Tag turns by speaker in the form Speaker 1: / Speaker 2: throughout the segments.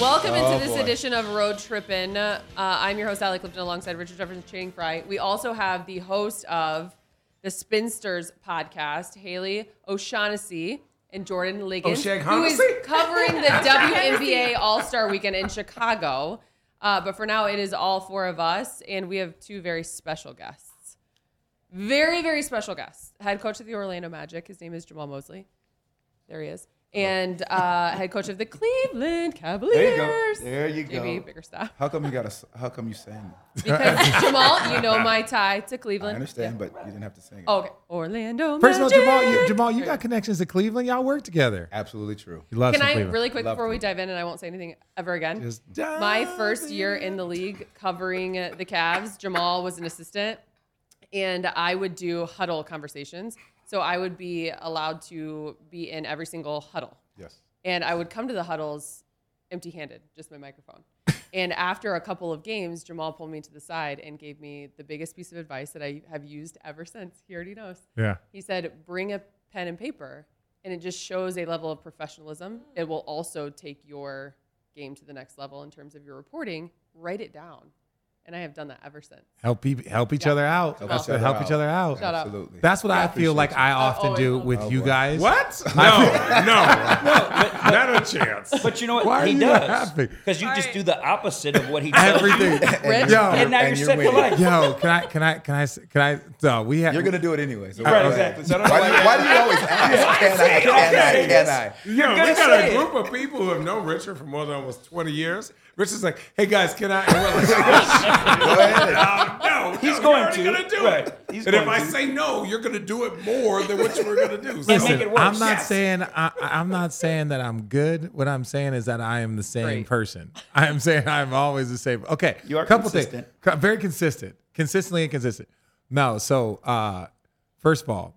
Speaker 1: Welcome
Speaker 2: Oh,
Speaker 1: into this
Speaker 2: boy.
Speaker 1: edition of Road Trippin'. Uh, I'm your host, Allie Clifton, alongside Richard Jefferson Cheating Fry. We also have the host of the Spinsters podcast, Haley O'Shaughnessy and Jordan Liggins, who is
Speaker 2: O'Shaughnessy?
Speaker 1: covering the WNBA All Star Weekend in Chicago. Uh, but for now, it is all four of us, and we have two very special guests. Very, very special guests. Head coach of the Orlando Magic. His name is Jamal Mosley. There he is. And uh, head coach of the Cleveland
Speaker 2: There you go.
Speaker 1: Cavaliers.
Speaker 2: There you
Speaker 1: JB
Speaker 2: go.
Speaker 1: Bickerstaff.
Speaker 2: How come you got to How come you sang? it?
Speaker 1: Because Jamal, you know my tie to
Speaker 2: I
Speaker 1: Cleveland.
Speaker 2: understand, but you didn't have to sing. it.
Speaker 1: Oh, okay. Orlando
Speaker 3: First of all,
Speaker 1: Magic.
Speaker 3: Jamal, you, Jamal, you got connections to Cleveland. Y'all work together.
Speaker 2: absolutely true.
Speaker 3: You love
Speaker 1: Can
Speaker 3: some
Speaker 1: I
Speaker 3: Cleveland.
Speaker 1: really quick
Speaker 2: Love
Speaker 1: before we
Speaker 2: Cleveland.
Speaker 1: dive in, and I won't say anything ever again.
Speaker 3: Just
Speaker 1: my first year in the league covering uh, the Cavs, Jamal was an assistant, and I would do huddle conversations. So I would be allowed to be in every single huddle.
Speaker 2: Yes.
Speaker 1: And I would come to the huddles empty handed, just my microphone. and after a couple of games, Jamal pulled me to the side and gave me the biggest piece of advice that I have used ever since. He already knows.
Speaker 3: yeah.
Speaker 1: He said, bring a pen and paper, and it just shows a level of professionalism. It will also take your game to the next level in terms of your reporting. Write it down. And I have done that ever since.
Speaker 3: Help e- help each other out.
Speaker 2: Help
Speaker 3: Help,
Speaker 2: each other
Speaker 3: help
Speaker 2: out.
Speaker 3: each other out.
Speaker 1: Shut up.
Speaker 2: Absolutely.
Speaker 3: That's what I, feel like I often
Speaker 1: oh,
Speaker 3: do
Speaker 1: oh.
Speaker 3: with
Speaker 2: Oh,
Speaker 3: you
Speaker 2: boy.
Speaker 3: guys.
Speaker 4: What? No, no, no, not a chance.
Speaker 5: But you know what?
Speaker 3: Why are
Speaker 5: he
Speaker 3: you
Speaker 5: does.
Speaker 3: laughing?
Speaker 5: Because you just do the opposite of what he does.
Speaker 3: Everything.
Speaker 1: Rich?
Speaker 3: Yo,
Speaker 5: And now you're,
Speaker 2: And you're
Speaker 5: set for
Speaker 2: winning.
Speaker 5: life.
Speaker 3: yo, can I can I can I s- can I no, we have Uh,
Speaker 2: You're gonna do it anyway. So
Speaker 5: Right,
Speaker 2: why-
Speaker 5: exactly. So
Speaker 2: Why, why do you always ask? Can I? Can I? Can I?
Speaker 4: Yo, we
Speaker 5: gonna
Speaker 4: got
Speaker 5: say
Speaker 4: a
Speaker 5: it.
Speaker 4: group of people who have known Richard for more than almost 20 years. Richard's like, hey guys, can I? And we're like,
Speaker 2: Go ahead.
Speaker 4: oh, no, no,
Speaker 5: He's
Speaker 4: you're
Speaker 5: going
Speaker 4: already
Speaker 5: to.
Speaker 4: gonna do
Speaker 5: Right.
Speaker 4: it.
Speaker 5: He's
Speaker 4: and if
Speaker 5: going
Speaker 4: I
Speaker 5: to.
Speaker 4: say no, you're going to do it more than what you were going to do. So-
Speaker 5: make it work. worse.
Speaker 3: I'm not
Speaker 4: Yes.
Speaker 3: saying I, I- I'm not saying that I'm good. What I'm saying is that I am the same
Speaker 1: Great.
Speaker 3: person. I am saying I'm always the same. Okay,
Speaker 5: You are
Speaker 3: couple
Speaker 5: consistent.
Speaker 3: things. Co- Very consistent, consistently and consistent. No, so uh, first of all,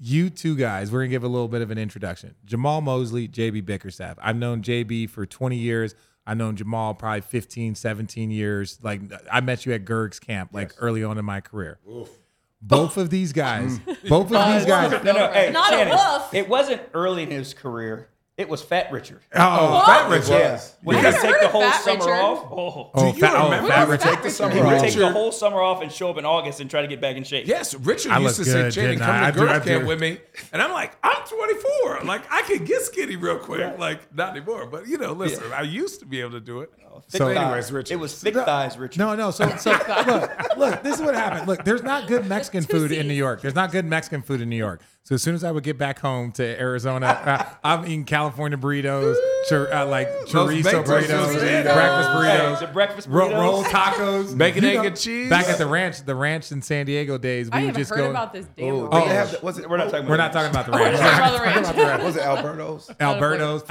Speaker 3: you two guys, we're gonna give a little bit of an introduction. Jamal Mosley, JB Bickerstaff. I've known JB for 20 years. I've known Jamal probably 15, 17 years. Like I met you at Gerg's camp, like early on in my career. Both of these guys, both of these guys.
Speaker 5: No, no, hey,
Speaker 6: Not a
Speaker 5: Shannon,
Speaker 6: wolf.
Speaker 5: It wasn't early in his career. It was Fat Richard.
Speaker 3: Oh,
Speaker 4: Fat
Speaker 2: It
Speaker 4: Richard.
Speaker 2: was.
Speaker 5: When he
Speaker 1: Yeah.
Speaker 5: take the
Speaker 1: Never heard
Speaker 5: whole
Speaker 1: of Fat
Speaker 5: summer
Speaker 1: Richard.
Speaker 5: off, oh,
Speaker 3: Oh,
Speaker 4: Do you
Speaker 3: Fat- oh,
Speaker 4: remember
Speaker 3: Fat
Speaker 4: that?
Speaker 3: Richard.
Speaker 2: Take the summer
Speaker 5: he would take
Speaker 2: off.
Speaker 5: the whole summer off and show up in August and try to get back in shape.
Speaker 4: Yes, Richard
Speaker 3: I
Speaker 4: used to
Speaker 3: look
Speaker 4: say,
Speaker 3: good,
Speaker 4: Jaden,
Speaker 3: didn't
Speaker 4: come
Speaker 3: I?
Speaker 4: to
Speaker 3: I do,
Speaker 4: girls'
Speaker 3: I do.
Speaker 4: camp with me. And I'm like, I'm 24. Like, I could get skinny real quick. Like, not anymore. But, you know, listen, I used to be able to do it.
Speaker 5: Thick
Speaker 3: So-
Speaker 5: thighs.
Speaker 4: Anyways, Richard.
Speaker 5: Oh, It was thick thighs, Richard.
Speaker 3: No, no. So, so look, look. This is what happened. Look, there's not good Mexican food in New York. There's not good Mexican food in New York. So as soon as I would get back home to Arizona, uh, I'm eating California burritos, chur, uh, like chorizo
Speaker 4: baked
Speaker 3: burritos,
Speaker 4: burritos.
Speaker 3: breakfast burritos,
Speaker 5: Hey, the breakfast
Speaker 3: ro-
Speaker 5: burritos.
Speaker 3: roll tacos,
Speaker 4: Bacon,
Speaker 3: You
Speaker 4: egg,
Speaker 3: know,
Speaker 4: and cheese.
Speaker 3: Back at the ranch, the ranch in San Diego days, we
Speaker 1: I
Speaker 3: would
Speaker 1: haven't
Speaker 3: just
Speaker 1: heard
Speaker 3: go. Oh,
Speaker 1: about this damn
Speaker 2: Oh,
Speaker 1: ranch. Oh,
Speaker 2: they have the- was it-
Speaker 5: We're not talking about
Speaker 3: We're not talking about the ranch.
Speaker 1: Brother Ranch.
Speaker 2: Was it Alberto's?
Speaker 3: Alberto's,
Speaker 4: Alberto's,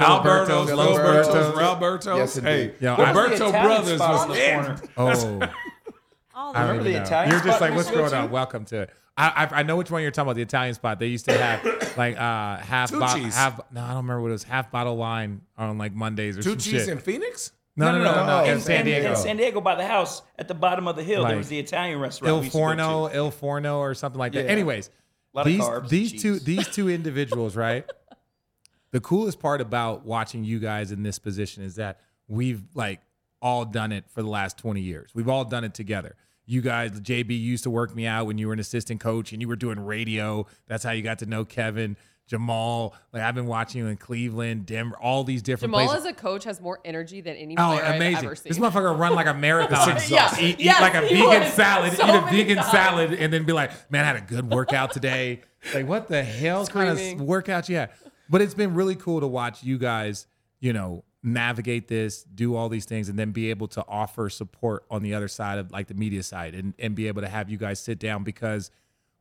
Speaker 4: Alberto's,
Speaker 3: Alberto's, Alberto's,
Speaker 2: Roberto's. Yes,
Speaker 4: Alberto's. hey,
Speaker 2: indeed.
Speaker 3: Yeah,
Speaker 4: the
Speaker 3: I-
Speaker 4: Alberto
Speaker 5: Italian
Speaker 4: Brothers
Speaker 5: spot
Speaker 4: was
Speaker 5: on the
Speaker 4: it.
Speaker 5: corner?
Speaker 3: Oh.
Speaker 6: All
Speaker 3: I don't
Speaker 6: of them.
Speaker 5: Remember
Speaker 3: even
Speaker 5: the
Speaker 3: know.
Speaker 5: Italian
Speaker 3: You're just
Speaker 5: spot
Speaker 3: like,
Speaker 5: we
Speaker 3: what's
Speaker 5: used to go
Speaker 3: going on?
Speaker 5: to?
Speaker 3: Welcome to it. I, I I know which one you're talking about. The Italian spot. They used to have like uh, half
Speaker 4: Two
Speaker 3: bottle,
Speaker 4: cheese.
Speaker 3: half. No, I don't remember what it was. Half bottle wine on like Mondays or
Speaker 4: Two
Speaker 3: some
Speaker 4: cheese
Speaker 3: shit.
Speaker 4: in Phoenix?
Speaker 3: no, no, no, no,
Speaker 2: no,
Speaker 3: In
Speaker 2: in-
Speaker 3: San
Speaker 5: in-
Speaker 3: Diego,
Speaker 5: In San Diego by the house at the bottom of the hill,
Speaker 3: Like,
Speaker 5: there was the Italian restaurant.
Speaker 3: Il
Speaker 5: we used to go to.
Speaker 3: Forno, Il Forno, or something like that.
Speaker 5: Yeah.
Speaker 3: Anyways,
Speaker 5: Lot of
Speaker 3: these
Speaker 5: carbs and
Speaker 3: these two
Speaker 5: cheese.
Speaker 3: these two individuals, right? The coolest part about watching you guys in this position is that we've like all done it for the last 20 years. We've all done it together. You guys, JB you used to work me out when you were an assistant coach and you were doing radio. That's how you got to know Kevin, Jamal. Like I've been watching you in Cleveland, Denver, all these different
Speaker 1: Jamal
Speaker 3: places.
Speaker 1: as a coach has more energy than any
Speaker 3: Oh,
Speaker 1: player I've
Speaker 3: amazing!
Speaker 1: ever seen.
Speaker 3: This motherfucker run like a marathon.
Speaker 1: exhausting.
Speaker 3: Eat, eat
Speaker 1: Yes,
Speaker 3: like a
Speaker 1: he
Speaker 3: vegan
Speaker 1: was.
Speaker 3: salad.
Speaker 1: So
Speaker 3: eat a
Speaker 1: many
Speaker 3: vegan
Speaker 1: times.
Speaker 3: salad, and then be like, "Man, I had a good workout today." It's like, what the hell kind
Speaker 1: Screaming.
Speaker 3: of workout you had? But it's been really cool to watch you guys, you know, navigate this, do all these things, and then be able to offer support on the other side of like the media side, and and be able to have you guys sit down because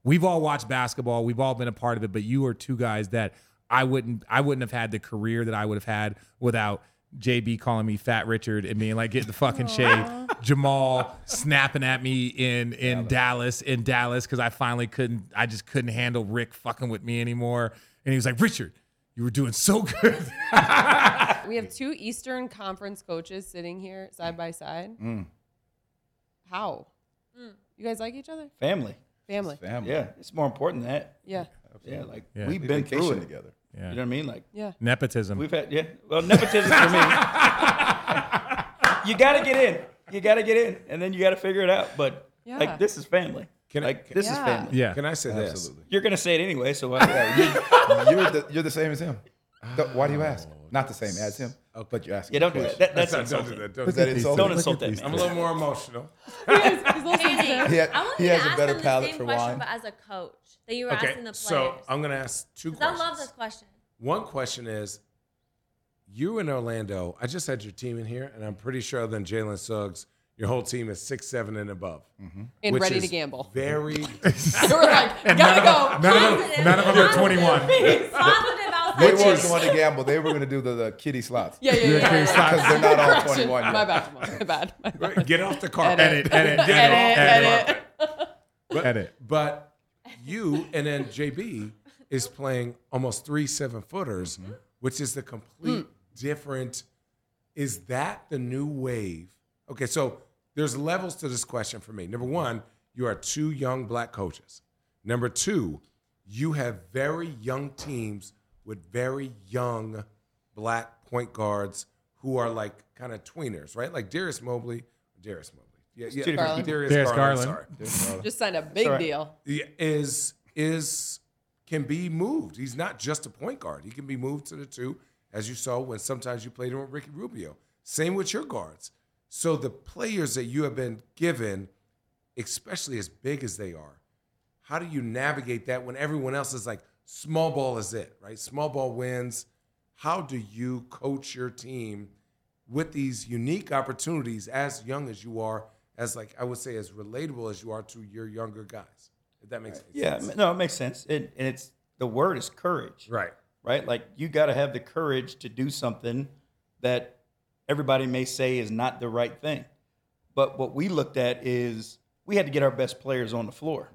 Speaker 3: we've all watched basketball we've all been a part of it but you are two guys that i wouldn't i wouldn't have had the career that i would have had without JB calling me Fat Richard and being like, get in the fucking shade. Jamal snapping at me in in Dallas, in Dallas, because I finally couldn't, I just couldn't handle Rick fucking with me anymore. And he was like, Richard, you were doing so good.
Speaker 1: we have two Eastern Conference coaches sitting here side by side. How? You guys like each other?
Speaker 5: family.
Speaker 1: Family.
Speaker 2: Family.
Speaker 5: Yeah, it's more important than that.
Speaker 1: Yeah.
Speaker 5: Yeah, like
Speaker 3: Yeah.
Speaker 5: we've been through
Speaker 2: vacation
Speaker 5: it
Speaker 2: together.
Speaker 5: You
Speaker 3: Yeah.
Speaker 5: know what I mean? Like
Speaker 1: Yeah.
Speaker 3: Nepotism.
Speaker 5: we've had yeah. Well, nepotism for me. you got to get in. You got to get in, and then you got to figure it out. But
Speaker 1: Yeah.
Speaker 5: like this is family.
Speaker 4: Can I-
Speaker 5: like this is
Speaker 1: Yeah.
Speaker 5: family.
Speaker 3: yeah.
Speaker 4: Can I say this?
Speaker 2: Absolutely.
Speaker 5: You're gonna say it anyway, so I,
Speaker 2: You're the, you're the same as him. Th- Why do you ask? Not the same as him, but you're asking.
Speaker 5: yeah, don't do that. that that's
Speaker 4: Oh, That's not, don't
Speaker 5: insulting.
Speaker 4: do that. Don't do
Speaker 2: Is that
Speaker 4: that.
Speaker 2: insulting?
Speaker 5: Don't insult that man.
Speaker 4: I'm a little more emotional.
Speaker 6: Danny,
Speaker 2: He had-
Speaker 6: I want
Speaker 2: he
Speaker 6: you to
Speaker 2: has a
Speaker 6: ask
Speaker 2: better
Speaker 6: them
Speaker 2: palate
Speaker 6: the same
Speaker 2: for
Speaker 6: question,
Speaker 2: wine.
Speaker 6: But as a coach, that you were
Speaker 4: Okay,
Speaker 6: asking the players.
Speaker 4: so I'm gonna ask two
Speaker 6: 'Cause I
Speaker 4: questions.
Speaker 6: love this question.
Speaker 4: One question is, you in Orlando. I just had your team in here, and I'm pretty sure other than Jalen Suggs, your whole team is six seven and above,
Speaker 1: Mm-hmm. And
Speaker 4: which
Speaker 1: ready
Speaker 4: is
Speaker 1: to gamble.
Speaker 4: Very.
Speaker 1: They were like, gotta go.
Speaker 3: None of them, none of them are 21.
Speaker 6: Positive outlook.
Speaker 2: They weren't going to gamble. They were going to do the, the kitty slots.
Speaker 1: Yeah, yeah, yeah.
Speaker 3: You're
Speaker 1: yeah,
Speaker 3: crazy.
Speaker 1: yeah.
Speaker 2: Because they're not all
Speaker 1: Correction.
Speaker 2: 21 yet.
Speaker 1: My bad. My bad. My bad.
Speaker 4: Get off the carpet.
Speaker 3: Edit, edit, edit,
Speaker 4: Get off the
Speaker 3: edit.
Speaker 4: carpet. But,
Speaker 3: Edit.
Speaker 4: But you and then JB is playing almost three seven footers, which is the complete different. Is that the new wave? Okay, so there's levels to this question for me. Number one, you are two young black coaches. Number two, you have very young teams with very young black point guards who are like kind of tweeners, right? Like Darius Mobley, Darius Mobley. Yeah, yeah,
Speaker 5: two different
Speaker 4: Darius,
Speaker 3: Darius
Speaker 4: Garland.
Speaker 3: Garland.
Speaker 4: Sorry
Speaker 1: Just signed a big deal.
Speaker 4: yeah, is is can be moved. He's not just a point guard. He can be moved to the two, as you saw when sometimes you played him with Ricky Rubio. Same with your guards. So the players that you have been given, especially as big as they are, how do you navigate that when everyone else is like small ball is it, right? Small ball wins. How do you coach your team with these unique opportunities as young as you are, as like I would say as relatable as you are to your younger guys? If that makes any
Speaker 5: Yeah,
Speaker 4: sense.
Speaker 5: no, it makes sense. It, and it's the word is courage,
Speaker 4: Right.
Speaker 5: right? Like you got to have the courage to do something that everybody may say is not the right thing. But what we looked at is we had to get our best players on the floor,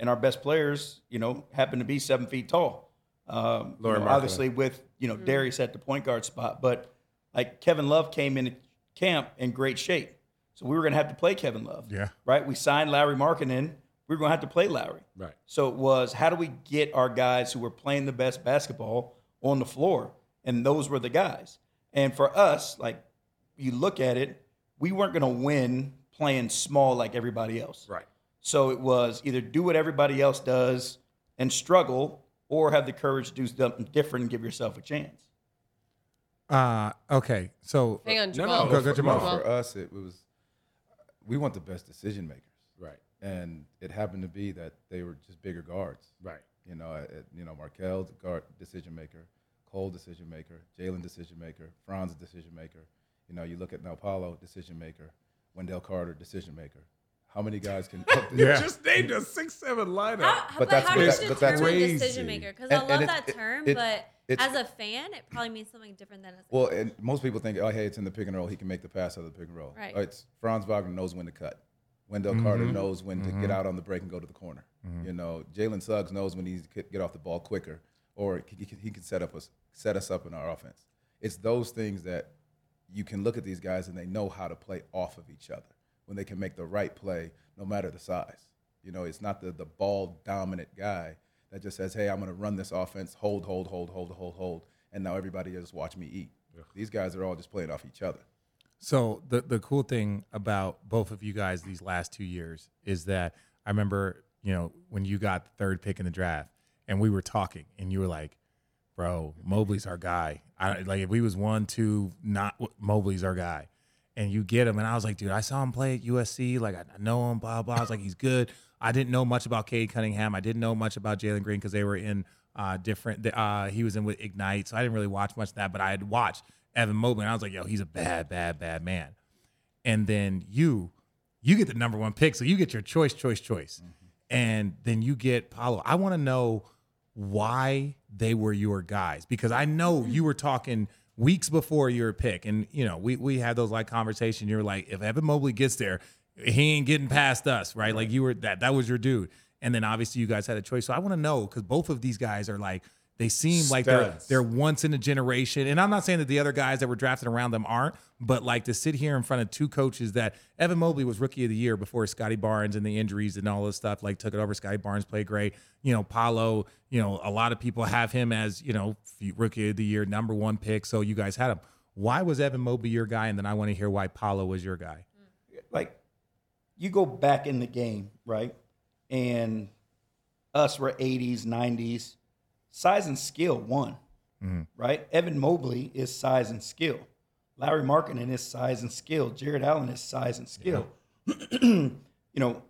Speaker 5: and our best players, you know, happen to be seven feet tall. Um, you
Speaker 4: Laurie
Speaker 5: know,
Speaker 4: Markkanen.
Speaker 5: obviously, with you know Darius at the point guard spot, but like Kevin Love came into camp in great shape, so we were going to have to play Kevin Love.
Speaker 3: Yeah.
Speaker 5: right. We signed Lowry Markkinen. We were going to have to play Lowry.
Speaker 4: Right.
Speaker 5: So it was how do we get our guys who were playing the best basketball on the floor? And those were the guys. And for us, like you look at it, we weren't going to win playing small like everybody else.
Speaker 4: Right.
Speaker 5: So it was either do what everybody else does and struggle or have the courage to do something different and give yourself a chance.
Speaker 3: Uh, okay. So
Speaker 1: Hang on,
Speaker 4: No,
Speaker 1: Jamal.
Speaker 4: no, go- go, Jamal.
Speaker 1: Jamal.
Speaker 2: For us, it was we want the best decision makers,
Speaker 4: Right.
Speaker 2: and it happened to be that they were just bigger guards.
Speaker 4: Right.
Speaker 2: You know, uh, uh, you know, Markel's a guard decision maker, Cole decision maker, Jalen decision maker, Franz decision maker. You know, you look at Melpalo decision maker, Wendell Carter decision maker. How many guys can?
Speaker 3: Yeah.
Speaker 4: Just named a six seven lineup.
Speaker 6: How,
Speaker 2: But
Speaker 6: how, but,
Speaker 2: that's
Speaker 6: how
Speaker 2: what
Speaker 6: do you
Speaker 2: that-
Speaker 6: determine
Speaker 2: but that's
Speaker 4: crazy.
Speaker 6: decision maker? Because
Speaker 2: And-
Speaker 6: I
Speaker 2: and
Speaker 6: love
Speaker 2: it's-
Speaker 6: that term,
Speaker 2: it-
Speaker 6: but
Speaker 2: it's-
Speaker 6: as a fan, it probably means something different than as a
Speaker 2: Well, and most people think, oh, hey, it's in the pick and roll. He can make the pass out of the pick and roll.
Speaker 6: Right.
Speaker 2: Oh, It's Franz Wagner knows when to cut. Wendell Carter knows when to get out on the break and go to the corner. You know, Jalen Suggs knows when he could get off the ball quicker, or he can, he can set up us set us up in our offense. It's those things that you can look at these guys and they know how to play off of each other when they can make the right play, no matter the size. You know, it's not the the ball dominant guy that just says, "Hey, I'm going to run this offense, hold, hold, hold, hold, hold, hold," and now everybody just watch me eat. These guys are all just playing off each other.
Speaker 3: So the the cool thing about both of you guys these last two years is that I remember you know when you got the third pick in the draft and we were talking and you were like, "Bro, Mobley's our guy." I, like if we was one two, not Mobley's our guy, and you get him and I was like, "Dude, I saw him play at USC. Like I I know him. Blah blah." I was like, "He's good." I didn't know much about Cade Cunningham. I didn't know much about Jalen Green because they were in uh, different. Uh, he was in with Ignite, so I didn't really watch much of that. But I had watched Evan Mobley, and I was like, "Yo, he's a bad, bad, bad man." and then you you get the number one pick so you get your choice choice choice and then you get Paolo. i want to know why they were your guys because i know you were talking weeks before your pick and you know we we had those like conversations you're like if evan mobley gets there he ain't getting past us right like you were that that was your dude and then obviously you guys had a choice so i want to know because both of these guys are like They seem like they're
Speaker 4: Studs.
Speaker 3: they're once in a generation. And I'm not saying that the other guys that were drafted around them aren't, but like to sit here in front of two coaches that Evan Mobley was rookie of the year before Scotty Barnes and the injuries and all this stuff, like took it over. Scotty Barnes played great. You know, Paolo, you know, a lot of people have him as, you know, rookie of the year, number one pick. So you guys had him. Why was Evan Mobley your guy? And then I want to hear why Paolo was your guy.
Speaker 5: like you go back in the game, right? And us were 80s, 90s. Size and skill won, right? Evan Mobley is size and skill. Larry Markin is size and skill. Jared Allen is size and skill. you know,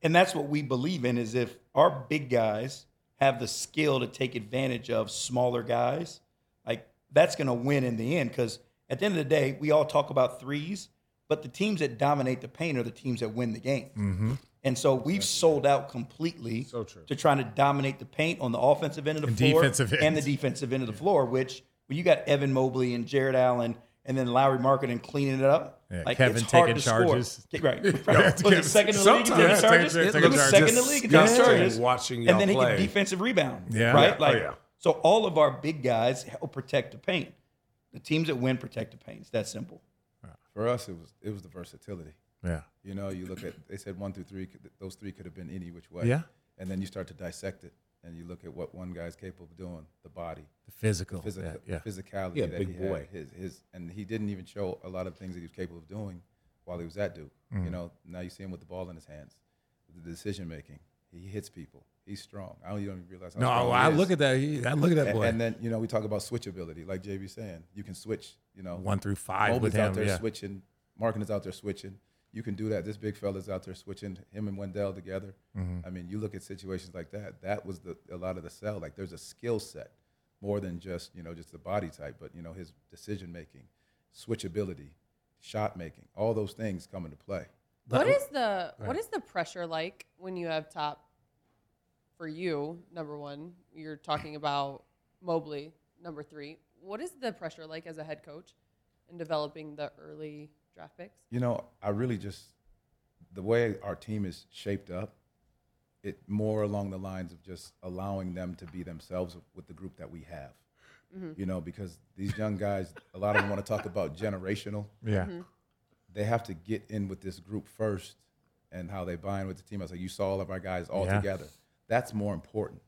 Speaker 5: and that's what we believe in is if our big guys have the skill to take advantage of smaller guys, like that's going to win in the end because at the end of the day, we all talk about threes, but the teams that dominate the paint are the teams that win the game. And so we've sold out completely
Speaker 4: So true.
Speaker 5: to trying to dominate the paint on the offensive end of the
Speaker 7: And
Speaker 5: floor
Speaker 7: defensive end.
Speaker 5: and the defensive end of the floor, which when you got Evan Mobley and Jared Allen and then Lowry Market and cleaning it up,
Speaker 7: Yeah,
Speaker 5: like
Speaker 7: Kevin
Speaker 5: it's hard
Speaker 7: taking
Speaker 5: to score.
Speaker 7: charges.
Speaker 5: Get- Right, right. was it second in the league in
Speaker 4: Sometimes.
Speaker 5: taking charges?
Speaker 7: Yeah, taking
Speaker 5: He was
Speaker 7: charges.
Speaker 5: second in the league in taking
Speaker 4: Disgusting
Speaker 5: charges.
Speaker 4: watching y'all
Speaker 5: and then he
Speaker 4: play.
Speaker 5: could defensive rebound.
Speaker 7: Yeah.
Speaker 5: right.
Speaker 4: Yeah. Oh,
Speaker 5: Like
Speaker 4: yeah.
Speaker 5: so, all of our big guys help protect the paint. The teams that win protect the paint. It's that simple.
Speaker 2: For us, it was it was the versatility.
Speaker 7: Yeah.
Speaker 2: You know, you look at they said one through three. could- Those three could have been any which way.
Speaker 3: Yeah.
Speaker 2: And then you start to dissect it, and you look at what one guy's capable of doing, the body,
Speaker 3: The physical.
Speaker 2: physical,
Speaker 3: yeah. yeah.
Speaker 2: physicality
Speaker 4: Yeah,
Speaker 2: that
Speaker 4: big
Speaker 2: he
Speaker 4: boy.
Speaker 2: had. His, his, and he didn't even show a lot of things that he was capable of doing while he was at Duke.
Speaker 3: Mm-hmm.
Speaker 2: You know, now you see him with the ball in his hands, the decision making. He hits people. He's strong. I don't, you don't even realize how
Speaker 3: No,
Speaker 2: strong he
Speaker 3: I
Speaker 2: is.
Speaker 3: look at that. he- I look at that
Speaker 2: And,
Speaker 3: boy.
Speaker 2: and then you know we talk about switchability, like JB saying, you can switch. You know,
Speaker 3: One through five
Speaker 2: Mobley's
Speaker 3: with
Speaker 2: out
Speaker 3: him,
Speaker 2: there
Speaker 3: yeah.
Speaker 2: switching. Markin is out there switching. You can do that. This big fella's out there switching. Him and Wendell together.
Speaker 3: Mm-hmm.
Speaker 2: I mean, you look at situations like that. That was the a lot of the sell. Like there's a skill set more than just you know just the body type, but you know his decision making, switchability, shot making, all those things come into play.
Speaker 1: What is the what is the pressure like when you have top for you number one? You're talking about Mobley number three. What is the pressure like as a head coach in developing the early draft picks?
Speaker 2: You know, I really just the way our team is shaped up, it more along the lines of just allowing them to be themselves with the group that we have. You know, because these young guys, a lot of them want to talk about generational.
Speaker 7: Yeah.
Speaker 2: They have to get in with this group first and how they buy in with the team. I was like, you saw all of our guys all
Speaker 7: Yeah.
Speaker 2: together. That's more important,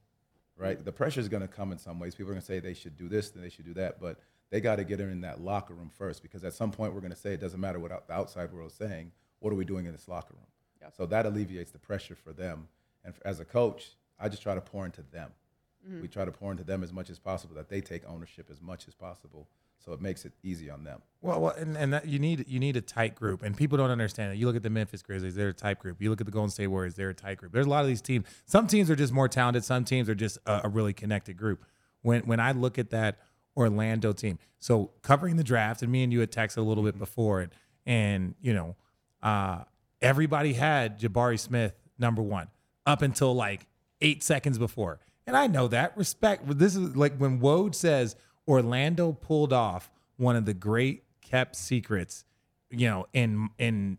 Speaker 2: right? The pressure is going to come in some ways. People are going to say they should do this, then they should do that, but they got to get in that locker room first because at some point we're going to say it doesn't matter what out- the outside world is saying. What are we doing in this locker room? So that alleviates the pressure for them. And f- as a coach, I just try to pour into them. We try to pour into them as much as possible that they take ownership as much as possible. So it makes it easy on them.
Speaker 3: Well, well and, and that you need you need a tight group, and people don't understand that. You look at the Memphis Grizzlies; they're a tight group. You look at the Golden State Warriors; they're a tight group. There's a lot of these teams. Some teams are just more talented. Some teams are just a, a really connected group. When when I look at that Orlando team, so covering the draft, and me and you had texted a little bit before it, and you know, uh, everybody had Jabari Smith number one up until like eight seconds before. And I know that respect. This is like when Wode says Orlando pulled off one of the great kept secrets, you know, in in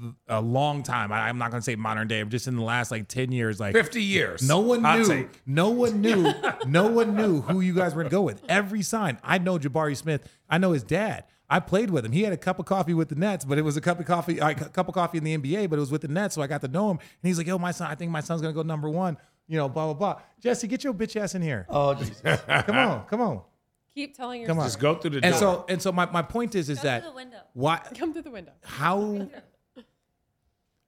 Speaker 3: th- a long time. I, I'm not gonna say modern day, but just in the last like ten years, like
Speaker 4: 50 years.
Speaker 3: no one
Speaker 4: Hot
Speaker 3: knew.
Speaker 4: take.
Speaker 3: No one knew. no one knew who you guys were gonna go with. Every sign. I know Jabari Smith. I know his dad. I played with him. He had a cup of coffee with the Nets, but it was a cup of coffee, like a cup of coffee in the NBA, but it was with the Nets, so I got to know him. And he's like, "Yo, my son. I think my son's gonna go number one." You know, blah blah blah. Jesse, get your bitch ass in here.
Speaker 5: Oh, Jesus.
Speaker 3: Come on, come on.
Speaker 1: Keep telling your
Speaker 3: Come on.
Speaker 4: Just go through the door.
Speaker 3: And so, and so, my, my point is, is
Speaker 6: Go
Speaker 3: that
Speaker 6: through the window.
Speaker 3: why
Speaker 1: come through the window.
Speaker 3: how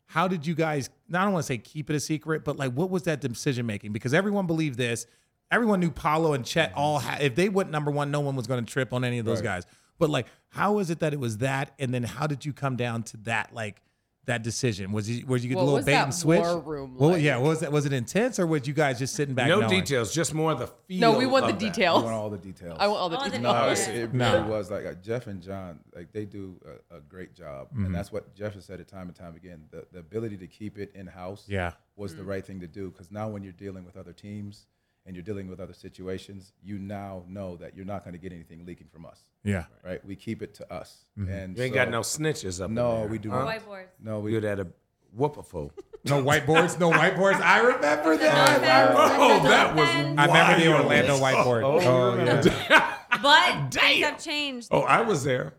Speaker 3: how did you guys now i don't want to say keep it a secret but like what was that decision making because everyone believed this everyone knew Paolo and chet all ha- if they went number one no one was going to trip on any of those guys but like how is it that it was that and then how did you come down to that like that decision was you was you get
Speaker 1: What
Speaker 3: a little
Speaker 1: was
Speaker 3: bait
Speaker 1: that
Speaker 3: and switch
Speaker 1: war room
Speaker 3: well
Speaker 1: like?
Speaker 3: yeah what was that was it intense or was you guys just sitting back
Speaker 4: no
Speaker 3: knowing?
Speaker 4: details, just more of the feel.
Speaker 1: No, we want the
Speaker 4: of that.
Speaker 2: I
Speaker 1: details.
Speaker 2: want all the details.
Speaker 1: I want all the
Speaker 6: I want the
Speaker 1: details.
Speaker 2: No,
Speaker 6: Yeah.
Speaker 2: it's- it
Speaker 3: No.
Speaker 2: really was like uh, Jeff and John, like they do a, a great job,
Speaker 1: Mm-hmm.
Speaker 2: and that's what Jeff has said it time and time again. The, the ability to keep it in house,
Speaker 3: Yeah.
Speaker 2: was
Speaker 1: Mm.
Speaker 2: the right thing to do because now when you're dealing with other teams and you're dealing with other situations, you now know that you're not going to get anything leaking from us,
Speaker 3: yeah
Speaker 2: right? We keep it to us, and
Speaker 1: Mm-hmm.
Speaker 4: You ain't
Speaker 2: so-
Speaker 4: got no snitches up in
Speaker 2: No,
Speaker 4: there.
Speaker 2: we do
Speaker 4: Huh?
Speaker 2: not.
Speaker 6: Whiteboards.
Speaker 2: No, we
Speaker 4: Good at a whoop a foe.
Speaker 3: No whiteboards, no whiteboards. I remember that.
Speaker 4: Oh, that was.
Speaker 3: I remember the
Speaker 4: wild.
Speaker 3: Orlando whiteboard. Oh, yeah.
Speaker 6: But things have changed.
Speaker 4: Oh, I was there.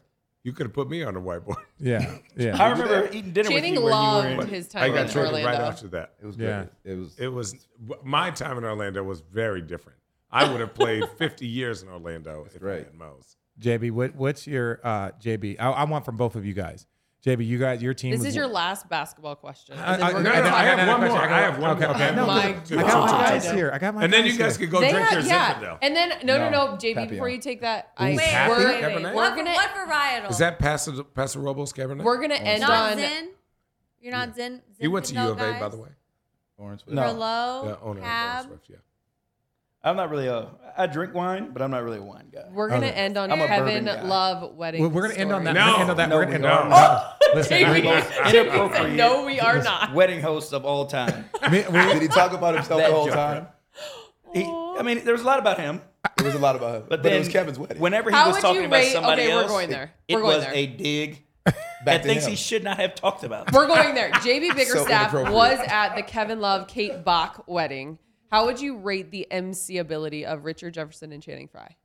Speaker 4: You could have put me on a whiteboard.
Speaker 3: yeah.
Speaker 5: I
Speaker 3: Yeah.
Speaker 5: remember eating dinner
Speaker 1: Channing
Speaker 5: with you when you were
Speaker 1: loved
Speaker 5: in.
Speaker 1: his
Speaker 4: I
Speaker 1: time
Speaker 4: got
Speaker 1: in
Speaker 4: traded
Speaker 1: Orlando.
Speaker 4: right after that.
Speaker 2: It was
Speaker 3: Yeah.
Speaker 2: good. It was.
Speaker 4: It was my time in Orlando was very different. I would have played 50 years in Orlando if I
Speaker 2: right.
Speaker 4: had Mo's.
Speaker 3: JB, what, what's your uh, JB? I, I want from both of you guys. JB, you guys, your team.
Speaker 1: This
Speaker 3: was-
Speaker 1: is your last basketball question.
Speaker 3: I-
Speaker 1: and then
Speaker 3: I-
Speaker 1: we're
Speaker 4: No,
Speaker 1: gonna
Speaker 4: no, no, I
Speaker 1: talk
Speaker 4: have
Speaker 1: about-
Speaker 4: one
Speaker 3: another
Speaker 4: more.
Speaker 3: question.
Speaker 4: I have one.
Speaker 3: Okay,
Speaker 4: more.
Speaker 3: okay.
Speaker 4: I have
Speaker 3: No,
Speaker 4: one.
Speaker 1: my
Speaker 4: Two,
Speaker 3: I
Speaker 4: two,
Speaker 3: got
Speaker 4: two,
Speaker 3: my
Speaker 4: two,
Speaker 3: guys
Speaker 4: two.
Speaker 3: here. I got my
Speaker 4: And then
Speaker 3: guys
Speaker 4: you guys
Speaker 3: here.
Speaker 4: could go drink your
Speaker 1: have-
Speaker 4: Zinfandel.
Speaker 1: And then no, no,
Speaker 2: No,
Speaker 1: no, JB, before
Speaker 2: Papillon.
Speaker 1: you take that, I,
Speaker 3: Ooh,
Speaker 6: Wait,
Speaker 3: Happy?
Speaker 1: we're,
Speaker 6: wait, wait,
Speaker 4: Cabernet?
Speaker 6: wait.
Speaker 1: we're
Speaker 6: What,
Speaker 1: gonna
Speaker 6: what varietal?
Speaker 4: Is that Paso, Paso Robles Cabernet?
Speaker 1: we're gonna end
Speaker 6: not
Speaker 1: on
Speaker 6: Zen? You're not Zen. Zen
Speaker 4: he went to U of A,
Speaker 6: guys?
Speaker 4: by the way.
Speaker 2: Orange.
Speaker 5: No.
Speaker 6: Merlot,
Speaker 4: The owner of
Speaker 6: Cab.
Speaker 4: Orange Swift, yeah.
Speaker 5: I'm not really a. I drink wine, but I'm not really a wine guy.
Speaker 1: we're gonna end on
Speaker 5: I'm a
Speaker 1: Kevin
Speaker 5: bourbon guy.
Speaker 1: Love wedding.
Speaker 3: Well, we're going to end on that.
Speaker 1: story.
Speaker 4: No.
Speaker 3: We're gonna end on that.
Speaker 5: No,
Speaker 3: we're gonna
Speaker 5: we
Speaker 3: end
Speaker 5: are
Speaker 3: on Listen,
Speaker 5: We're
Speaker 3: we-
Speaker 5: the most inappropriate
Speaker 1: No, we are not.
Speaker 5: wedding hosts of all time.
Speaker 3: we- we-
Speaker 2: Did he talk about himself
Speaker 5: That
Speaker 2: the whole
Speaker 5: joke.
Speaker 2: time?
Speaker 5: He, I mean, there was a lot about him,
Speaker 2: It was a lot about him.
Speaker 5: but
Speaker 2: But,
Speaker 5: then
Speaker 2: it was Kevin's wedding.
Speaker 5: Whenever he
Speaker 1: How
Speaker 5: was
Speaker 1: would
Speaker 5: talking
Speaker 1: you
Speaker 5: about
Speaker 1: rate-
Speaker 5: somebody
Speaker 1: okay, we're
Speaker 5: else,
Speaker 1: going there.
Speaker 5: it
Speaker 1: We're going
Speaker 5: was
Speaker 1: there.
Speaker 5: a dig
Speaker 2: Back
Speaker 5: at
Speaker 2: to
Speaker 5: things
Speaker 2: him.
Speaker 5: he should not have talked about.
Speaker 1: We're going there. JB Bickerstaff
Speaker 2: inappropriate.
Speaker 1: was at the Kevin Love Kate Bach wedding. How would you rate the MC ability of Richard Jefferson and Channing Frye?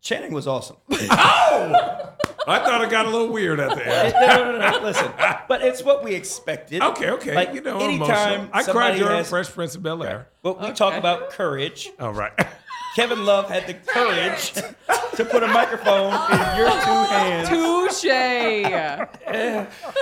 Speaker 5: Channing was awesome.
Speaker 4: Oh! I thought it got a little weird at the end.
Speaker 5: no, no, no, no, listen. But it's what we expected.
Speaker 4: Okay, okay.
Speaker 5: Like,
Speaker 4: you know, I'm
Speaker 5: anytime
Speaker 4: emotional. I cried
Speaker 5: somebody
Speaker 4: during
Speaker 5: has-
Speaker 4: Fresh Prince of Bel Air.
Speaker 5: But we talk about courage.
Speaker 4: All right.
Speaker 5: Kevin Love had the courage to put a microphone in your two hands.
Speaker 1: Touche. they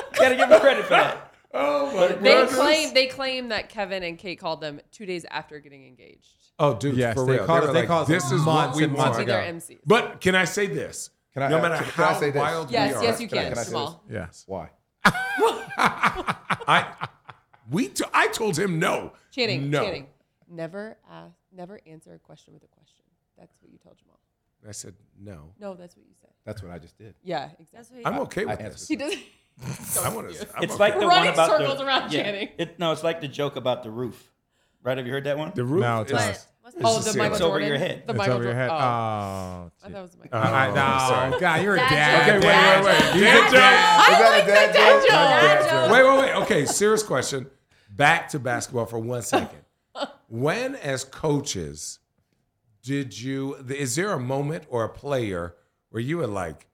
Speaker 5: Gotta give him credit for that.
Speaker 4: oh, my goodness.
Speaker 1: claim they claim that Kevin and Kate called them two days after getting engaged
Speaker 4: Oh, dude,
Speaker 3: Yes,
Speaker 4: for
Speaker 3: they
Speaker 4: real. They
Speaker 3: called us-
Speaker 4: were
Speaker 3: they
Speaker 4: like,
Speaker 3: called us
Speaker 4: this is
Speaker 3: months
Speaker 4: what we
Speaker 3: and months
Speaker 1: to
Speaker 4: want.
Speaker 3: ago.
Speaker 1: their MCs.
Speaker 4: But can I say this?
Speaker 2: Can I-
Speaker 4: no matter
Speaker 2: can I
Speaker 4: how
Speaker 2: say this?
Speaker 4: wild
Speaker 1: Yes,
Speaker 4: we are,
Speaker 1: yes, you
Speaker 2: Can I-
Speaker 1: can,
Speaker 2: can I say
Speaker 1: Jamal.
Speaker 3: yeah.
Speaker 2: Why?
Speaker 4: I, we t- I told him no.
Speaker 1: Channing,
Speaker 4: no.
Speaker 1: Channing, never ask, never answer a question with a question. That's what you told Jamal.
Speaker 4: I said no.
Speaker 1: No, that's what you said.
Speaker 2: That's what I just did.
Speaker 1: Yeah,
Speaker 6: That's
Speaker 1: exactly.
Speaker 6: what he-
Speaker 4: I'm okay with
Speaker 2: I
Speaker 4: this.
Speaker 1: He doesn't.
Speaker 4: I want to.
Speaker 5: It's like the
Speaker 1: Running
Speaker 5: one about
Speaker 1: circles
Speaker 5: the,
Speaker 1: around Channing.
Speaker 5: It, no, it's like the joke about the roof. Right? Have you heard that one?
Speaker 4: the roof.
Speaker 3: No,
Speaker 4: is-
Speaker 3: tell
Speaker 6: What?
Speaker 3: us.
Speaker 6: What's the-
Speaker 1: Oh,
Speaker 4: It's
Speaker 1: the Michael
Speaker 5: over
Speaker 1: Jordan.
Speaker 5: your head.
Speaker 1: The
Speaker 3: It's
Speaker 1: Michael
Speaker 3: over your head.
Speaker 1: Jordan. Oh,
Speaker 3: Oh,
Speaker 1: I thought it was Michael.
Speaker 4: Uh,
Speaker 3: All right,
Speaker 4: Oh,
Speaker 3: no,
Speaker 4: sorry.
Speaker 3: God, you're a
Speaker 6: Dad
Speaker 3: dad.
Speaker 6: joke.
Speaker 4: Okay, wait, wait, wait. Dad
Speaker 2: Is
Speaker 1: I
Speaker 2: that a
Speaker 1: like the
Speaker 2: dad
Speaker 1: dad
Speaker 8: Oh,
Speaker 2: joke?
Speaker 1: joke.
Speaker 6: Dad joke.
Speaker 4: Wait, wait, wait. Okay, serious question. Back to basketball for one second. When, as coaches, did you? Is there a moment or a player where you were like,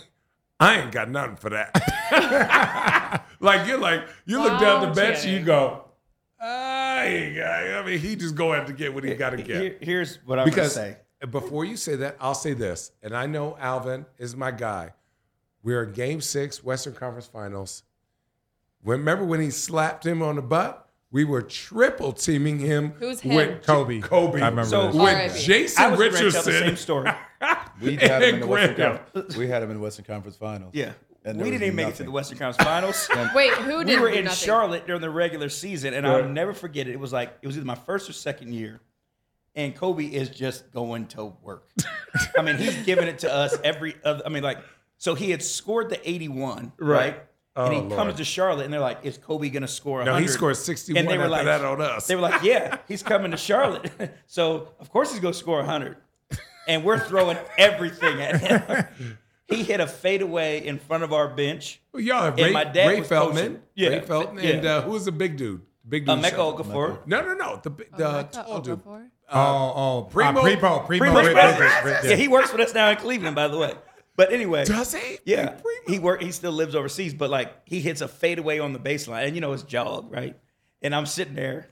Speaker 4: "I ain't got nothing for that"? like you're like you look down the
Speaker 1: Wow,
Speaker 4: bench and
Speaker 1: Channing.
Speaker 4: you go, "I ain't got." I mean, he just go out to get what he got to get
Speaker 5: Here- here's what I'm
Speaker 4: because
Speaker 5: gonna say.
Speaker 4: before you say that, I'll say this, and I know Alvin is my guy. We're in Game Six, Western Conference Finals. Remember when he slapped him on the butt? We were triple teaming him.
Speaker 1: Who's him?
Speaker 4: with
Speaker 3: Kobe.
Speaker 4: Kobe.
Speaker 3: I remember
Speaker 5: So-
Speaker 3: this.
Speaker 4: with
Speaker 1: R.I.P.
Speaker 5: I
Speaker 4: Jason
Speaker 5: was gonna tell the same
Speaker 4: Richardson.
Speaker 5: story.
Speaker 2: We had him in the Western
Speaker 4: Graham.
Speaker 2: Conference. We had him in the Western Conference Finals.
Speaker 5: Yeah.
Speaker 2: And
Speaker 5: we didn't
Speaker 2: there was
Speaker 5: even make it to
Speaker 2: nothing.
Speaker 5: the Western Conference Finals.
Speaker 1: Wait, who did
Speaker 5: we were in
Speaker 1: nothing?
Speaker 5: Charlotte during the regular season, and I'll never forget it. It was like it was either my first or second year, and Kobe is just going to work. I mean, he's giving it to us every other. I mean, like so he had scored the eighty-one, right? and he
Speaker 4: Oh, Lord.
Speaker 5: comes to Charlotte, and they're like, "Is Kobe going to score?" 100?
Speaker 4: No, he scored 61
Speaker 5: And they were
Speaker 4: after
Speaker 5: like,
Speaker 4: that on us.
Speaker 5: They were like, "Yeah, he's coming to Charlotte, so of course he's going to score hundred. And we're throwing everything at him. he hit a fadeaway in front of our bench.
Speaker 4: Well, y'all have
Speaker 5: And
Speaker 4: Ray,
Speaker 5: my dad
Speaker 4: Ray
Speaker 5: was
Speaker 4: Feldman.
Speaker 5: coaching. Yeah.
Speaker 4: Ray Feldman.
Speaker 5: Yeah.
Speaker 4: And uh, who was the big dude? The big dude.
Speaker 5: Emeka
Speaker 4: shot.
Speaker 5: Okafor.
Speaker 4: No, no, no. The, big- the tall dude.
Speaker 3: Oh, oh,
Speaker 4: Primo-
Speaker 3: uh, Primo, Primo,
Speaker 5: Primo.
Speaker 3: Primo, Primo,
Speaker 5: yeah, he works with us now in Cleveland, by the way. But anyway,
Speaker 4: Does he?
Speaker 5: yeah,
Speaker 4: Primo.
Speaker 5: he work. He still lives overseas, but like he hits a fadeaway on the baseline, and you know it's jog right. And I'm sitting there,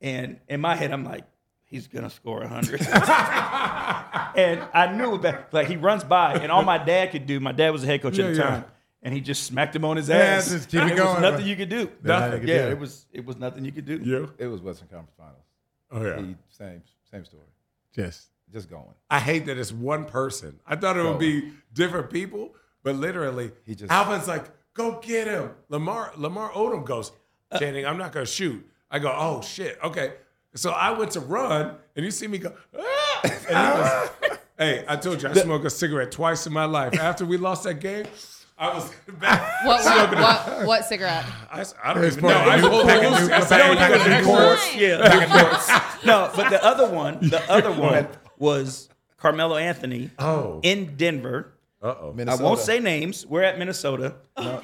Speaker 5: and in my head I'm like, he's gonna score hundred. and I knew about like he runs by, and all my dad could do. My dad was the head coach
Speaker 4: Yeah,
Speaker 5: at the
Speaker 4: yeah.
Speaker 5: time, and he just smacked him on his
Speaker 3: Yeah,
Speaker 5: ass.
Speaker 3: just keep
Speaker 5: There
Speaker 3: it
Speaker 5: was
Speaker 3: going,
Speaker 5: nothing
Speaker 3: bro.
Speaker 5: you could do.
Speaker 3: Nothing you could
Speaker 5: yeah,
Speaker 3: do.
Speaker 5: it was it was nothing you could do.
Speaker 4: You?
Speaker 2: It was Western Conference Finals.
Speaker 4: Oh, yeah.
Speaker 2: He- same, same story.
Speaker 3: Yes.
Speaker 2: Just going.
Speaker 4: I hate that it's one person. I thought it would
Speaker 2: Bro.
Speaker 4: be different people, but literally,
Speaker 2: He just-
Speaker 4: Alvin's like, "Go get him." Lamar Lamar Odom goes, "Channing, I'm not gonna shoot." I go, "Oh shit, okay." So I went to run, and you see me go. "Ah!" And he was- hey, I told you I smoked a cigarette twice in my life. After we lost that game, I was back.
Speaker 1: What, what,
Speaker 4: smoking a-
Speaker 1: what, what cigarette?
Speaker 4: I, I don't even know.
Speaker 3: probably
Speaker 4: I
Speaker 3: new
Speaker 4: pulled
Speaker 3: pack
Speaker 4: back
Speaker 3: of new-
Speaker 4: I
Speaker 3: a pack
Speaker 4: said,
Speaker 3: of
Speaker 4: "No, you
Speaker 3: new
Speaker 4: got
Speaker 3: New
Speaker 4: extra ones."
Speaker 3: Courts.
Speaker 5: Yeah. no, but the other one, the other one was Carmelo Anthony
Speaker 4: Oh.
Speaker 5: in Denver.
Speaker 4: Uh oh.
Speaker 5: I
Speaker 2: Minnesota.
Speaker 5: won't say names. We're at Minnesota,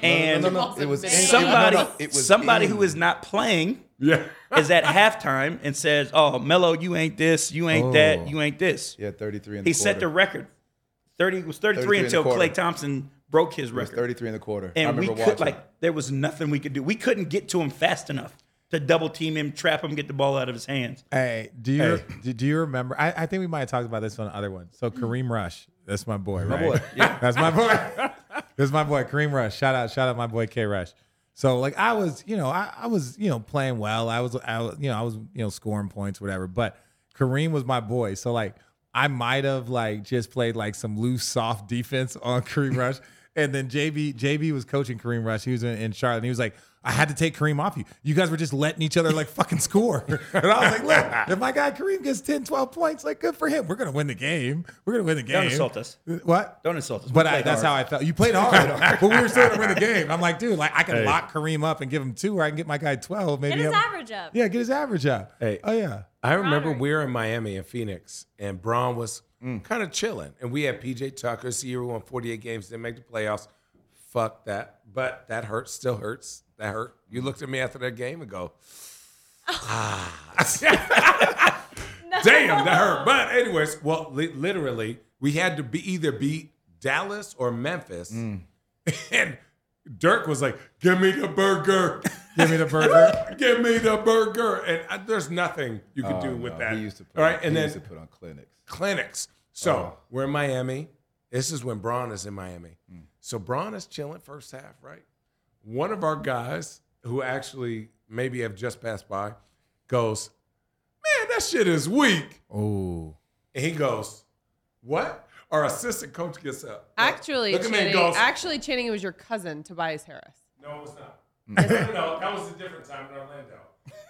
Speaker 5: and
Speaker 2: No, no, no. It was in-
Speaker 5: somebody,
Speaker 2: no, no, it was
Speaker 5: somebody
Speaker 2: in-
Speaker 5: who is not playing
Speaker 4: Yeah.
Speaker 5: is at halftime and says, "Oh, Melo, you ain't this, you ain't
Speaker 3: Oh.
Speaker 5: that, you ain't this."
Speaker 2: He had 33 in the
Speaker 5: He set the
Speaker 2: quarter.
Speaker 5: record. Thirty it was thirty
Speaker 2: 33
Speaker 5: three
Speaker 2: in the
Speaker 5: until
Speaker 2: quarter.
Speaker 5: Clay Thompson broke his
Speaker 2: It was
Speaker 5: record,
Speaker 2: 33 in the quarter. I
Speaker 5: and we
Speaker 2: remember
Speaker 5: could
Speaker 2: watching.
Speaker 5: like there was nothing we could do. We couldn't get to him fast enough to double team him, trap him, get the ball out of his hands.
Speaker 3: Hey, do you do, do you remember? I, I think we might have talked about this on the other one. So Kareem Rush, that's my boy, right?
Speaker 5: boy,
Speaker 3: That's my boy. that's my boy, Kareem Rush. Shout out, shout out, my boy K Rush. So like I was, you know, I, I was, you know, playing well. I was, I was, you know, I was, you know, scoring points, whatever. But Kareem was my boy. So like I might have like just played like some loose, soft defense on Kareem Rush. And then JB, JB was coaching Kareem Rush. He was in, in Charlotte. And he was like, I had to take Kareem off you. You guys were just letting each other like fucking score. And I was like, look, if my guy Kareem gets 10, 12 points, like good for him. We're gonna win the game. We're gonna win the game.
Speaker 5: Don't insult us.
Speaker 3: What?
Speaker 5: Don't insult us. We
Speaker 3: But I,
Speaker 5: played
Speaker 3: that's
Speaker 5: hard.
Speaker 3: how I felt. You played hard, but we were still gonna win the game. I'm like, dude, like I can lock Kareem up and give him two, or I can get my guy twelve. Maybe
Speaker 6: Get his
Speaker 3: help-
Speaker 6: average up.
Speaker 3: Yeah, get his average up.
Speaker 4: Hey.
Speaker 3: Oh yeah.
Speaker 4: I remember
Speaker 6: Roderick.
Speaker 4: we were in Miami and Phoenix, and Braun was kind of chilling. And we had PJ Tucker, Sierra won 48 games, didn't make the playoffs. Fuck that. But that hurts, still hurts. That hurt. You looked at me after that game and go, ah. Damn, that hurt. But, anyways, well, li- literally, we had to be either beat Dallas or Memphis.
Speaker 2: Mm.
Speaker 4: And Dirk was like, give me the burger.
Speaker 3: Give me the burger.
Speaker 4: Give me the burger, and I, there's nothing you can do
Speaker 2: Oh,
Speaker 4: with
Speaker 2: no,
Speaker 4: that.
Speaker 2: He used to put
Speaker 4: All right,
Speaker 2: he
Speaker 4: and then
Speaker 2: used to put on clinics. Oh.
Speaker 4: clinics. So we're in Miami. This is when Braun is in Miami.
Speaker 2: Mm.
Speaker 4: So Braun is chilling first half, right? One of our guys who actually maybe have just passed by goes, "Man, that shit is weak."
Speaker 3: oh.
Speaker 4: And he goes, "What?" Our assistant coach gets up.
Speaker 1: Actually,
Speaker 4: Look at me and
Speaker 1: Channing,
Speaker 4: goes-
Speaker 1: actually, Channing was your cousin, Tobias Harris.
Speaker 4: No, it's not. no, no, that was a different time in Orlando.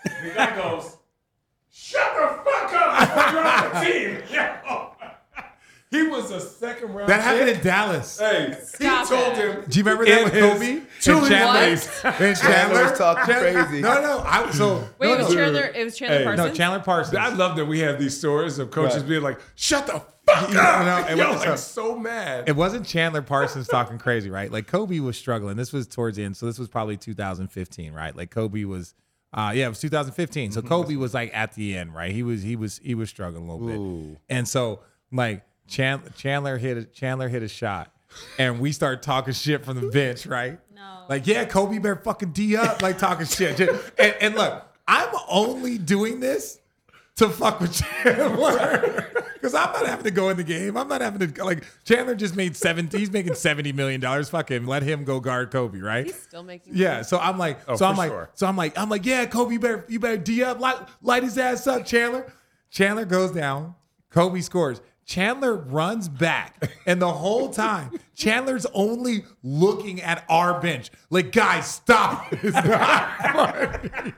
Speaker 4: The guy goes, "Shut the fuck up! before You're on the team." Yeah. he was a second round.
Speaker 3: That happened
Speaker 4: pick.
Speaker 3: in Dallas.
Speaker 4: Hey,
Speaker 1: Stop
Speaker 4: he told
Speaker 1: it.
Speaker 4: him.
Speaker 3: Do you remember that
Speaker 4: in
Speaker 3: with
Speaker 4: his-
Speaker 3: Kobe?
Speaker 4: To his
Speaker 1: Chandler.
Speaker 4: face.
Speaker 3: And Chandler
Speaker 2: was talking
Speaker 3: Chandler-
Speaker 2: crazy.
Speaker 3: No, no. I so
Speaker 1: Wait,
Speaker 3: no,
Speaker 1: it was
Speaker 3: no.
Speaker 1: Chandler. It was Chandler
Speaker 4: Hey. No,
Speaker 1: Parsons.
Speaker 3: No, Chandler Parsons.
Speaker 4: I love that we have these stories of coaches
Speaker 2: Right.
Speaker 4: being like, "Shut the fuck
Speaker 3: Yeah,
Speaker 4: up!"
Speaker 3: no, it
Speaker 4: Yo,
Speaker 3: was-
Speaker 4: like so mad.
Speaker 3: it wasn't Chandler Parsons talking crazy, right? Like Kobe was struggling. This was towards the end, so this was probably 2015, right? Like Kobe was, uh, yeah, it was 2015.
Speaker 4: Mm-hmm.
Speaker 3: So Kobe was like at the end, right? He was he was he was struggling a little bit, and so like Chandler, Chandler hit a, Chandler hit a shot, and we start talking shit from the bench, right?
Speaker 6: No.
Speaker 3: Like, yeah, Kobe better fucking D up, like talking shit. Just- And, and look, I'm only doing this to fuck with Chandler. Because I'm not having to go in the game. I'm not having to like Chandler just made 70, he's making 70 million dollars. Fuck him. Let him go guard Kobe, right?
Speaker 1: He's still making.
Speaker 3: Yeah. So I'm like, so
Speaker 4: Oh, for
Speaker 3: I'm like,
Speaker 4: sure.
Speaker 3: so I'm like, I'm like, yeah, Kobe, you better you better D up, light, light his ass up, Chandler. Chandler goes down. Kobe scores. Chandler runs back, and the whole time Chandler's only looking at our bench. Like, guys, stop! It's not funny.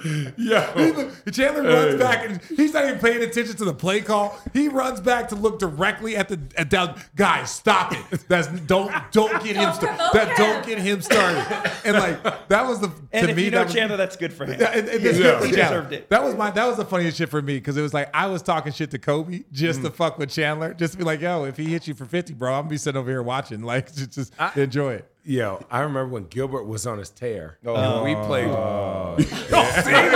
Speaker 3: He
Speaker 4: Yo,
Speaker 3: look- Chandler runs back, and he's not even paying attention to the play call. He runs back to look directly at the at down. Guys, stop it! That's don't don't get him
Speaker 6: Don't
Speaker 3: started.
Speaker 6: provoke
Speaker 3: That
Speaker 6: him.
Speaker 3: don't get him started. And like that was the
Speaker 5: And
Speaker 3: to
Speaker 5: if
Speaker 3: me
Speaker 5: you know
Speaker 3: that was,
Speaker 5: Chandler, that's good for him.
Speaker 3: Yeah, and- and this-
Speaker 5: He
Speaker 3: yeah,
Speaker 5: deserved it.
Speaker 3: That was my that was the funniest shit for me because it was like I was talking shit to Kobe just to fuck with Chandler, just to be like, yo, if he hits you for fifty, bro, I'm gonna be sitting over here watching, like just, just enjoy it.
Speaker 4: yo, I remember when Gilbert was on his tear.
Speaker 2: Oh.
Speaker 4: and we played.
Speaker 1: Wait,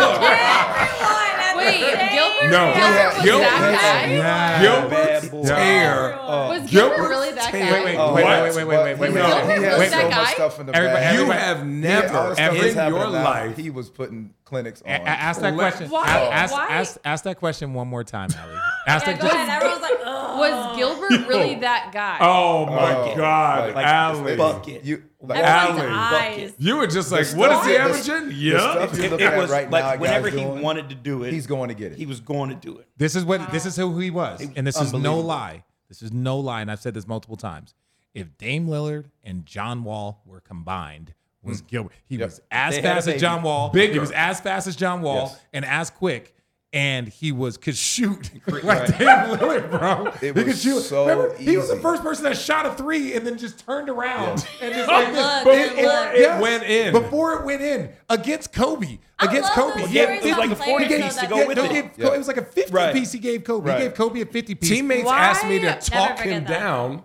Speaker 1: Gilbert.
Speaker 4: No.
Speaker 1: Gilbert was
Speaker 4: Gilbert-
Speaker 1: that guy.
Speaker 4: Gilbert's
Speaker 5: Bad boy.
Speaker 4: tear.
Speaker 2: Oh,
Speaker 1: Was
Speaker 4: Gilbert-
Speaker 1: Gilbert really that
Speaker 4: Wait,
Speaker 1: guy?
Speaker 3: Uh, Wait,
Speaker 4: Oh, what?
Speaker 3: wait, wait, wait, wait, wait, wait,
Speaker 2: No,
Speaker 3: wait.
Speaker 1: Gilbert
Speaker 2: he
Speaker 1: was
Speaker 2: had
Speaker 1: that
Speaker 2: so
Speaker 1: guy?
Speaker 2: much stuff in the
Speaker 3: Everybody-
Speaker 2: bag.
Speaker 4: You
Speaker 3: everybody-
Speaker 4: have
Speaker 2: Yeah, all the
Speaker 4: never
Speaker 2: stuff that's
Speaker 4: in
Speaker 2: happening
Speaker 4: your
Speaker 2: now,
Speaker 4: life.
Speaker 2: He was putting clinics on.
Speaker 3: A- a- ask that
Speaker 4: Let-
Speaker 3: question.
Speaker 1: Why?
Speaker 3: A- Ask,
Speaker 1: Why?
Speaker 3: Ask, ask that question one more time, Allie. Ask
Speaker 6: Yeah,
Speaker 3: that
Speaker 6: go ahead. Everyone's like, ugh.
Speaker 1: Was Gilbert really that guy?
Speaker 4: Oh my
Speaker 2: Oh,
Speaker 4: God,
Speaker 2: like,
Speaker 4: Allie.
Speaker 5: bucket.
Speaker 2: You, like,
Speaker 6: Everyone's
Speaker 4: Allen.
Speaker 6: eyes.
Speaker 4: You were just like,
Speaker 2: The
Speaker 4: what is
Speaker 2: stuff-
Speaker 4: he
Speaker 2: the-
Speaker 4: averaging?
Speaker 2: the
Speaker 4: Yeah.
Speaker 2: stuff you
Speaker 5: It,
Speaker 2: look
Speaker 5: it
Speaker 2: at
Speaker 5: was
Speaker 2: right
Speaker 5: like
Speaker 2: now, guys
Speaker 5: whenever he
Speaker 2: doing,
Speaker 5: wanted to do it,
Speaker 2: he's going to get it.
Speaker 5: he was going to do it.
Speaker 3: This is what this is who he was, and this is no
Speaker 5: unbelievable.
Speaker 3: lie. This is no lie, and I've said this multiple times. If Dame Lillard and John Wall were combined, was Gilbert? He was as
Speaker 5: They had a
Speaker 3: fast as
Speaker 5: baby.
Speaker 3: John Wall. He
Speaker 4: Bigger.
Speaker 3: was as fast as John Wall
Speaker 2: Yes.
Speaker 3: and as quick, and he was could shoot like Dame Lillard, bro.
Speaker 2: It
Speaker 3: he could
Speaker 2: was
Speaker 3: shoot.
Speaker 2: so
Speaker 3: Remember, he was the
Speaker 2: easy.
Speaker 3: first person that shot a three and then just turned around and just
Speaker 6: I
Speaker 3: like this.
Speaker 6: love-
Speaker 4: Before
Speaker 6: I love-
Speaker 4: it went in.
Speaker 3: Before it went in against Kobe,
Speaker 6: I
Speaker 3: against
Speaker 6: love
Speaker 3: Kobe,
Speaker 6: those
Speaker 3: he had
Speaker 6: stories
Speaker 3: 50
Speaker 6: about
Speaker 5: Like a 40
Speaker 6: players,
Speaker 5: piece
Speaker 6: though,
Speaker 5: to
Speaker 6: that
Speaker 5: go
Speaker 3: yeah,
Speaker 5: with
Speaker 3: no,
Speaker 5: it.
Speaker 3: he gave-
Speaker 2: Yeah.
Speaker 3: It was like a 50
Speaker 5: Right.
Speaker 3: piece he gave Kobe.
Speaker 2: Right.
Speaker 3: He gave Kobe a 50 piece.
Speaker 4: Teammates
Speaker 1: Why?
Speaker 4: asked me to
Speaker 1: Never
Speaker 4: talk
Speaker 6: forget
Speaker 4: him
Speaker 6: that.
Speaker 4: down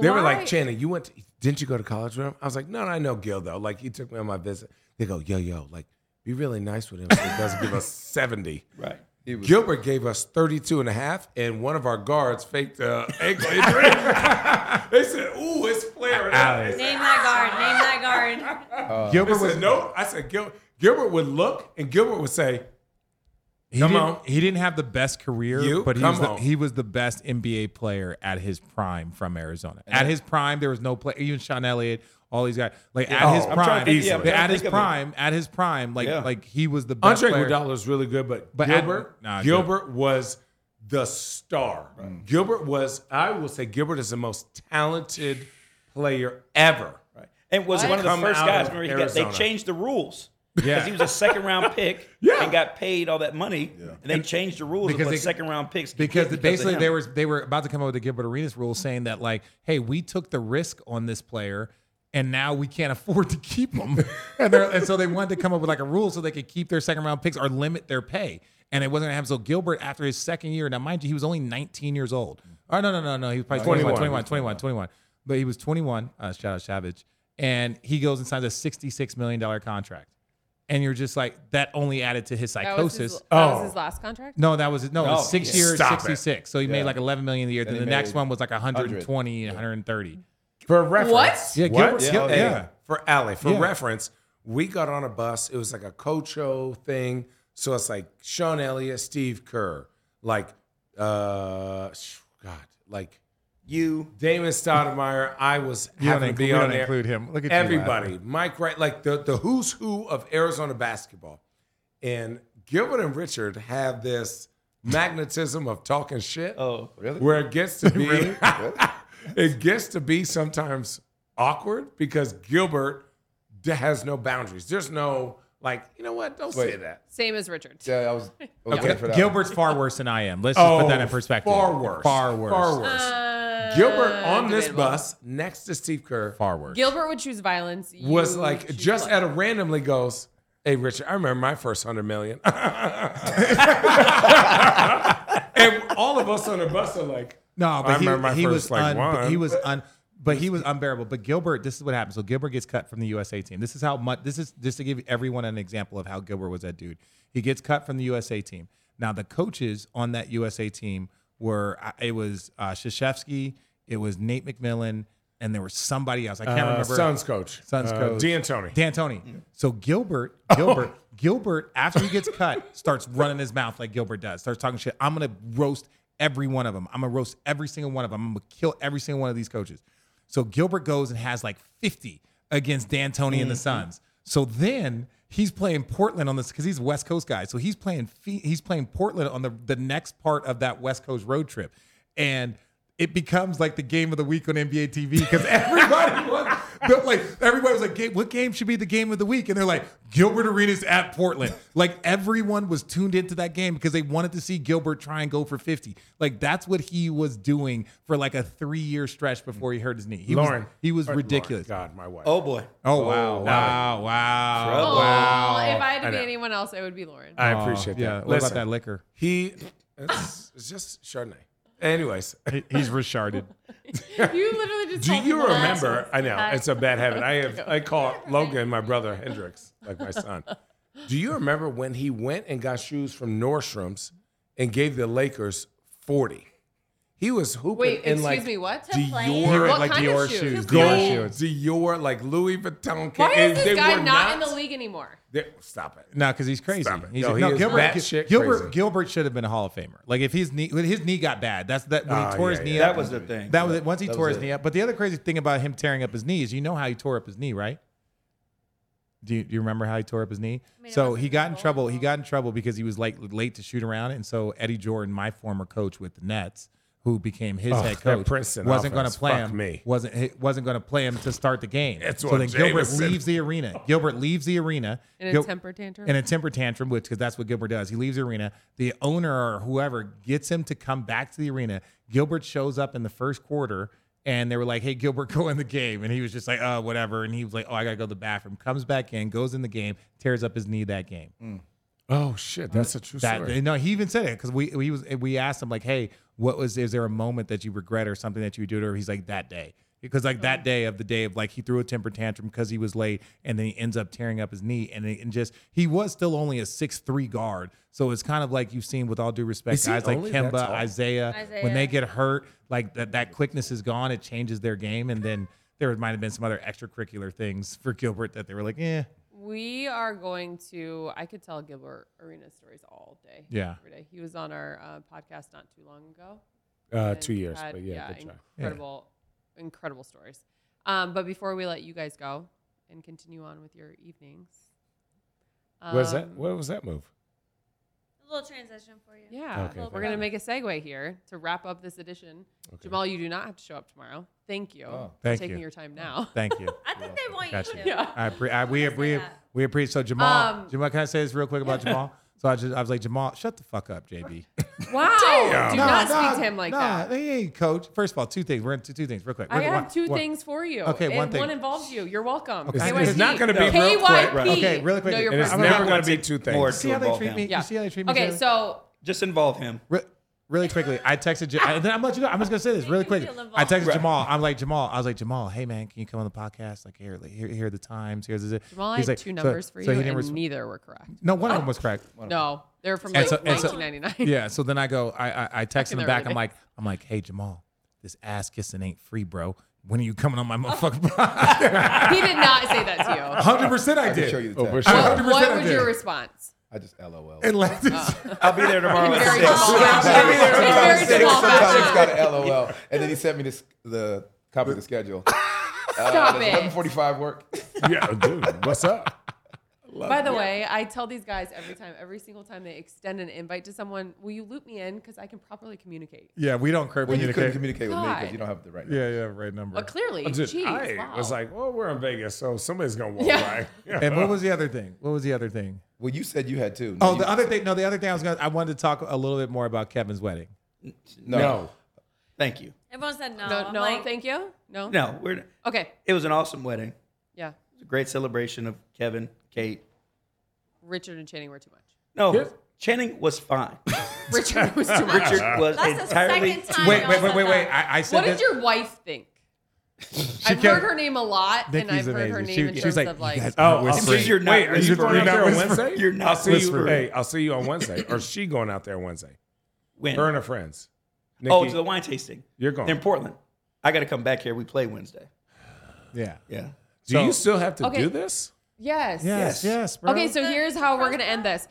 Speaker 4: They were
Speaker 1: Why-
Speaker 4: like, Channing, you went to, didn't you go to college with him? I was like, no, no, I know Gil though. Like he took me on my visit. They go, yo, yo, like be really nice with him. So he doesn't give us 70.
Speaker 5: Right.
Speaker 2: He was,
Speaker 4: Gilbert gave us 32 and a half, and one of our guards faked uh, ankle injury. they said, ooh, it's flaring out. They said,
Speaker 6: Name that guard. Name that guard.
Speaker 5: Uh,
Speaker 4: Gilbert was, no, I said, Gil, Gilbert would look, and Gilbert would say,
Speaker 3: He
Speaker 4: Come
Speaker 3: didn't,
Speaker 4: on.
Speaker 3: He didn't have the best career,
Speaker 4: You?
Speaker 3: but he
Speaker 4: Come
Speaker 3: was, the,
Speaker 4: on.
Speaker 3: he was the best NBA player at his prime from Arizona. At his prime, there was no play. Even Sean Elliott, all these guys. Like at
Speaker 4: Oh,
Speaker 3: his
Speaker 4: I'm
Speaker 3: prime,
Speaker 4: trying to- yeah, I'm
Speaker 3: at
Speaker 5: trying to
Speaker 3: his
Speaker 5: think of it.
Speaker 3: prime, at his prime, like
Speaker 5: Yeah.
Speaker 3: like he was the best
Speaker 4: Andre
Speaker 3: player.
Speaker 4: Iguodala is really good, but,
Speaker 3: But at-
Speaker 4: Gilbert,
Speaker 3: nah,
Speaker 4: Gilbert was the star.
Speaker 5: Mm.
Speaker 4: Gilbert was, I will say, Gilbert is the most talented player ever.
Speaker 5: Right. And was one of the
Speaker 4: Come
Speaker 5: first
Speaker 4: out
Speaker 5: guys.
Speaker 4: of
Speaker 5: Remember, he got, they
Speaker 4: Arizona.
Speaker 5: changed the rules.
Speaker 3: Yeah.
Speaker 5: Because he was a second round pick
Speaker 4: Yeah.
Speaker 5: and got paid all that money. And they changed the rules
Speaker 3: Because
Speaker 5: of what
Speaker 3: they-
Speaker 5: second round picks. could
Speaker 3: because
Speaker 5: get of
Speaker 3: basically
Speaker 5: him.
Speaker 3: they were they were about to come up with the Gilbert Arenas rule saying that like, hey, we took the risk on this player, and now we can't afford to keep him, and, they're- and so they wanted to come up with like a rule so they could keep their second round picks or limit their pay, and it wasn't gonna happen. So Gilbert, after his second year, now mind you, he was only 19 years old. Oh no no no no, he was probably 21, 21, 21, 21. But he was 21. Uh, shout out Savage, and he goes and signs a 66 million dollar contract, and you're just like that only added to his
Speaker 1: That was his,
Speaker 3: psychosis.
Speaker 1: that was
Speaker 4: Oh.
Speaker 1: his last contract.
Speaker 3: No, that was no, it was
Speaker 5: No.
Speaker 3: six years,
Speaker 4: Stop it.
Speaker 3: sixty six. So he made
Speaker 2: Yeah.
Speaker 3: like eleven million a year. Then
Speaker 2: he
Speaker 3: the next
Speaker 2: made
Speaker 3: one was like 120, 130.
Speaker 4: For reference,
Speaker 1: What?
Speaker 3: Yeah, Gilbert-
Speaker 4: what?
Speaker 3: Gil-
Speaker 4: Hey,
Speaker 3: yeah.
Speaker 4: For Allie, for
Speaker 3: Yeah.
Speaker 4: reference, we got on a bus. It was like a Cocho thing. So it's like Sean Elliott, Steve Kerr, like, uh, sh- God, like
Speaker 5: you.
Speaker 4: Damon Stoudemire. I was having to be on there.
Speaker 3: him. Look
Speaker 4: Everybody, Mike Wright, like the, the who's who of Arizona basketball. And Gilbert and Richard have this magnetism of talking shit.
Speaker 5: Oh,
Speaker 2: really?
Speaker 4: Where it gets to be, it gets to be sometimes awkward because Gilbert d- has no boundaries. There's no like, you know what? Don't say
Speaker 2: Wait.
Speaker 4: that.
Speaker 1: Same as Richard.
Speaker 2: Yeah, I was I was waiting for that.
Speaker 3: Gilbert's far worse than I am. Let's just put that in perspective.
Speaker 4: Oh, Far worse.
Speaker 3: Far worse.
Speaker 4: Far
Speaker 3: Far,
Speaker 4: worse.
Speaker 1: Uh,
Speaker 4: Gilbert on this
Speaker 1: debatable.
Speaker 4: bus next to Steve Kerr.
Speaker 3: worse.
Speaker 1: Gilbert would choose violence. You
Speaker 4: was like
Speaker 1: choose
Speaker 4: just
Speaker 1: love.
Speaker 4: at a randomly goes, "Hey Richard, I remember my first hundred million. and all of us on the bus are like,
Speaker 3: No,
Speaker 4: I
Speaker 3: but he,
Speaker 4: remember my
Speaker 3: he
Speaker 4: first,
Speaker 3: was
Speaker 4: like,
Speaker 3: un, but
Speaker 4: one.
Speaker 3: he was un, but he was unbearable. But Gilbert, this is what happened. So Gilbert gets cut from the USA team. This is how much. This is just to give everyone an example of how Gilbert was that dude. He gets cut from the USA team. Now the coaches on that USA team were I- it was uh, Shashevsky, it was Nate McMillan, and there was somebody else. I can't
Speaker 4: uh,
Speaker 3: remember.
Speaker 4: Suns coach, Uh,
Speaker 3: Suns coach.
Speaker 4: D'Antoni.
Speaker 3: D'Antoni. So Gilbert, Gilbert, Gilbert, after he gets cut, starts running his mouth like Gilbert does. Starts talking shit. I'm gonna roast every one of them. I'm gonna roast every single one of them. I'm gonna kill every single one of these coaches. So Gilbert goes and has like 50 against D'Antoni and the Suns. So then he's playing Portland on this because he's a West Coast guy. So he's playing Phe- he's playing Portland on the the next part of that West Coast road trip, and it becomes like the game of the week on NBA TV because everybody was they're like everybody was like, "Game- "What game should be the game of the week?" And they're like, "Gilbert Arenas at Portland." Like everyone was tuned into that game because they wanted to see Gilbert try and go for fifty. Like that's what he was doing for like a three-year stretch before he hurt his knee. He
Speaker 4: Lauren.
Speaker 3: was, he was
Speaker 4: Or-
Speaker 3: ridiculous.
Speaker 4: Lord, God, my wife.
Speaker 5: Oh, boy.
Speaker 3: Oh wow! Wow! Wow!
Speaker 5: Trouble.
Speaker 1: Aw,
Speaker 3: Wow!
Speaker 1: Oh,
Speaker 3: Oh,
Speaker 1: If I had
Speaker 4: oh, I
Speaker 1: to be
Speaker 4: know.
Speaker 1: anyone else, it would be Lauren.
Speaker 4: I appreciate that.
Speaker 3: Yeah. What
Speaker 4: Listen,
Speaker 3: about that liquor?
Speaker 4: He, it's, it's just Chardonnay. Anyways,
Speaker 3: He's Richarded.
Speaker 1: you literally just.
Speaker 4: do
Speaker 1: called
Speaker 4: you
Speaker 1: him Lauren.
Speaker 4: remember? I know it's a bad habit. I have. I call Logan my brother Hendrix, like my son. Do you remember when he went and got shoes from Nordstrom's and gave the Lakers forty? He was hooping
Speaker 1: Wait,
Speaker 4: in
Speaker 1: excuse
Speaker 4: like
Speaker 1: me. What?
Speaker 4: Dior,
Speaker 1: What
Speaker 4: like
Speaker 1: kind
Speaker 3: Dior
Speaker 1: of shoes?
Speaker 3: shoes.
Speaker 1: Dior
Speaker 3: Gold.
Speaker 1: shoes.
Speaker 4: gold Dior, like Louis Vuitton.
Speaker 1: Why
Speaker 4: and
Speaker 1: is
Speaker 4: they
Speaker 1: this guy
Speaker 4: were
Speaker 1: not, in the league anymore?
Speaker 4: they- stop it.
Speaker 3: No, because he's crazy.
Speaker 4: Stop it.
Speaker 3: He's
Speaker 4: No, he
Speaker 3: no,
Speaker 4: is
Speaker 3: Gilbert,
Speaker 4: batshit
Speaker 3: Gilbert,
Speaker 4: crazy.
Speaker 3: Gilbert should have been a Hall of Famer. Like if his knee, when his knee got bad. That's that when he
Speaker 4: Ah,
Speaker 3: tore
Speaker 4: yeah,
Speaker 3: his knee
Speaker 4: yeah.
Speaker 3: up.
Speaker 5: That was the thing.
Speaker 3: That was it. Once he
Speaker 2: That
Speaker 3: tore
Speaker 2: was
Speaker 3: his
Speaker 2: it.
Speaker 3: knee up. But the other crazy thing about him tearing up his knee is you know how he tore up his knee, right? Do you, do you remember how he tore up his knee?
Speaker 6: mean, it
Speaker 3: so
Speaker 6: wasn't
Speaker 3: he
Speaker 6: his
Speaker 3: got in
Speaker 6: fault.
Speaker 3: trouble. He got in trouble because he was late late to shoot around, and so Eddie Jordan, my former coach with the Nets, who became his
Speaker 4: Oh,
Speaker 3: head
Speaker 4: that
Speaker 3: coach,
Speaker 4: Princeton
Speaker 3: wasn't going to
Speaker 4: offense.
Speaker 3: play
Speaker 4: Fuck
Speaker 3: him.
Speaker 4: me.
Speaker 3: wasn't he- wasn't going to play him to start the game.
Speaker 4: That's
Speaker 3: so
Speaker 4: what
Speaker 3: then Gilbert
Speaker 4: Jameson-
Speaker 3: leaves the arena. Gilbert leaves the arena
Speaker 1: In a
Speaker 3: Gil-
Speaker 1: temper tantrum?
Speaker 3: In a temper tantrum, which because that's what Gilbert does. He leaves the arena. The owner or whoever gets him to come back to the arena. Gilbert shows up in the first quarter, and they were like, "Hey, Gilbert, go in the game," and he was just like, "Oh, whatever." And he was like, "Oh, I gotta go to the bathroom." Comes back in, goes in the game, tears up his knee that game.
Speaker 1: Mm.
Speaker 4: Oh shit, that's a true
Speaker 3: That
Speaker 4: story.
Speaker 3: no, he even said it because we we was we asked him like, "Hey, what was is there a moment that you regret or something that you did?" Or he's like, "That day." because like
Speaker 4: Oh.
Speaker 3: that day of the day of like he threw a temper tantrum because he was late and then he ends up tearing up his knee and it- and just he was still only a six three guard so it's kind of like you've seen with all due respect
Speaker 4: Is he
Speaker 3: guys like
Speaker 4: only that
Speaker 3: Kemba
Speaker 4: tall?
Speaker 3: Isaiah, when
Speaker 6: Isaiah.
Speaker 3: they get hurt like that that quickness is gone it changes their game and then there might have been some other extracurricular things for Gilbert that they were like eh
Speaker 1: We are going to. I could tell Gilbert Arena stories all day.
Speaker 3: Yeah.
Speaker 1: every day. He was on our uh, podcast not too long ago.
Speaker 4: Uh,
Speaker 1: and
Speaker 4: two years,
Speaker 1: had-
Speaker 4: but yeah, good try.
Speaker 1: incredible, incredible stories. Um, but before we let you guys go and continue on with your evenings, um,
Speaker 4: Where's that? What was that move?
Speaker 6: A little transition for you.
Speaker 1: Yeah,
Speaker 4: Okay,
Speaker 1: we're
Speaker 4: thank
Speaker 1: gonna
Speaker 4: you.
Speaker 1: make a segue here to wrap up this edition. Jamal, you do not have to show up tomorrow. Thank you
Speaker 2: Oh.
Speaker 1: for
Speaker 3: Thank
Speaker 1: taking
Speaker 3: you.
Speaker 1: your time now.
Speaker 3: thank you
Speaker 6: I think they want
Speaker 3: Gotcha.
Speaker 6: you to.
Speaker 1: Yeah.
Speaker 3: I, pre- I we we
Speaker 6: that.
Speaker 3: we appreciate so Jamal.
Speaker 1: Um,
Speaker 3: Jamal, can I say this real quick about Jamal? So I just I was like Jamal, shut the fuck up, JB.
Speaker 1: Wow! Do not speak to him like
Speaker 3: nah,
Speaker 1: that.
Speaker 3: Hey, coach. First of all, two things. We're into two things real quick.
Speaker 1: I
Speaker 3: Real-
Speaker 1: have
Speaker 3: one-
Speaker 1: two
Speaker 3: one-
Speaker 1: things for you.
Speaker 3: Okay,
Speaker 1: and
Speaker 3: one thing.
Speaker 1: One involves you. You're welcome.
Speaker 4: It's-
Speaker 1: KYP.
Speaker 4: it's not gonna be real quick,
Speaker 1: KYP.
Speaker 4: right.
Speaker 5: Okay,
Speaker 3: really quick.
Speaker 1: No, you're
Speaker 4: It is
Speaker 1: right.
Speaker 3: I'm gonna-
Speaker 4: never going to be two things.
Speaker 5: More
Speaker 3: You see how they
Speaker 5: Football
Speaker 3: treat me?
Speaker 5: game.
Speaker 1: Yeah.
Speaker 3: You see how they treat me?
Speaker 1: Okay,
Speaker 3: Taylor?
Speaker 1: so
Speaker 5: Just involve him.
Speaker 3: Re- really quickly, I texted. Ja- and then I'm let you go. I'm just gonna say this really quick. I texted
Speaker 5: Right.
Speaker 3: Jamal. I'm like Jamal. I was like Jamal. Hey man, can you come on the podcast? Like here, like, here, here are the times. Here's the.
Speaker 1: Jamal, I
Speaker 3: He's
Speaker 1: had
Speaker 3: like-
Speaker 1: two
Speaker 3: so-
Speaker 1: numbers for
Speaker 3: so
Speaker 1: you,
Speaker 3: he didn't
Speaker 1: and
Speaker 3: respond.
Speaker 1: neither were correct.
Speaker 3: No, one of them was correct.
Speaker 1: No, they're from
Speaker 3: And
Speaker 1: like
Speaker 3: so- and so-
Speaker 1: 1999.
Speaker 3: Yeah. So then I go, I I, I text
Speaker 1: in
Speaker 3: him
Speaker 1: the
Speaker 3: back.
Speaker 1: early
Speaker 3: I'm like, I'm like, hey Jamal, this ass kissing ain't free, bro. When are you coming on my motherfucking podcast?
Speaker 1: He did not say that to
Speaker 3: Hundred percent, I
Speaker 2: I can show
Speaker 3: did.
Speaker 2: you the
Speaker 4: Oh, for
Speaker 2: text.
Speaker 1: you.
Speaker 4: sure.
Speaker 3: 100%
Speaker 1: What, what was
Speaker 3: I did.
Speaker 1: your response? Oh.
Speaker 2: I just LOL.
Speaker 3: And like this-
Speaker 5: I'll be there tomorrow at
Speaker 1: Very
Speaker 5: six.
Speaker 1: small.
Speaker 4: I'll be there
Speaker 1: It's
Speaker 4: tomorrow
Speaker 1: very
Speaker 4: at six.
Speaker 1: small
Speaker 2: Sometimes
Speaker 1: batch.
Speaker 2: it's got an LOL. And then he sent me this, the copy of the schedule. Uh,
Speaker 1: Stop it.
Speaker 2: 11:45 work.
Speaker 4: yeah, dude, what's up?
Speaker 1: By the way, I tell these guys every time, every single time they extend an invite to someone, will you loop me in because I can properly communicate?
Speaker 3: yeah, we don't curb
Speaker 2: Well, you couldn't communicate
Speaker 3: communicate.
Speaker 2: with me because
Speaker 1: God.
Speaker 2: you don't have the right.
Speaker 3: yeah, yeah, right number.
Speaker 1: But clearly,
Speaker 4: Dude,
Speaker 1: geez,
Speaker 4: I
Speaker 1: wow.
Speaker 4: was like, well, we're in Vegas, so somebody's going to walk
Speaker 1: Yeah.
Speaker 4: by.
Speaker 3: and what was the other thing? What was the other thing?
Speaker 2: Well, you said you had two. No,
Speaker 3: Oh,
Speaker 2: you-
Speaker 3: the other thing. No, the other thing I was gonna. I wanted to talk a little bit more about Kevin's wedding.
Speaker 2: No.
Speaker 4: No.
Speaker 5: Thank you.
Speaker 6: Everyone said no.
Speaker 1: no,
Speaker 6: I'm
Speaker 1: no,
Speaker 6: like,
Speaker 1: thank you. No.
Speaker 5: No, we're,
Speaker 1: Okay.
Speaker 5: it was an awesome wedding. It
Speaker 1: Yeah.
Speaker 5: was a great celebration of Kevin, Kate.
Speaker 1: Richard and Channing were too much.
Speaker 5: No, Channing was fine.
Speaker 1: Richard was too much.
Speaker 5: Richard was
Speaker 6: That's the
Speaker 5: entirely
Speaker 6: second time.
Speaker 3: Wait, wait,
Speaker 6: y'all
Speaker 3: wait,
Speaker 6: said
Speaker 3: wait, wait.
Speaker 6: no.
Speaker 3: I, I said
Speaker 1: What
Speaker 3: this.
Speaker 1: did your wife think? I've
Speaker 3: kept-
Speaker 1: heard her name a lot, and
Speaker 3: Nikki's
Speaker 1: I've heard her
Speaker 3: amazing.
Speaker 1: name
Speaker 3: She-
Speaker 1: in
Speaker 3: she
Speaker 1: terms
Speaker 3: was like,
Speaker 1: of
Speaker 3: "You
Speaker 1: like,
Speaker 3: guys-
Speaker 4: Oh,
Speaker 5: I'll see- You're not
Speaker 4: Wait, are you
Speaker 5: whispering.
Speaker 4: going out
Speaker 5: You're
Speaker 4: there on
Speaker 5: not
Speaker 4: Wednesday?
Speaker 5: You're not
Speaker 4: I'll see you.
Speaker 5: whispering.
Speaker 4: Hey, I'll see you on Wednesday, or she going out there Wednesday.
Speaker 5: when.
Speaker 4: Her and her friends. Nikki,
Speaker 5: Oh, to the wine tasting.
Speaker 4: You're going.
Speaker 5: In Portland. I got to come back here. We play Wednesday.
Speaker 3: yeah.
Speaker 5: Yeah.
Speaker 4: do you still have to
Speaker 1: Okay.
Speaker 4: do this?
Speaker 1: yes.
Speaker 3: Yes.
Speaker 5: Yes.
Speaker 3: Yes. Bro.
Speaker 1: Okay, so here's how we're gonna end this.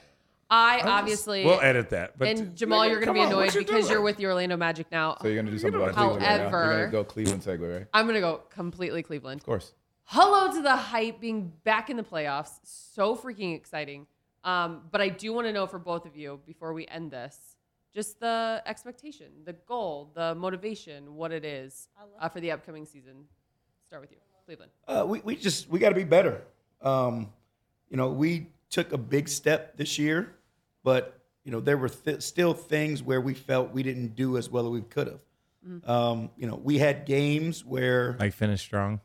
Speaker 1: I obviously
Speaker 4: We'll edit that. But
Speaker 1: and Jamal, you're gonna
Speaker 4: Come
Speaker 1: be
Speaker 4: on, what
Speaker 1: annoyed
Speaker 4: you
Speaker 1: because
Speaker 4: doing?
Speaker 1: you're with the Orlando Magic now.
Speaker 2: So you're gonna do something about
Speaker 1: However-
Speaker 2: Cleveland. Right now. You're gonna go Cleveland segue, right? Of
Speaker 1: I'm gonna go completely Cleveland.
Speaker 2: course.
Speaker 1: Hello to the hype being back in the playoffs. So freaking exciting. Um, but I do want to know for both of you before we end this, just the expectation, the goal, the motivation, what it is uh, for the upcoming season. Start with you, Cleveland.
Speaker 5: Uh, we, we just we got to be better. Um, you know, we took a big step this year, but you know there were th- still things where we felt we didn't do as well as we could have.
Speaker 1: Mm.
Speaker 5: Um, you know, we had games where
Speaker 3: like finish strong.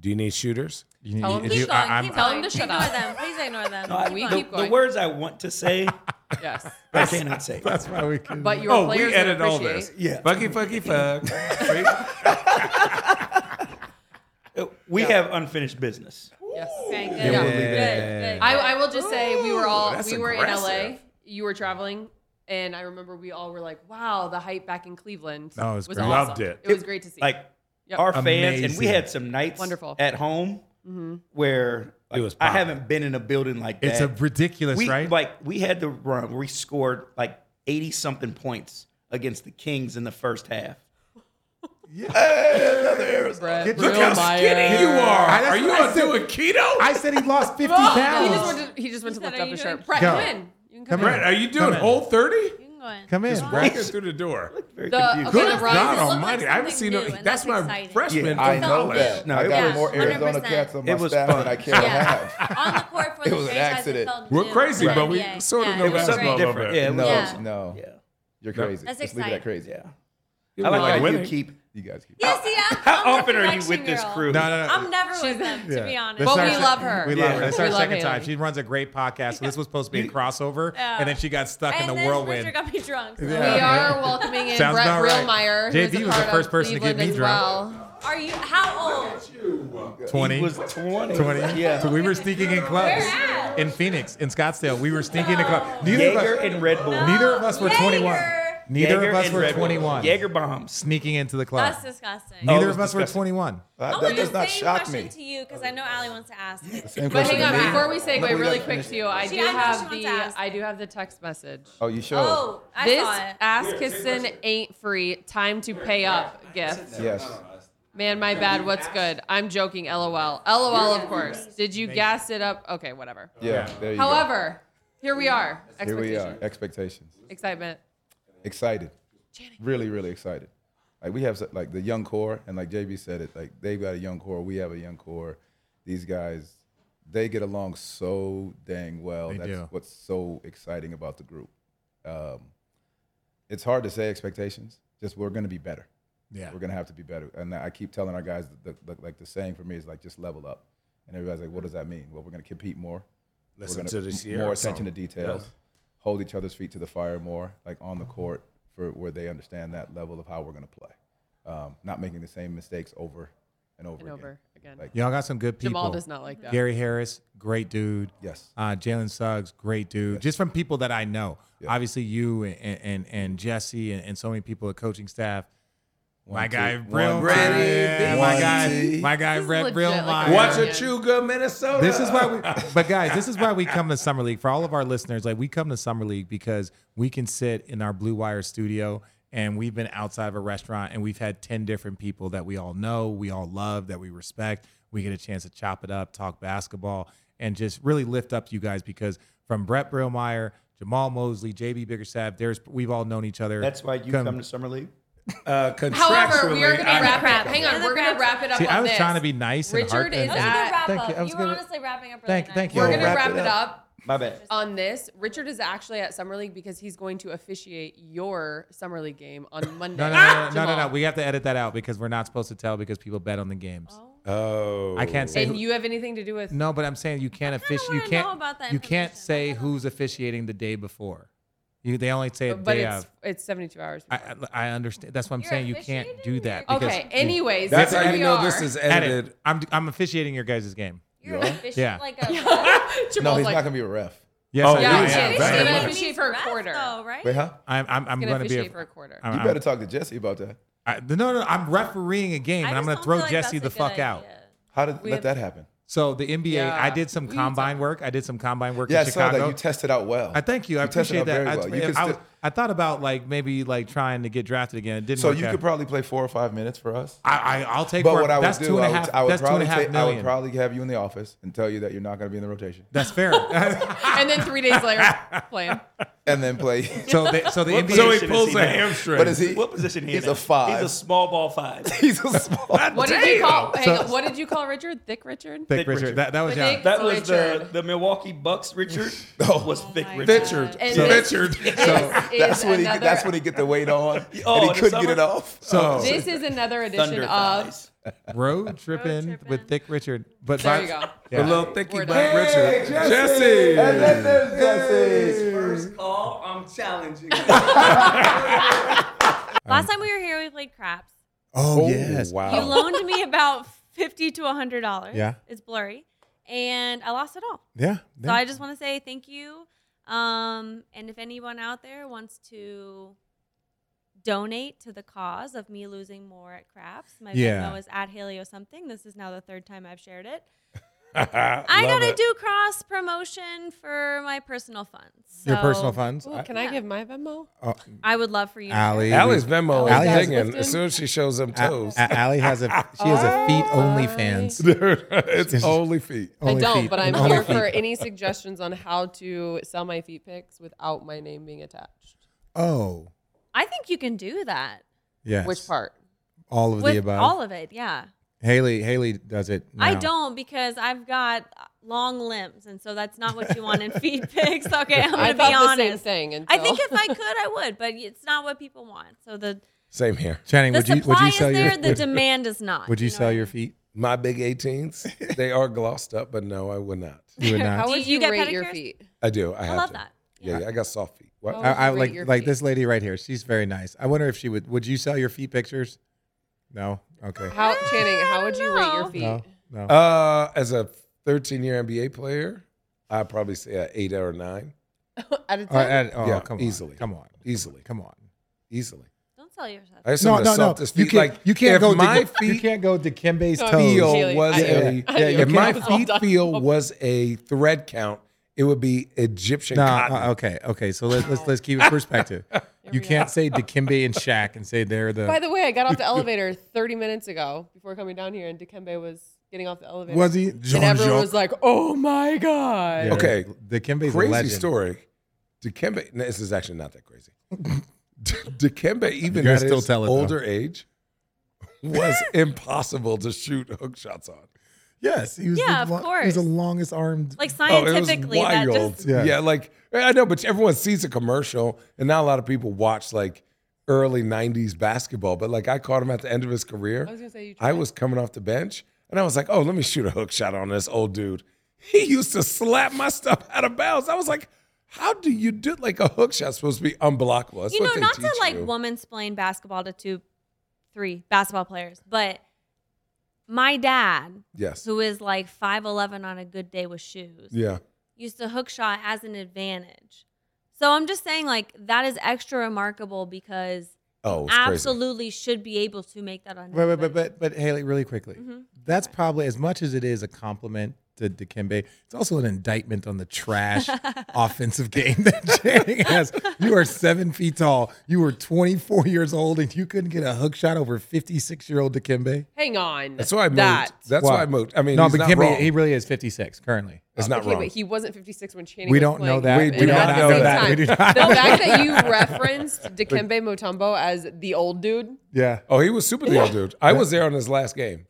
Speaker 4: Do you need shooters?
Speaker 3: You, need-
Speaker 1: Tell him
Speaker 3: if
Speaker 1: to
Speaker 6: Keep
Speaker 3: you-
Speaker 6: going.
Speaker 3: I- I'm-
Speaker 6: keep going.
Speaker 1: Tell them to shut
Speaker 6: ignore
Speaker 1: up.
Speaker 6: them. Please ignore them.
Speaker 5: No, I-
Speaker 1: We
Speaker 5: the,
Speaker 1: keep
Speaker 5: the
Speaker 1: going.
Speaker 5: words I want to say,
Speaker 1: Yes,
Speaker 5: I cannot say.
Speaker 3: that's why we. Can,
Speaker 1: but your
Speaker 4: Oh, we
Speaker 1: players would
Speaker 4: edit all
Speaker 1: appreciate-
Speaker 4: this.
Speaker 5: Yeah.
Speaker 4: Fucky, fucky, fuck. Right?
Speaker 5: We have unfinished business.
Speaker 1: Yes.
Speaker 6: Okay, good.
Speaker 1: Yeah.
Speaker 6: Good, good.
Speaker 1: I, I will just say we were all
Speaker 4: that's
Speaker 1: we were in LA.
Speaker 4: aggressive.
Speaker 1: You were traveling, and I remember we all were like, "Wow, the hype back in Cleveland
Speaker 3: Oh, it was great.
Speaker 1: awesome.
Speaker 4: Loved it.
Speaker 1: It was great to see.
Speaker 5: Like
Speaker 1: Yep.
Speaker 5: our fans, and we
Speaker 3: Amazing.
Speaker 5: had some nights
Speaker 1: Wonderful. Mm-hmm.
Speaker 5: at home where like,
Speaker 4: It was
Speaker 5: I
Speaker 4: popping.
Speaker 5: haven't been in a building like that.
Speaker 3: it's a ridiculous,
Speaker 5: we,
Speaker 3: right?
Speaker 5: Like we had the run where we scored like eighty something points against the Kings in the first half.
Speaker 1: Brett
Speaker 3: Get- look
Speaker 1: Brillmeyer.
Speaker 3: how
Speaker 4: Skinny you are.
Speaker 3: I- that's
Speaker 4: Are you
Speaker 3: what I
Speaker 4: on doing keto?
Speaker 3: I said he lost fifty
Speaker 1: Oh, He
Speaker 3: pounds.
Speaker 1: just went to, he just went to
Speaker 6: He said,
Speaker 1: lift
Speaker 6: "Are
Speaker 1: up
Speaker 6: you
Speaker 1: his
Speaker 6: doing
Speaker 1: shirt. Brett,
Speaker 3: Go.
Speaker 1: come in. You can come,
Speaker 3: Come
Speaker 1: in.
Speaker 4: Brett, are you doing
Speaker 3: in.
Speaker 4: whole 30?
Speaker 6: You can go in.
Speaker 3: Come in. bro.
Speaker 4: Walking through the door.
Speaker 5: Very
Speaker 1: The-
Speaker 5: confused.
Speaker 1: okay,
Speaker 4: Good
Speaker 1: the
Speaker 4: God
Speaker 1: rise- It
Speaker 6: like
Speaker 1: looked
Speaker 4: Almighty! I haven't seen
Speaker 6: something
Speaker 4: no.
Speaker 6: new, and
Speaker 4: That's
Speaker 6: that's
Speaker 4: my
Speaker 6: exciting.
Speaker 4: freshman
Speaker 5: Yeah,
Speaker 4: from
Speaker 2: I know
Speaker 4: college.
Speaker 2: that.
Speaker 5: No,
Speaker 2: I
Speaker 5: guys,
Speaker 2: got more Arizona
Speaker 6: 100%.
Speaker 2: cats on my
Speaker 5: It was
Speaker 2: staff
Speaker 5: fun.
Speaker 2: than I can
Speaker 6: Yeah.
Speaker 2: have.
Speaker 6: On the court for
Speaker 2: It
Speaker 6: the
Speaker 2: was an
Speaker 6: franchise,
Speaker 2: accident.
Speaker 6: it felt
Speaker 4: We're
Speaker 6: new
Speaker 4: crazy,
Speaker 6: for
Speaker 4: but
Speaker 6: the
Speaker 4: we
Speaker 6: NBA.
Speaker 4: sort of
Speaker 6: Yeah,
Speaker 4: know
Speaker 6: it was
Speaker 4: basketball
Speaker 6: great.
Speaker 4: a little bit.
Speaker 5: Yeah, it
Speaker 2: No,
Speaker 5: was.
Speaker 6: Yeah.
Speaker 2: no,
Speaker 5: Yeah.
Speaker 2: you're crazy.
Speaker 6: That's
Speaker 2: Just leave it at
Speaker 6: exciting.
Speaker 2: crazy.
Speaker 5: Yeah.
Speaker 4: Yeah,
Speaker 5: I like
Speaker 4: like
Speaker 5: how
Speaker 4: winning.
Speaker 5: you keep.
Speaker 2: You guys keep.
Speaker 6: Yeah, see, I'm,
Speaker 5: How
Speaker 6: I'm
Speaker 5: often
Speaker 6: the
Speaker 5: are you with
Speaker 6: direction
Speaker 5: this
Speaker 6: girl.
Speaker 5: crew?
Speaker 3: No, no, no.
Speaker 6: I'm never
Speaker 1: She's-
Speaker 6: with them,
Speaker 3: Yeah.
Speaker 6: to be honest.
Speaker 3: This
Speaker 1: But
Speaker 3: is our
Speaker 1: we
Speaker 3: sec-
Speaker 1: love her.
Speaker 3: We love her.
Speaker 5: Yeah.
Speaker 3: That's our
Speaker 1: We love
Speaker 3: second
Speaker 1: Haley.
Speaker 3: time. She runs a great podcast. So this was supposed to be a crossover,
Speaker 6: Yeah.
Speaker 3: and then she got stuck
Speaker 6: and
Speaker 3: in the
Speaker 6: then
Speaker 3: whirlwind.
Speaker 6: Richard got me drunk. So.
Speaker 1: We
Speaker 3: Yeah.
Speaker 1: are welcoming in
Speaker 3: Sounds
Speaker 1: Brett
Speaker 3: about right.
Speaker 1: Realmeyer. who
Speaker 3: JB
Speaker 1: is a
Speaker 3: was the
Speaker 1: part of
Speaker 3: first person to get
Speaker 1: Cleveland
Speaker 3: me
Speaker 1: as
Speaker 3: drunk.
Speaker 1: Well.
Speaker 6: Are you how old?
Speaker 3: 20.
Speaker 5: He was 20.
Speaker 3: 20.
Speaker 5: Yeah.
Speaker 3: So we were sneaking in clubs
Speaker 6: at?
Speaker 3: in Phoenix, in Scottsdale. We were sneaking in clubs. Neither
Speaker 5: Jaeger
Speaker 3: of us,
Speaker 5: and Red Bull.
Speaker 3: neither of us were 21.
Speaker 6: Jaeger.
Speaker 3: Neither
Speaker 5: Jaeger
Speaker 3: of us
Speaker 5: and
Speaker 3: were
Speaker 5: Red Bull.
Speaker 3: 21.
Speaker 5: Jaeger bombs.
Speaker 3: Sneaking into the club.
Speaker 6: That's disgusting.
Speaker 5: Oh, it
Speaker 3: Neither
Speaker 5: was
Speaker 3: of us were
Speaker 5: disgusting.
Speaker 3: 21.
Speaker 6: I
Speaker 2: That,
Speaker 6: want
Speaker 2: that
Speaker 6: the
Speaker 2: does not
Speaker 6: same
Speaker 2: shock
Speaker 6: question
Speaker 2: me.
Speaker 6: to you because I know Allie wants to ask. it.
Speaker 2: Same
Speaker 1: But
Speaker 2: question
Speaker 1: hang on,
Speaker 2: to me.
Speaker 1: before we segue
Speaker 2: Let me
Speaker 1: really
Speaker 2: let-
Speaker 1: quick to you, I
Speaker 6: She-
Speaker 1: do
Speaker 6: I know she
Speaker 1: have
Speaker 6: wants
Speaker 1: the
Speaker 6: to ask.
Speaker 1: I do have the text message.
Speaker 2: Oh, you sure?
Speaker 6: Oh, I
Speaker 1: this
Speaker 6: saw it.
Speaker 1: ass kissing ain't free. Time to pay up. Gift.
Speaker 2: Yes.
Speaker 1: Man, my bad. What's good? I'm joking. LOL. LOL. Of course. Did you gas it up? Okay, whatever.
Speaker 2: Yeah. There you go.
Speaker 1: However, here we are.
Speaker 2: here we are.
Speaker 1: Expectation.
Speaker 2: Expectations.
Speaker 1: Excitement.
Speaker 2: Excited. Really, really excited. Like we have s- like the young core, and like JB said it, like they've got a young core. We have a young core. These guys, they get along so dang well.
Speaker 3: They
Speaker 2: That's
Speaker 3: do.
Speaker 2: what's so exciting about the group. Um, it's hard to say expectations. Just we're going to be better.
Speaker 3: Yeah.
Speaker 2: We're gonna have to be better. And I keep telling our guys, the, the, like the saying for me is like just level up. And everybody's like, what does that mean? Well, we're gonna compete more.
Speaker 4: Listen
Speaker 2: we're
Speaker 4: to
Speaker 2: gonna
Speaker 4: this
Speaker 2: m-
Speaker 4: year.
Speaker 2: more attention to details. Hold each other's feet to the fire more, like on the court, for where they understand that level of how we're gonna play. Um, not making the same mistakes over and over
Speaker 1: And
Speaker 2: again.
Speaker 1: over again.
Speaker 2: Like-
Speaker 3: Y'all got some good people.
Speaker 1: Jamal does not like that.
Speaker 3: Gary Harris, great dude.
Speaker 2: Yes.
Speaker 3: Uh, Jalen Suggs, great dude. Just from people that I know.
Speaker 2: Yeah.
Speaker 3: Obviously, you and and, and Jesse and, and so many people at coaching staff. my
Speaker 2: One,
Speaker 3: guy,
Speaker 2: two,
Speaker 3: real
Speaker 2: one,
Speaker 4: Brady,
Speaker 3: Yeah,
Speaker 4: B.
Speaker 3: my
Speaker 4: One,
Speaker 3: guy,
Speaker 2: two.
Speaker 3: my guy,
Speaker 1: This is
Speaker 3: Red
Speaker 1: legit,
Speaker 3: Real
Speaker 1: like a
Speaker 3: Meyer.
Speaker 1: real
Speaker 4: Watch
Speaker 1: Yeah.
Speaker 4: a Chuga, Minnesota.
Speaker 3: This is why we, but guys, this is why we come to Summer League. For all of our listeners, like we come to Summer League because we can sit in our Blue Wire studio and we've been outside of a restaurant and we've had 10 different people that we all know, we all love, that we respect. We get a chance to chop it up, talk basketball, and just really lift up you guys because from Brett Brillmeyer, Jamal Mosley, JB Biggerstaff, there's we've all known each other.
Speaker 5: That's why you come, to summer league.
Speaker 4: uh, contractually.
Speaker 1: However, we are going to
Speaker 4: I-
Speaker 1: wrap
Speaker 6: crap.
Speaker 1: it. Hang on,
Speaker 6: Another
Speaker 1: we're
Speaker 6: crap.
Speaker 1: going to wrap it up.
Speaker 3: See,
Speaker 1: on
Speaker 3: I was
Speaker 1: this.
Speaker 3: trying to be nice and
Speaker 1: Richard
Speaker 3: heartful.
Speaker 1: is
Speaker 6: That was a
Speaker 1: at-
Speaker 6: good wrap
Speaker 3: Thank you.
Speaker 6: up. You,
Speaker 3: That was
Speaker 6: were
Speaker 3: good.
Speaker 6: honestly wrapping up really
Speaker 3: Thank-
Speaker 6: nice.
Speaker 3: thank you.
Speaker 1: We're
Speaker 3: Yo,
Speaker 1: gonna
Speaker 2: wrap
Speaker 1: wrap
Speaker 2: it
Speaker 1: it up.
Speaker 5: My bad.
Speaker 1: on this. Richard is actually at summer league because he's going to officiate your summer league game on Monday.
Speaker 3: No, no, no, no, no,
Speaker 1: Jamal.
Speaker 3: no, no. We have to edit that out because we're not supposed to tell because people bet on the games.
Speaker 4: Oh.
Speaker 3: I can't say. who-
Speaker 1: and you have anything to do with?
Speaker 3: No, but I'm saying you can't
Speaker 6: kinda
Speaker 3: officiate. You
Speaker 6: wanna
Speaker 3: can't.
Speaker 6: know about that
Speaker 3: you can't
Speaker 6: information.
Speaker 3: say who's officiating the day before. You they only say a
Speaker 1: but
Speaker 3: day
Speaker 1: it's
Speaker 3: of.
Speaker 1: it's seventy two hours.
Speaker 3: I, I I understand. That's what I'm
Speaker 6: You're
Speaker 3: saying. You can't do
Speaker 6: officiating
Speaker 3: that.
Speaker 6: or-
Speaker 3: because
Speaker 1: okay.
Speaker 3: you-
Speaker 1: Anyways,
Speaker 4: That's
Speaker 1: here
Speaker 4: how you
Speaker 1: we
Speaker 4: know
Speaker 1: are.
Speaker 4: this is edited.
Speaker 3: edit. I'm I'm officiating your guys' game.
Speaker 6: You're official.
Speaker 3: Yeah.
Speaker 6: Like a. yeah,
Speaker 2: No,
Speaker 1: Jamal's
Speaker 2: he's
Speaker 1: like,
Speaker 2: not gonna be a ref.
Speaker 3: Yes,
Speaker 4: Oh,
Speaker 3: I,
Speaker 4: yeah,
Speaker 3: am.
Speaker 1: yeah,
Speaker 3: I am.
Speaker 1: yeah.
Speaker 3: Very
Speaker 1: He's
Speaker 3: much.
Speaker 1: gonna officiate for a quarter.
Speaker 6: Though, right?
Speaker 2: Wait, huh?
Speaker 3: I'm I'm, I'm
Speaker 1: gonna
Speaker 3: going to be.
Speaker 1: officiate
Speaker 3: A,
Speaker 1: for a quarter.
Speaker 3: I'm,
Speaker 2: You
Speaker 3: I'm-
Speaker 2: better talk to Jesse about that.
Speaker 3: I- no, no, I'm refereeing a game,
Speaker 6: I
Speaker 3: and I'm
Speaker 6: just
Speaker 3: going to
Speaker 6: don't
Speaker 3: throw
Speaker 6: feel like
Speaker 3: Jesse
Speaker 6: that's
Speaker 3: the
Speaker 6: a good
Speaker 3: fuck out.
Speaker 6: idea.
Speaker 2: How did
Speaker 1: We
Speaker 2: let
Speaker 1: have-
Speaker 2: that happen?
Speaker 3: So the NBA,
Speaker 1: Yeah.
Speaker 3: I did some
Speaker 1: We need
Speaker 3: combine work. I did some combine work
Speaker 2: Yeah, I
Speaker 3: in
Speaker 2: saw
Speaker 3: Chicago.
Speaker 2: that you tested out well.
Speaker 3: I thank you. I
Speaker 2: tested
Speaker 3: appreciate
Speaker 2: out
Speaker 3: that.
Speaker 2: very
Speaker 3: I,
Speaker 2: well. You
Speaker 3: I,
Speaker 2: could
Speaker 3: I,
Speaker 2: still-
Speaker 3: I thought about like maybe like trying to get drafted again. It didn't
Speaker 2: so
Speaker 3: work
Speaker 2: you
Speaker 3: out.
Speaker 2: could probably play four or five minutes for us.
Speaker 3: I, I I'll take.
Speaker 2: But
Speaker 3: work.
Speaker 2: what I would
Speaker 3: that's
Speaker 2: do,
Speaker 3: two and
Speaker 2: I
Speaker 3: a
Speaker 2: would,
Speaker 3: half.
Speaker 2: I would
Speaker 3: that's two and
Speaker 2: probably
Speaker 3: a half
Speaker 2: take- I would
Speaker 3: million.
Speaker 2: probably have you in the office and tell you that you're not going to be in the rotation,
Speaker 3: That's fair.
Speaker 1: and then three days later, playing.
Speaker 2: and then play.
Speaker 3: so the, so the NBA.
Speaker 4: So he
Speaker 5: Position is
Speaker 4: pulls
Speaker 5: he
Speaker 4: a
Speaker 5: now?
Speaker 4: hamstring.
Speaker 2: what is he?
Speaker 5: What position he
Speaker 2: He's
Speaker 5: in?
Speaker 2: a five.
Speaker 5: He's a small ball five.
Speaker 2: He's a small.
Speaker 1: What did you call? Hang on, what did you call Richard? Thick Richard.
Speaker 3: Thick Richard.
Speaker 5: Richard.
Speaker 3: That, that was
Speaker 1: But
Speaker 3: yeah.
Speaker 1: they-
Speaker 5: That was the,
Speaker 1: Richard.
Speaker 5: the Milwaukee Bucks. Richard
Speaker 2: Oh.
Speaker 5: was thick.
Speaker 6: my
Speaker 5: Richard.
Speaker 4: Richard.
Speaker 1: Oh And
Speaker 4: So-
Speaker 1: this-
Speaker 4: Richard.
Speaker 1: This is
Speaker 2: That's when he.
Speaker 1: another-
Speaker 2: That's when he get the weight on,
Speaker 5: Oh,
Speaker 2: and
Speaker 5: in the
Speaker 2: he couldn't get
Speaker 5: summer?
Speaker 2: it off.
Speaker 3: So
Speaker 1: This is another edition
Speaker 5: Thunder
Speaker 1: of.
Speaker 5: thighs.
Speaker 3: road tripping
Speaker 6: tripping.
Speaker 3: with Thick Richard. But
Speaker 1: There
Speaker 3: by-
Speaker 1: you go.
Speaker 3: Yeah.
Speaker 4: The little thicky
Speaker 1: We're
Speaker 4: black
Speaker 1: done.
Speaker 4: Richard. Jesse. Oh,
Speaker 5: First call, I'm challenging. you.
Speaker 6: Last time we were here, we played craps.
Speaker 3: Oh, yes.
Speaker 6: You
Speaker 4: Wow.
Speaker 6: loaned me about fifty to hundred dollars.
Speaker 3: Yeah.
Speaker 6: It's blurry, and I lost it all.
Speaker 3: Yeah.
Speaker 6: So I just want to say thank you. Um, and if anyone out there wants to donate to the cause of me losing more at crafts, my
Speaker 3: Yeah.
Speaker 6: Venmo is at Haleo something. This is now the third time I've shared it. I gotta do cross promotion for my personal funds.
Speaker 3: Your
Speaker 6: So
Speaker 3: personal funds. Uh,
Speaker 1: Ooh, can I give my Venmo?
Speaker 2: Uh,
Speaker 6: I would love for you. to
Speaker 3: Allie.
Speaker 4: Allie's Venmo
Speaker 3: Allie
Speaker 4: is
Speaker 3: has-
Speaker 4: digging as soon as she shows them toes.
Speaker 3: Allie has a she has a feet only fans.
Speaker 4: it's only feet.
Speaker 1: I don't, but I'm here for any suggestions on how to sell my feet pics without my name being attached.
Speaker 3: Oh
Speaker 6: I think you can do that
Speaker 3: yes.
Speaker 1: Which part?
Speaker 3: All of
Speaker 6: with all of it. Yeah,
Speaker 3: Haley Haley does it.
Speaker 6: I don't because I've got uh, long limbs, and so that's not what you want in feed pics. Okay, I'm gonna
Speaker 1: I
Speaker 6: be
Speaker 1: thought the
Speaker 6: honest.
Speaker 1: same thing. Until,
Speaker 6: I think if I could, I would, but it's not what people want. So the
Speaker 4: Same here.
Speaker 3: Channing,
Speaker 6: the
Speaker 3: would you would
Speaker 6: supply
Speaker 3: you sell
Speaker 6: is there,
Speaker 3: your
Speaker 6: the demand is not.
Speaker 3: would you
Speaker 6: know
Speaker 3: sell
Speaker 6: what I
Speaker 3: your
Speaker 6: mean?
Speaker 3: feet?
Speaker 4: My big 18s, they are glossed up, but no, I would not.
Speaker 3: You would not.
Speaker 1: how
Speaker 6: Do
Speaker 1: would
Speaker 6: you
Speaker 1: you,
Speaker 6: get
Speaker 1: rate your
Speaker 6: pedicures?
Speaker 1: feet?
Speaker 4: I do. I,
Speaker 6: I
Speaker 4: have
Speaker 6: love
Speaker 4: to.
Speaker 6: that.
Speaker 4: Yeah, yeah, I got soft feet. What?
Speaker 1: Oh.
Speaker 3: I, I
Speaker 1: Rate
Speaker 3: like
Speaker 1: your
Speaker 3: like
Speaker 1: feet.
Speaker 3: this lady right here. She's very nice. I wonder if she would. Would you sell your feet pictures? No. Okay.
Speaker 1: How Channing? How would you rate your
Speaker 6: No.
Speaker 1: feet?
Speaker 3: No. No.
Speaker 4: Uh, as a 13 year NBA player, I'd probably say an eight or a nine.
Speaker 1: Out of
Speaker 3: All right,
Speaker 1: 10?
Speaker 3: add- oh,
Speaker 4: Yeah,
Speaker 3: come on.
Speaker 4: easily.
Speaker 3: Come on.
Speaker 4: Easily.
Speaker 3: Come on.
Speaker 4: Easily.
Speaker 6: Don't tell yourself.
Speaker 4: I just
Speaker 3: No,
Speaker 4: have the
Speaker 3: no, no.
Speaker 4: softest
Speaker 3: You
Speaker 4: feet.
Speaker 3: can't.
Speaker 4: like,
Speaker 3: you can't
Speaker 4: if
Speaker 3: go.
Speaker 4: my
Speaker 3: to,
Speaker 4: feet
Speaker 3: You can't go to Kimbe's
Speaker 1: No,
Speaker 3: toes.
Speaker 4: feel
Speaker 1: Feel Really?
Speaker 4: was
Speaker 1: I-
Speaker 4: a
Speaker 1: I- I-
Speaker 4: if my
Speaker 1: It was all
Speaker 4: feet
Speaker 1: done.
Speaker 4: feel was a thread count, it would be Egyptian
Speaker 3: No,
Speaker 4: cotton.
Speaker 3: uh, okay, okay. So let's let's, let's keep it perspective. you can't say Dikembe and Shaq and say they're the.
Speaker 1: By the way, I got off the elevator 30 minutes ago before coming down here, and Dikembe was getting off the elevator.
Speaker 3: was he?
Speaker 1: And everyone was like, "Oh my god!"
Speaker 3: Yeah,
Speaker 4: Okay.
Speaker 3: Dikembe's a
Speaker 4: crazy
Speaker 3: legend.
Speaker 4: story. Dikembe, no, this is actually not that crazy. Dikembe, even
Speaker 3: guys
Speaker 4: at
Speaker 3: still
Speaker 4: his
Speaker 3: tell it, though.
Speaker 4: older age, was impossible to shoot hook shots on.
Speaker 3: Yes, he was.
Speaker 6: Yeah,
Speaker 3: the,
Speaker 6: of
Speaker 3: He was the
Speaker 6: course.
Speaker 3: longest armed.
Speaker 6: Like
Speaker 4: Oh, it was
Speaker 6: scientifically, that just
Speaker 3: Yeah.
Speaker 4: yeah. like I know, but everyone sees a commercial, and not a lot of people watch like early '90s basketball. But like, I caught him at the end of his career.
Speaker 1: I was gonna say you.
Speaker 4: I was coming off the bench and I was like, oh, let me shoot a hook shot on this old dude. He used to slap my stuff out of bounds. I was like, how do you do like a hook shot's supposed to be unblockable? That's
Speaker 6: you
Speaker 4: what
Speaker 6: know,
Speaker 4: they
Speaker 6: not to
Speaker 4: teach
Speaker 6: like
Speaker 4: you.
Speaker 6: woman splain basketball to two, three basketball players, but my dad,
Speaker 4: Yes.
Speaker 6: who is like five eleven on a good day with shoes,
Speaker 4: Yeah.
Speaker 6: used to hook shot as an advantage. So I'm just saying, like that is extra remarkable because
Speaker 4: Oh, it's crazy.
Speaker 6: absolutely should be able to make that on.
Speaker 3: But but but
Speaker 6: everybody.
Speaker 3: but, but Haley, really quickly, that's probably as much as it is a compliment to Dikembe. It's also an indictment on the trash offensive game that Channing has. You are seven feet tall. You were 24 years old, and you couldn't get a hook shot over 56 year old Dikembe.
Speaker 1: Hang on.
Speaker 4: That's why I moved.
Speaker 1: That.
Speaker 4: That's why I moved. I mean,
Speaker 3: no,
Speaker 4: he's
Speaker 3: but
Speaker 4: not
Speaker 3: Dikembe,
Speaker 4: wrong.
Speaker 3: he really is 56 currently. Uh,
Speaker 4: it's not
Speaker 1: okay,
Speaker 4: wrong.
Speaker 1: but he wasn't 56 when Channing.
Speaker 3: We
Speaker 1: was
Speaker 3: don't
Speaker 1: playing.
Speaker 3: know that.
Speaker 4: We
Speaker 1: And
Speaker 4: do
Speaker 1: at
Speaker 4: not
Speaker 1: the
Speaker 4: know
Speaker 1: same
Speaker 4: that.
Speaker 1: time,
Speaker 3: We do not
Speaker 1: the
Speaker 3: know
Speaker 1: fact that you referenced Dikembe Mutombo as the old dude.
Speaker 3: Yeah.
Speaker 4: oh, he was super the old dude. I was there on his last game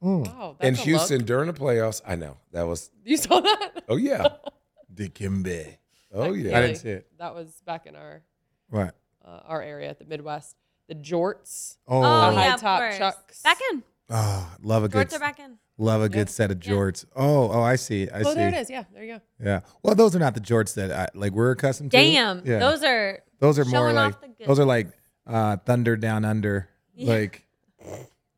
Speaker 1: Wow, that's
Speaker 4: in
Speaker 1: a
Speaker 4: Houston
Speaker 1: look.
Speaker 4: during the playoffs. I know. That was,
Speaker 1: You saw that?
Speaker 4: oh, yeah.
Speaker 3: Dikembe.
Speaker 4: Oh, yeah.
Speaker 3: I didn't see it.
Speaker 1: That was back in our
Speaker 3: What?
Speaker 1: uh, our area at the Midwest. The jorts.
Speaker 3: Oh,
Speaker 6: oh
Speaker 1: high
Speaker 6: yeah, of
Speaker 1: top
Speaker 6: course.
Speaker 1: chucks.
Speaker 6: Back in,
Speaker 3: oh, love a good
Speaker 6: shorts are back in.
Speaker 3: love a good set of jorts. Oh, oh, I see. I
Speaker 1: Oh,
Speaker 3: see.
Speaker 1: there it is. Yeah, there you go.
Speaker 3: Yeah. Well, those are not the jorts that I, like we're accustomed to.
Speaker 6: Damn,
Speaker 3: Yeah.
Speaker 6: those are
Speaker 3: Those are more
Speaker 6: Showing off
Speaker 3: like
Speaker 6: the good.
Speaker 3: those are like uh, thunder down under.
Speaker 6: Yeah.
Speaker 3: Like,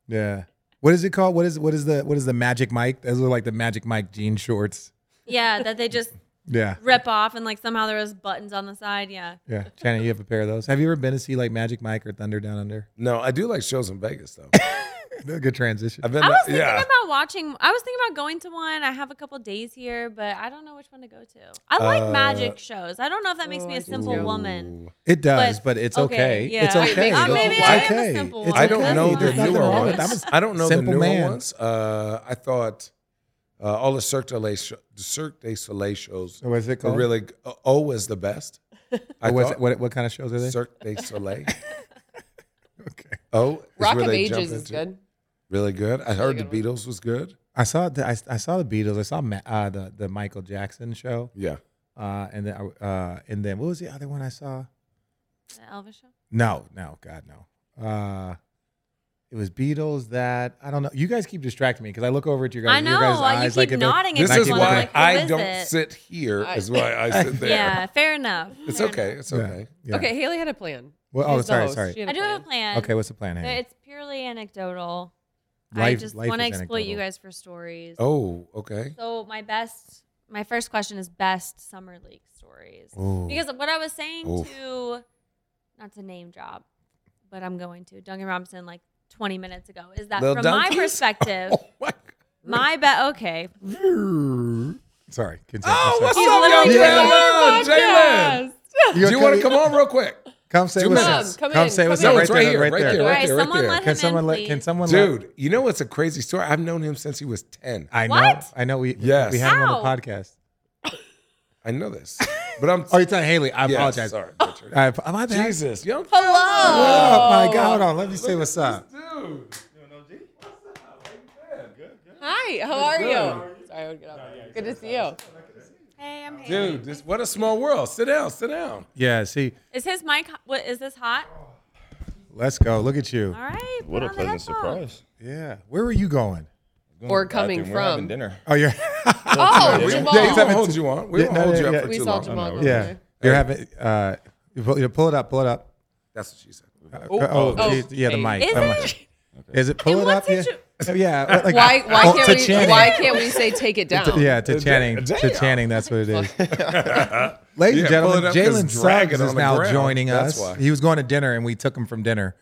Speaker 3: yeah. What is it called? What is what is the what is the magic Mike? Those are like the magic Mike jean shorts.
Speaker 6: yeah that they just
Speaker 3: Yeah,
Speaker 6: rip off and like somehow there was buttons on the side. Yeah,
Speaker 3: yeah. China, you have a pair of those. Have you ever been to see like Magic Mike or Thunder Down Under?
Speaker 4: No, I do like shows in Vegas, though.
Speaker 3: They're a good transition.
Speaker 4: I've been,
Speaker 6: I was thinking
Speaker 4: yeah.
Speaker 6: about watching. I was thinking about going to one. I have a couple days here, but I don't know which one to go to. I like
Speaker 3: Uh,
Speaker 6: magic shows. I don't know if that makes
Speaker 1: Oh,
Speaker 6: me
Speaker 1: I
Speaker 6: a
Speaker 1: do
Speaker 6: simple
Speaker 1: too.
Speaker 6: woman.
Speaker 3: It does, but, it's okay.
Speaker 6: yeah.
Speaker 3: It's
Speaker 6: Wait,
Speaker 3: okay.
Speaker 1: maybe-
Speaker 3: It's
Speaker 1: maybe
Speaker 6: I am a
Speaker 3: okay.
Speaker 6: simple
Speaker 3: It's
Speaker 6: one.
Speaker 4: I don't
Speaker 3: okay.
Speaker 4: know the
Speaker 3: There's nothing
Speaker 4: newer
Speaker 3: wrong with
Speaker 4: ones.
Speaker 3: it. I'm a
Speaker 4: I don't know the
Speaker 3: simple
Speaker 4: newer
Speaker 3: man.
Speaker 4: ones. Uh, I thought uh, all the Cirque du, Soleil, the Cirque du Soleil shows
Speaker 3: What is it
Speaker 4: were
Speaker 3: called?
Speaker 4: really g- uh, O was the best. I
Speaker 3: Or was it-
Speaker 4: thought
Speaker 3: what, what kind of shows are they?
Speaker 4: Cirque du Soleil.
Speaker 3: Okay.
Speaker 4: O is
Speaker 1: Rock
Speaker 4: where
Speaker 1: of
Speaker 4: they jump
Speaker 1: Ages is
Speaker 4: into-
Speaker 1: good.
Speaker 4: Really good. I heard
Speaker 1: good
Speaker 4: the Beatles was good.
Speaker 3: I saw the I, I saw the Beatles. I saw Ma- uh, the the Michael Jackson show,
Speaker 4: Yeah.
Speaker 3: uh, and then I- uh, and then what was the other one I saw?
Speaker 6: The Elvis show.
Speaker 3: No, no, God, no. Uh, it was Beatles that I don't know. You guys keep distracting me because I look over at your guys.
Speaker 6: I know.
Speaker 3: your guys
Speaker 6: uh,
Speaker 3: eyes
Speaker 6: you
Speaker 3: like
Speaker 6: keep
Speaker 3: if it-
Speaker 6: nodding.
Speaker 4: This
Speaker 6: at
Speaker 3: I
Speaker 4: is
Speaker 6: people,
Speaker 3: keep
Speaker 6: and
Speaker 4: why
Speaker 3: nodding.
Speaker 6: I'm like, who
Speaker 4: I
Speaker 6: is
Speaker 4: don't
Speaker 6: it?
Speaker 4: sit here. Is why I sit there.
Speaker 6: Yeah, fair enough.
Speaker 4: It's
Speaker 6: Fair
Speaker 4: okay.
Speaker 6: enough.
Speaker 4: It's
Speaker 3: Yeah.
Speaker 4: okay.
Speaker 3: Yeah.
Speaker 1: Okay, Haley had a plan.
Speaker 3: Well, oh,
Speaker 1: She's the
Speaker 3: sorry,
Speaker 1: host.
Speaker 3: sorry.
Speaker 1: She had
Speaker 6: I do have a
Speaker 1: plan.
Speaker 6: plan.
Speaker 3: Okay, what's the plan? Hank?
Speaker 6: It's purely anecdotal. I
Speaker 3: Life-
Speaker 6: just
Speaker 3: life
Speaker 6: want to
Speaker 3: is
Speaker 6: exploit you
Speaker 3: anecdotal.
Speaker 6: guys for stories.
Speaker 4: Oh, okay.
Speaker 6: So my best, my first question is best summer league stories
Speaker 3: Ooh.
Speaker 6: because what I was saying
Speaker 4: Oof.
Speaker 6: to, not to name drop, but I'm going to Duncan Robinson like 20 minutes ago is that
Speaker 4: Lil
Speaker 6: from
Speaker 4: Dunkies?
Speaker 6: my perspective,
Speaker 4: Oh my.
Speaker 6: my bet. Okay,
Speaker 3: Sorry. Continue.
Speaker 4: Oh,
Speaker 3: I'm
Speaker 4: what's
Speaker 3: sorry.
Speaker 6: He's
Speaker 4: up,
Speaker 6: literally
Speaker 4: y'all?
Speaker 6: just
Speaker 4: Jalen, Jalen.
Speaker 3: You
Speaker 4: Do
Speaker 3: gonna
Speaker 4: you want to
Speaker 3: come,
Speaker 4: come on real quick?
Speaker 3: come say
Speaker 4: Two
Speaker 3: what's
Speaker 4: minutes.
Speaker 3: up?
Speaker 1: Come in,
Speaker 3: say what's
Speaker 1: come
Speaker 3: up
Speaker 1: in.
Speaker 3: right
Speaker 4: No, it's
Speaker 3: there,
Speaker 4: right
Speaker 3: right
Speaker 4: here,
Speaker 3: there.
Speaker 6: all
Speaker 4: right
Speaker 6: right,
Speaker 4: there, right
Speaker 6: someone
Speaker 4: there.
Speaker 6: let him
Speaker 3: Can someone
Speaker 6: in,
Speaker 3: let?
Speaker 6: please.
Speaker 3: Can someone let-
Speaker 4: Dude, you know what's a crazy story? I've known him since he was 10.
Speaker 3: I know.
Speaker 6: What?
Speaker 3: I know. We
Speaker 4: Yes.
Speaker 3: we had him on
Speaker 6: How?
Speaker 3: the podcast.
Speaker 4: I know this. But I'm
Speaker 3: Oh, you're telling Haley. I
Speaker 4: Yeah,
Speaker 3: apologize.
Speaker 4: Sorry, Richard.
Speaker 3: I, am I bad?
Speaker 4: Jesus, young
Speaker 1: Hello.
Speaker 3: Oh my God! Hold on. Let me say what's up.
Speaker 4: dude.
Speaker 1: Hi. How are you? Sorry, I would get up. Good to see you.
Speaker 6: hey, I'm Haley.
Speaker 4: Dude, this, what a small world. Sit down, sit down.
Speaker 3: Yeah. See.
Speaker 6: Is his mic? ho- What is this hot?
Speaker 3: Let's go. Look at you.
Speaker 6: All right.
Speaker 9: What a
Speaker 6: put on the
Speaker 9: pleasant
Speaker 6: headphones.
Speaker 9: surprise.
Speaker 3: Yeah. Where were you going?
Speaker 1: Or coming
Speaker 9: Bathroom, we're having
Speaker 1: from.
Speaker 9: dinner.
Speaker 3: Oh, you're.
Speaker 1: Oh,
Speaker 4: We,
Speaker 1: Jamal.
Speaker 4: yeah, we won't hold you on. We
Speaker 3: Yeah,
Speaker 4: won't
Speaker 3: no,
Speaker 4: hold
Speaker 3: yeah,
Speaker 4: you up
Speaker 3: yeah.
Speaker 4: for
Speaker 1: we
Speaker 4: too
Speaker 1: saw
Speaker 4: long. Oh,
Speaker 1: Jamal. go
Speaker 3: Yeah.
Speaker 1: there.
Speaker 3: You're having uh you pull, you pull it up, pull it up.
Speaker 4: That's what she said.
Speaker 3: Oh,
Speaker 1: oh,
Speaker 3: yeah, the mic.
Speaker 6: Is
Speaker 3: I'm
Speaker 6: it?
Speaker 3: like- Is it pull
Speaker 1: In
Speaker 3: it
Speaker 1: what
Speaker 3: up? Yeah,
Speaker 1: situ-
Speaker 3: yeah. Like,
Speaker 1: Why, why,
Speaker 3: well, to
Speaker 1: can't we,
Speaker 3: Channing.
Speaker 1: why can't we say take it down?
Speaker 3: Yeah, to Channing. To Channing, that's what it is. Ladies and
Speaker 4: Yeah, pull
Speaker 3: gentlemen,
Speaker 4: it up, 'cause
Speaker 3: Jalen
Speaker 4: drag it
Speaker 3: Suggs
Speaker 4: on
Speaker 3: is
Speaker 4: the
Speaker 3: now
Speaker 4: ground.
Speaker 3: joining
Speaker 4: That's
Speaker 3: us.
Speaker 4: why.
Speaker 3: He was going to dinner, and we took him from dinner.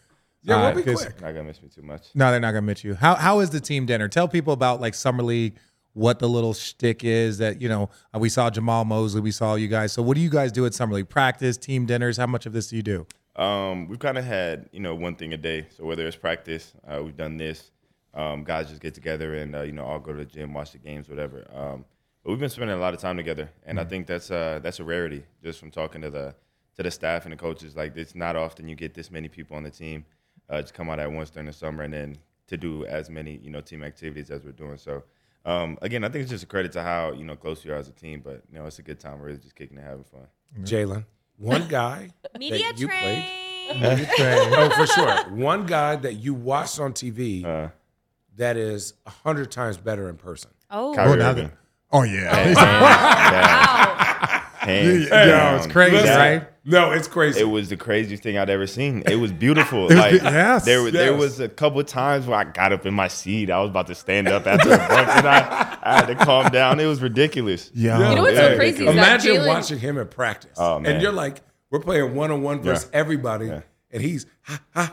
Speaker 4: Yeah,
Speaker 3: Uh,
Speaker 4: we'll be
Speaker 3: 'cause-
Speaker 4: quick.
Speaker 10: Not gonna miss me too much.
Speaker 3: No, they're not gonna miss you. How how is the team dinner? Tell people about like summer league, what the little shtick is that you know. uh, We saw Jamal Mosley, we saw you guys. So what do you guys do at summer league? Practice, team dinners. How much of this do you do?
Speaker 8: Um, we've kind of had you know one thing a day. So whether it's practice, uh, we've done this. Um, guys just get together and uh, you know all go to the gym, watch the games, whatever. Um, but we've been spending a lot of time together, and I think that's uh, that's a rarity just from talking to the to the staff and the coaches. Like it's not often you get this many people on the team uh, to come out at once during the summer and then to do as many you know team activities as we're doing. So um, again, I think it's just a credit to how you know close you are as a team. But you know it's a good time. We're really just kicking it, having fun.
Speaker 4: Jalen, one guy
Speaker 6: Media
Speaker 4: that you played.
Speaker 6: train.
Speaker 4: Oh, for sure. One guy that you watched on TV
Speaker 8: Uh.
Speaker 4: that is a hundred times better in person.
Speaker 6: Oh,
Speaker 8: Kyrie
Speaker 3: now
Speaker 8: Irving.
Speaker 3: Oh yeah,
Speaker 6: wow.
Speaker 8: Hands
Speaker 3: yeah, it's
Speaker 8: down.
Speaker 3: crazy,
Speaker 8: That-
Speaker 3: right?
Speaker 4: No, it's crazy.
Speaker 8: It was the craziest thing I'd ever seen. It was beautiful.
Speaker 3: was
Speaker 8: like
Speaker 3: be- yes.
Speaker 8: there, was there
Speaker 4: Yes.
Speaker 8: was a couple of times where I got up in my seat. I was about to stand up after a bunch, and I, I had to calm down. It was ridiculous.
Speaker 3: Yeah.
Speaker 1: You know what's so crazy is that
Speaker 4: Imagine
Speaker 1: Jalen
Speaker 4: watching him in practice.
Speaker 8: Oh, man.
Speaker 4: And you're like, we're playing one on one versus everybody, and he's ha, ha,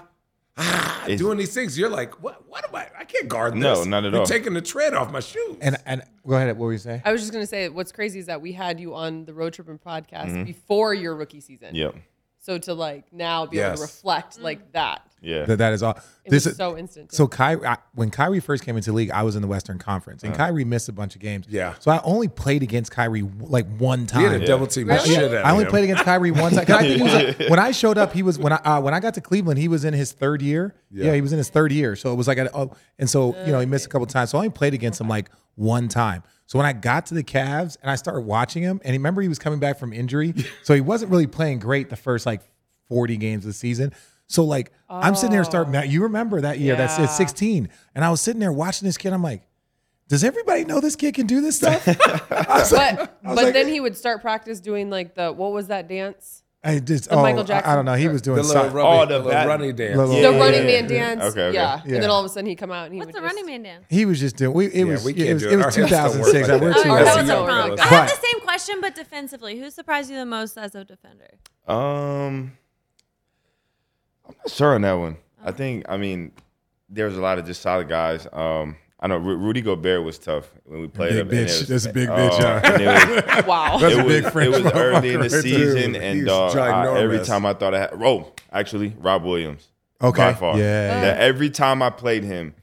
Speaker 4: ha,
Speaker 8: It's-
Speaker 4: doing these things. You're like, what? What am I? I can't guard this.
Speaker 8: No, not at
Speaker 4: You're
Speaker 8: all.
Speaker 4: taking the tread off my shoes.
Speaker 3: And and go ahead. What were you saying?
Speaker 1: I was just gonna say, what's crazy is that we had you on the road trip and podcast before your rookie season.
Speaker 8: Yep.
Speaker 1: So to like now be able
Speaker 4: Yes.
Speaker 1: to reflect like that,
Speaker 8: Yeah.
Speaker 3: That that is all.
Speaker 1: it
Speaker 3: This
Speaker 1: was
Speaker 3: is
Speaker 1: so instant.
Speaker 3: So Kyrie, I, when Kyrie first came into the league, I was in the Western Conference, and Kyrie missed a bunch of games.
Speaker 4: Uh-huh. Yeah.
Speaker 3: So I only played against Kyrie w- like one
Speaker 4: he had a
Speaker 3: time.
Speaker 4: double team the
Speaker 1: Really?
Speaker 4: shit out of
Speaker 3: I only
Speaker 4: him.
Speaker 3: played against Kyrie one time. 'Cause I think he was like, when I showed up, he was when I uh, when I got to Cleveland, he was in his third year. Yeah, he was in his third year. So it was like, a, oh, and so you know he missed a couple times. So I only played against him like one time. So when I got to the Cavs and I started watching him, and remember he was coming back from injury, so he wasn't really playing great the first like forty games of the season. So like I'm sitting there starting. Now you remember that year? That's
Speaker 1: Oh. Yeah.
Speaker 3: at 16, and I was sitting there watching this kid. I'm like, does everybody know this kid can do this stuff? I was like-
Speaker 1: but
Speaker 3: I was
Speaker 1: but
Speaker 3: like-
Speaker 1: then he would start practice doing like the what was that dance?
Speaker 3: I just,
Speaker 1: The
Speaker 3: oh,
Speaker 1: Michael
Speaker 3: I- I,
Speaker 1: Jackson-
Speaker 3: don't know. He
Speaker 1: or
Speaker 3: was doing
Speaker 4: the little,
Speaker 3: something.
Speaker 4: runny,
Speaker 8: Oh,
Speaker 4: the
Speaker 8: the
Speaker 4: little
Speaker 8: bat-
Speaker 4: runny dance.
Speaker 3: Little-
Speaker 1: the
Speaker 3: Yeah,
Speaker 1: running
Speaker 3: yeah,
Speaker 1: man
Speaker 8: yeah.
Speaker 1: dance.
Speaker 8: Okay, okay.
Speaker 1: Yeah.
Speaker 3: Yeah.
Speaker 1: And then all of a sudden he'd come out and he
Speaker 6: What's
Speaker 1: would
Speaker 6: the
Speaker 1: just,
Speaker 6: running man dance?
Speaker 3: He was just doing. We, it
Speaker 4: Yeah,
Speaker 3: was.
Speaker 4: we
Speaker 3: yeah,
Speaker 4: can't
Speaker 3: it was,
Speaker 4: do
Speaker 3: it
Speaker 4: it.
Speaker 3: was
Speaker 4: Our hips don't work
Speaker 3: 2006.
Speaker 4: like
Speaker 3: We're
Speaker 4: that.
Speaker 3: too
Speaker 4: Oh,
Speaker 6: All right, that
Speaker 3: old.
Speaker 6: was
Speaker 4: Yeah.
Speaker 6: a wrong.
Speaker 4: But-
Speaker 6: I have the same question, but defensively. Who surprised you the most as a defender?
Speaker 8: Um, I'm not sure on that one. I think I mean there's a lot of just solid guys. Um, I know Ru- Rudy Gobert was tough when we played.
Speaker 3: big
Speaker 8: him, and it
Speaker 3: bitch.
Speaker 8: was-
Speaker 3: That's a big
Speaker 8: oh,
Speaker 3: bitch, huh?
Speaker 8: and it was-
Speaker 1: wow.
Speaker 3: That's a
Speaker 8: it was,
Speaker 3: big French
Speaker 8: it was early in the
Speaker 3: motherfucker,
Speaker 8: season,
Speaker 3: dude.
Speaker 8: and
Speaker 4: He's
Speaker 8: dog, I- every
Speaker 4: ginormous.
Speaker 8: time I thought I had, oh, actually, Rob Williams.
Speaker 3: Okay.
Speaker 8: by far.
Speaker 3: Yeah,
Speaker 8: That every time I played him,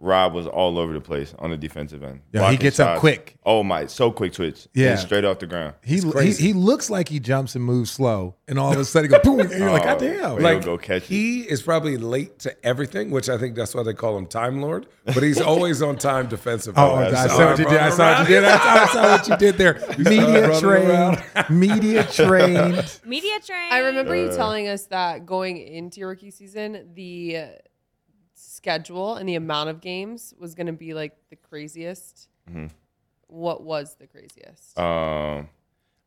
Speaker 8: Rob was all over the place on the defensive end.
Speaker 3: Yeah, he
Speaker 8: Blocking
Speaker 3: gets up quick.
Speaker 8: Oh my, so quick twitch.
Speaker 3: Yeah.
Speaker 8: Yeah, straight off the ground.
Speaker 3: He, he he looks like he jumps and moves slow, and all of a sudden he goes boom, and you're
Speaker 8: Oh,
Speaker 3: like, God damn!
Speaker 8: wait.
Speaker 3: Like,
Speaker 8: He'll go catch it.
Speaker 4: he is probably late to everything, which I think that's why they call him Time Lord. But he's always on time defensively.
Speaker 3: oh, I
Speaker 4: So
Speaker 3: saw what you did. I saw what you did. I saw, I saw what you did there. Media
Speaker 4: running
Speaker 3: trained,
Speaker 4: around.
Speaker 3: media trained.
Speaker 6: Media train.
Speaker 1: I remember
Speaker 3: Uh.
Speaker 1: you telling us that going into your rookie season, the uh, schedule and the amount of games was going to be like the craziest.
Speaker 8: Mm-hmm.
Speaker 1: What was the craziest?
Speaker 8: Um,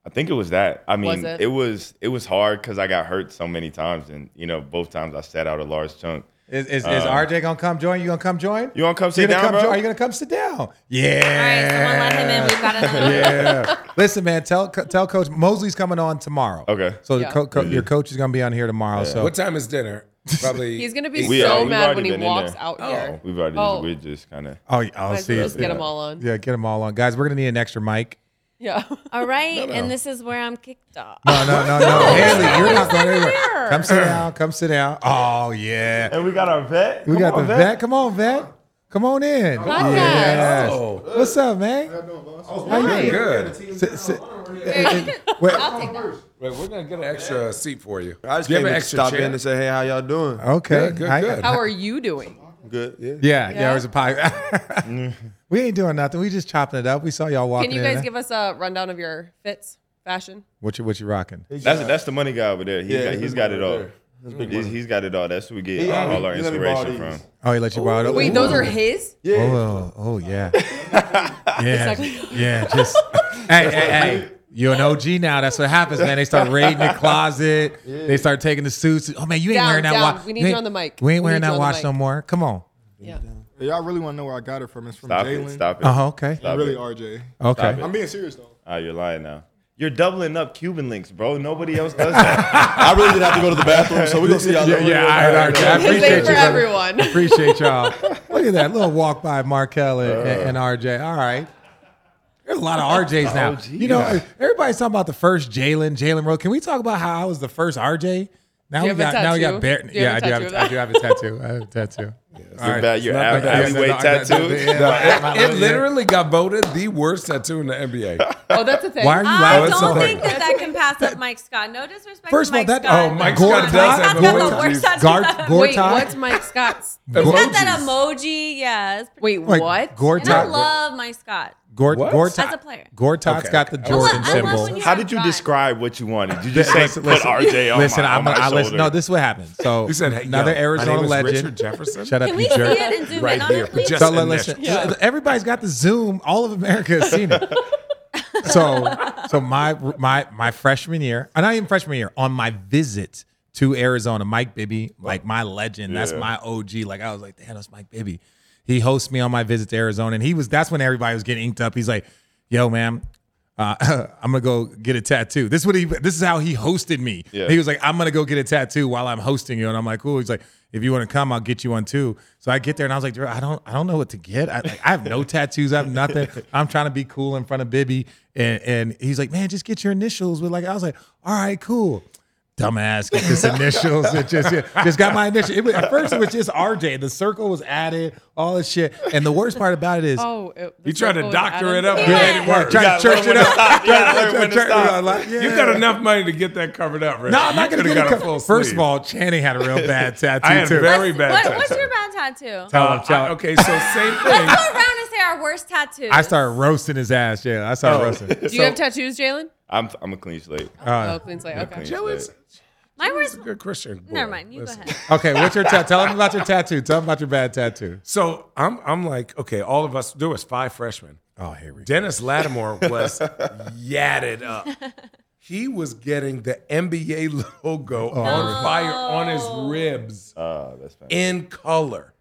Speaker 8: I think it was that. I mean,
Speaker 1: Was it?
Speaker 8: it? was it was hard because I got hurt so many times, and you know, both times I sat out a large chunk. Um,
Speaker 3: Is, is, is RJ gonna come join? You gonna come join?
Speaker 8: uh, You wanna come sit
Speaker 3: You gonna
Speaker 8: down,
Speaker 3: come
Speaker 8: bro?
Speaker 3: join? Are you gonna come sit down?
Speaker 6: All right, someone let him in.
Speaker 3: Yeah.
Speaker 6: We've got another.
Speaker 3: yeah. Listen, man. Tell tell Coach Mosley's coming on tomorrow.
Speaker 8: Okay.
Speaker 3: So the
Speaker 1: Yeah.
Speaker 3: co- co- your coach is gonna be on here tomorrow. So
Speaker 4: What time is dinner? Probably.
Speaker 1: He's going to be
Speaker 8: We
Speaker 1: so
Speaker 8: are- we've
Speaker 1: mad
Speaker 8: already
Speaker 1: when he
Speaker 8: been in
Speaker 1: walks
Speaker 8: there.
Speaker 1: out here.
Speaker 8: We've already
Speaker 1: Oh.
Speaker 8: we're just kind of
Speaker 3: Oh, yeah, I'll
Speaker 1: Might as
Speaker 3: see.
Speaker 1: well
Speaker 3: you.
Speaker 1: just get them all on.
Speaker 3: Yeah, get them all on, guys. We're gonna need an extra mic.
Speaker 1: Yeah.
Speaker 6: All right, and this is where I'm kicked off.
Speaker 3: No, no, no, no, Haley, you're not going anywhere. Come sit down. Come sit down. Oh yeah,
Speaker 8: and we got our vet.
Speaker 3: we got the vet. Come on, vet. Come on in.
Speaker 1: on.
Speaker 3: Yes.
Speaker 4: Oh,
Speaker 3: What's up, man?
Speaker 4: good.
Speaker 3: Sit- sit- Wait,
Speaker 4: Wait, we're gonna get an extra seat for you.
Speaker 11: I just
Speaker 4: Do you
Speaker 11: came
Speaker 4: have an
Speaker 11: to
Speaker 4: extra
Speaker 11: stop
Speaker 4: chair?
Speaker 11: in and say, hey, how y'all doing?
Speaker 3: okay.
Speaker 4: Good, good,
Speaker 3: Hi-
Speaker 4: good.
Speaker 1: How are you doing?
Speaker 11: Good. Yeah.
Speaker 3: Yeah, yeah,
Speaker 1: Yeah.
Speaker 3: it was a pie. we ain't doing nothing. We just chopping it up. We saw y'all walking.
Speaker 1: Can you
Speaker 3: in.
Speaker 1: guys give us a rundown of your fits, fashion?
Speaker 3: what you what you rocking?
Speaker 8: That's that's the money guy over there. He's
Speaker 11: Yeah,
Speaker 8: got,
Speaker 11: he's
Speaker 8: he's got
Speaker 11: the
Speaker 8: it
Speaker 11: money
Speaker 8: all.
Speaker 11: over
Speaker 8: He's, he's got it all. That's where we get
Speaker 11: Yeah,
Speaker 8: all our
Speaker 11: you let me borrow
Speaker 8: inspiration from.
Speaker 11: these.
Speaker 3: Oh, he let you borrow it.
Speaker 1: Wait, those are his?
Speaker 3: Oh, oh yeah, yeah, yeah. Just hey, hey, hey. You're an OG now. That's what happens, man. They start raiding the closet. They start taking the suits. Oh man, you ain't
Speaker 1: Down,
Speaker 3: wearing that
Speaker 1: down.
Speaker 3: watch.
Speaker 1: We need
Speaker 3: ain't-
Speaker 1: you on the mic.
Speaker 3: We ain't
Speaker 1: We
Speaker 3: wearing
Speaker 1: need
Speaker 3: that
Speaker 1: you on the
Speaker 3: watch
Speaker 1: mic.
Speaker 3: no more. Come on.
Speaker 1: Yeah.
Speaker 12: Y'all really want to know where I got it from? It's from
Speaker 8: Stop
Speaker 12: Jalen.
Speaker 8: it. Stop it.
Speaker 3: Uh huh. Okay.
Speaker 8: Stop
Speaker 12: Really,
Speaker 8: it.
Speaker 12: RJ.
Speaker 3: Okay.
Speaker 8: it.
Speaker 12: I'm being serious though.
Speaker 8: Ah, you're lying now. You're doubling up Cuban links, bro. Nobody else does that. I really did have to go to the bathroom, so we're gonna see y'all.
Speaker 3: Yeah,
Speaker 8: later.
Speaker 3: yeah, all right, all right. I appreciate you.
Speaker 1: for
Speaker 3: brother.
Speaker 1: everyone.
Speaker 3: Appreciate y'all. Look at that little walk by Markel and, and
Speaker 8: Uh.
Speaker 3: RJ. All right. There's a lot of
Speaker 4: Oh,
Speaker 3: RJs now. you know, everybody's talking about the first Jalen, Jalen Rose. Can we talk about how I was the first RJ? Now we
Speaker 1: Do you have a
Speaker 3: got now we
Speaker 1: tattoo?
Speaker 3: got Bear.
Speaker 1: Do you
Speaker 3: yeah,
Speaker 1: have a
Speaker 3: I do have
Speaker 1: tattoo
Speaker 3: a,
Speaker 1: of
Speaker 3: I do have a tattoo. I have a tattoo. All
Speaker 8: Your bad, your ab-
Speaker 3: Yeah,
Speaker 8: alleyway
Speaker 3: no, that-
Speaker 8: tattoo.
Speaker 3: that- yeah, my- my-
Speaker 4: It literally got voted the worst tattoo in the NBA.
Speaker 1: Oh, that's a thing.
Speaker 3: Why are you
Speaker 6: I
Speaker 3: laughing
Speaker 4: it's
Speaker 3: so
Speaker 6: Ah, don't
Speaker 4: okay.
Speaker 6: think
Speaker 3: hard?
Speaker 6: that that can pass up Mike Scott. No disrespect
Speaker 3: First of
Speaker 6: to
Speaker 3: all,
Speaker 6: Mike
Speaker 3: that
Speaker 6: Scott.
Speaker 3: oh my
Speaker 4: Mike Scott
Speaker 3: god,
Speaker 4: does
Speaker 6: That's
Speaker 4: have
Speaker 6: not
Speaker 4: Gortat.
Speaker 6: the worst tattoo
Speaker 3: Gor-
Speaker 6: I've ever-
Speaker 1: Wait,
Speaker 3: Gortat?
Speaker 1: what's Mike Scott's?
Speaker 6: Is
Speaker 4: Emojis.
Speaker 6: that that emoji? Yeah. it's pretty-
Speaker 3: Like,
Speaker 1: Wait, what?
Speaker 3: Gortat.
Speaker 6: And I love Mike Scott.
Speaker 3: Gort,
Speaker 13: What?
Speaker 3: Gortat.
Speaker 6: As a player.
Speaker 3: Gortat's got the
Speaker 6: I love-
Speaker 3: Jordan
Speaker 6: I love
Speaker 3: symbol.
Speaker 6: when you
Speaker 8: How
Speaker 6: have
Speaker 8: did you
Speaker 6: pride.
Speaker 8: describe what you wanted? You just say
Speaker 3: Listen,
Speaker 8: put
Speaker 3: listen,
Speaker 8: RJ on
Speaker 3: Listen,
Speaker 8: my, on
Speaker 3: I'm
Speaker 8: my
Speaker 3: gonna, I
Speaker 8: shoulder.
Speaker 3: listen. No, this is what happened. So
Speaker 4: He said, hey,
Speaker 3: another
Speaker 4: yo, my
Speaker 3: Arizona
Speaker 4: name is
Speaker 3: legend.
Speaker 4: Richard Jefferson.
Speaker 3: Shut up,
Speaker 6: Can
Speaker 3: you
Speaker 6: we see
Speaker 3: jerk.
Speaker 6: it and zoom
Speaker 4: Right
Speaker 6: in on
Speaker 4: here,
Speaker 6: it, please?
Speaker 4: just-
Speaker 3: So
Speaker 4: in this.
Speaker 3: listen, everybody's got the Zoom. All of America has seen it. so, so my my my freshman year, and not even freshman year, on my visit to Arizona, Mike Bibby, like my legend, that's my OG. Like I was like, damn, that's Mike Bibby. He hosts me on my visit to Arizona, and he was. That's when everybody was getting inked up. He's like, "Yo, man, uh, I'm gonna go get a tattoo." This is what he. This is how he hosted me.
Speaker 8: Yeah.
Speaker 3: He was like, "I'm gonna go get a tattoo while I'm hosting you," and I'm like, "Cool." He's like, "If you want to come, I'll get you one too." So I get there and I was like, "Dude, "I don't, I don't know what to get. I, like, I have no tattoos. I have nothing. I'm trying to be cool in front of Bibby." And, and he's like, "Man, just get your initials." With like, I was like, "All right, cool." dumbass get this initials it just yeah, just got my initial it was, at first it was just rj the circle was added all this shit and the worst part about it is
Speaker 1: Oh, it,
Speaker 4: He tried to doctor it up.
Speaker 6: Yeah.
Speaker 4: but it didn't work.
Speaker 3: try to church it up
Speaker 8: Yeah, learn when to
Speaker 3: Church-
Speaker 8: stop.
Speaker 3: like, yeah.
Speaker 4: You got enough money to get that covered up, Rich.
Speaker 3: no i'm not
Speaker 4: You
Speaker 3: gonna
Speaker 4: coulda
Speaker 3: get
Speaker 4: got
Speaker 3: it
Speaker 4: a full
Speaker 3: first
Speaker 4: sleeve.
Speaker 3: of all channing had a real bad tattoo
Speaker 4: I had
Speaker 3: too
Speaker 4: very
Speaker 6: What's-
Speaker 4: bad
Speaker 6: what-
Speaker 4: tattoo.
Speaker 6: What's your bad tattoo?
Speaker 3: Tell
Speaker 4: Uh,
Speaker 3: him, tell
Speaker 4: I-
Speaker 3: him.
Speaker 4: okay, so same
Speaker 6: Let's
Speaker 4: thing.
Speaker 6: go around and say our worst tattoo.
Speaker 3: i started roasting his ass yeah i
Speaker 4: Oh.
Speaker 3: started roasting
Speaker 1: Do you have tattoos, Jalen?
Speaker 8: I'm I'm a clean slate.
Speaker 3: Uh,
Speaker 1: oh, clean slate. Okay.
Speaker 8: Clean
Speaker 4: Jalen's-
Speaker 8: slate.
Speaker 6: My
Speaker 4: Jalen's
Speaker 6: worst.
Speaker 4: a good Christian. boy.
Speaker 6: Never mind. You go
Speaker 4: Listen.
Speaker 6: ahead.
Speaker 3: okay what's your ta- tell him about your tattoo tell him about your bad tattoo
Speaker 4: So I'm I'm like, okay, all of us there was five freshmen.
Speaker 3: oh here we go
Speaker 4: Dennis Lattimore was yatted up. He was getting the NBA logo
Speaker 3: Oh.
Speaker 4: on fire on
Speaker 6: Oh.
Speaker 4: his ribs
Speaker 8: Ah, that's fine.
Speaker 4: in color.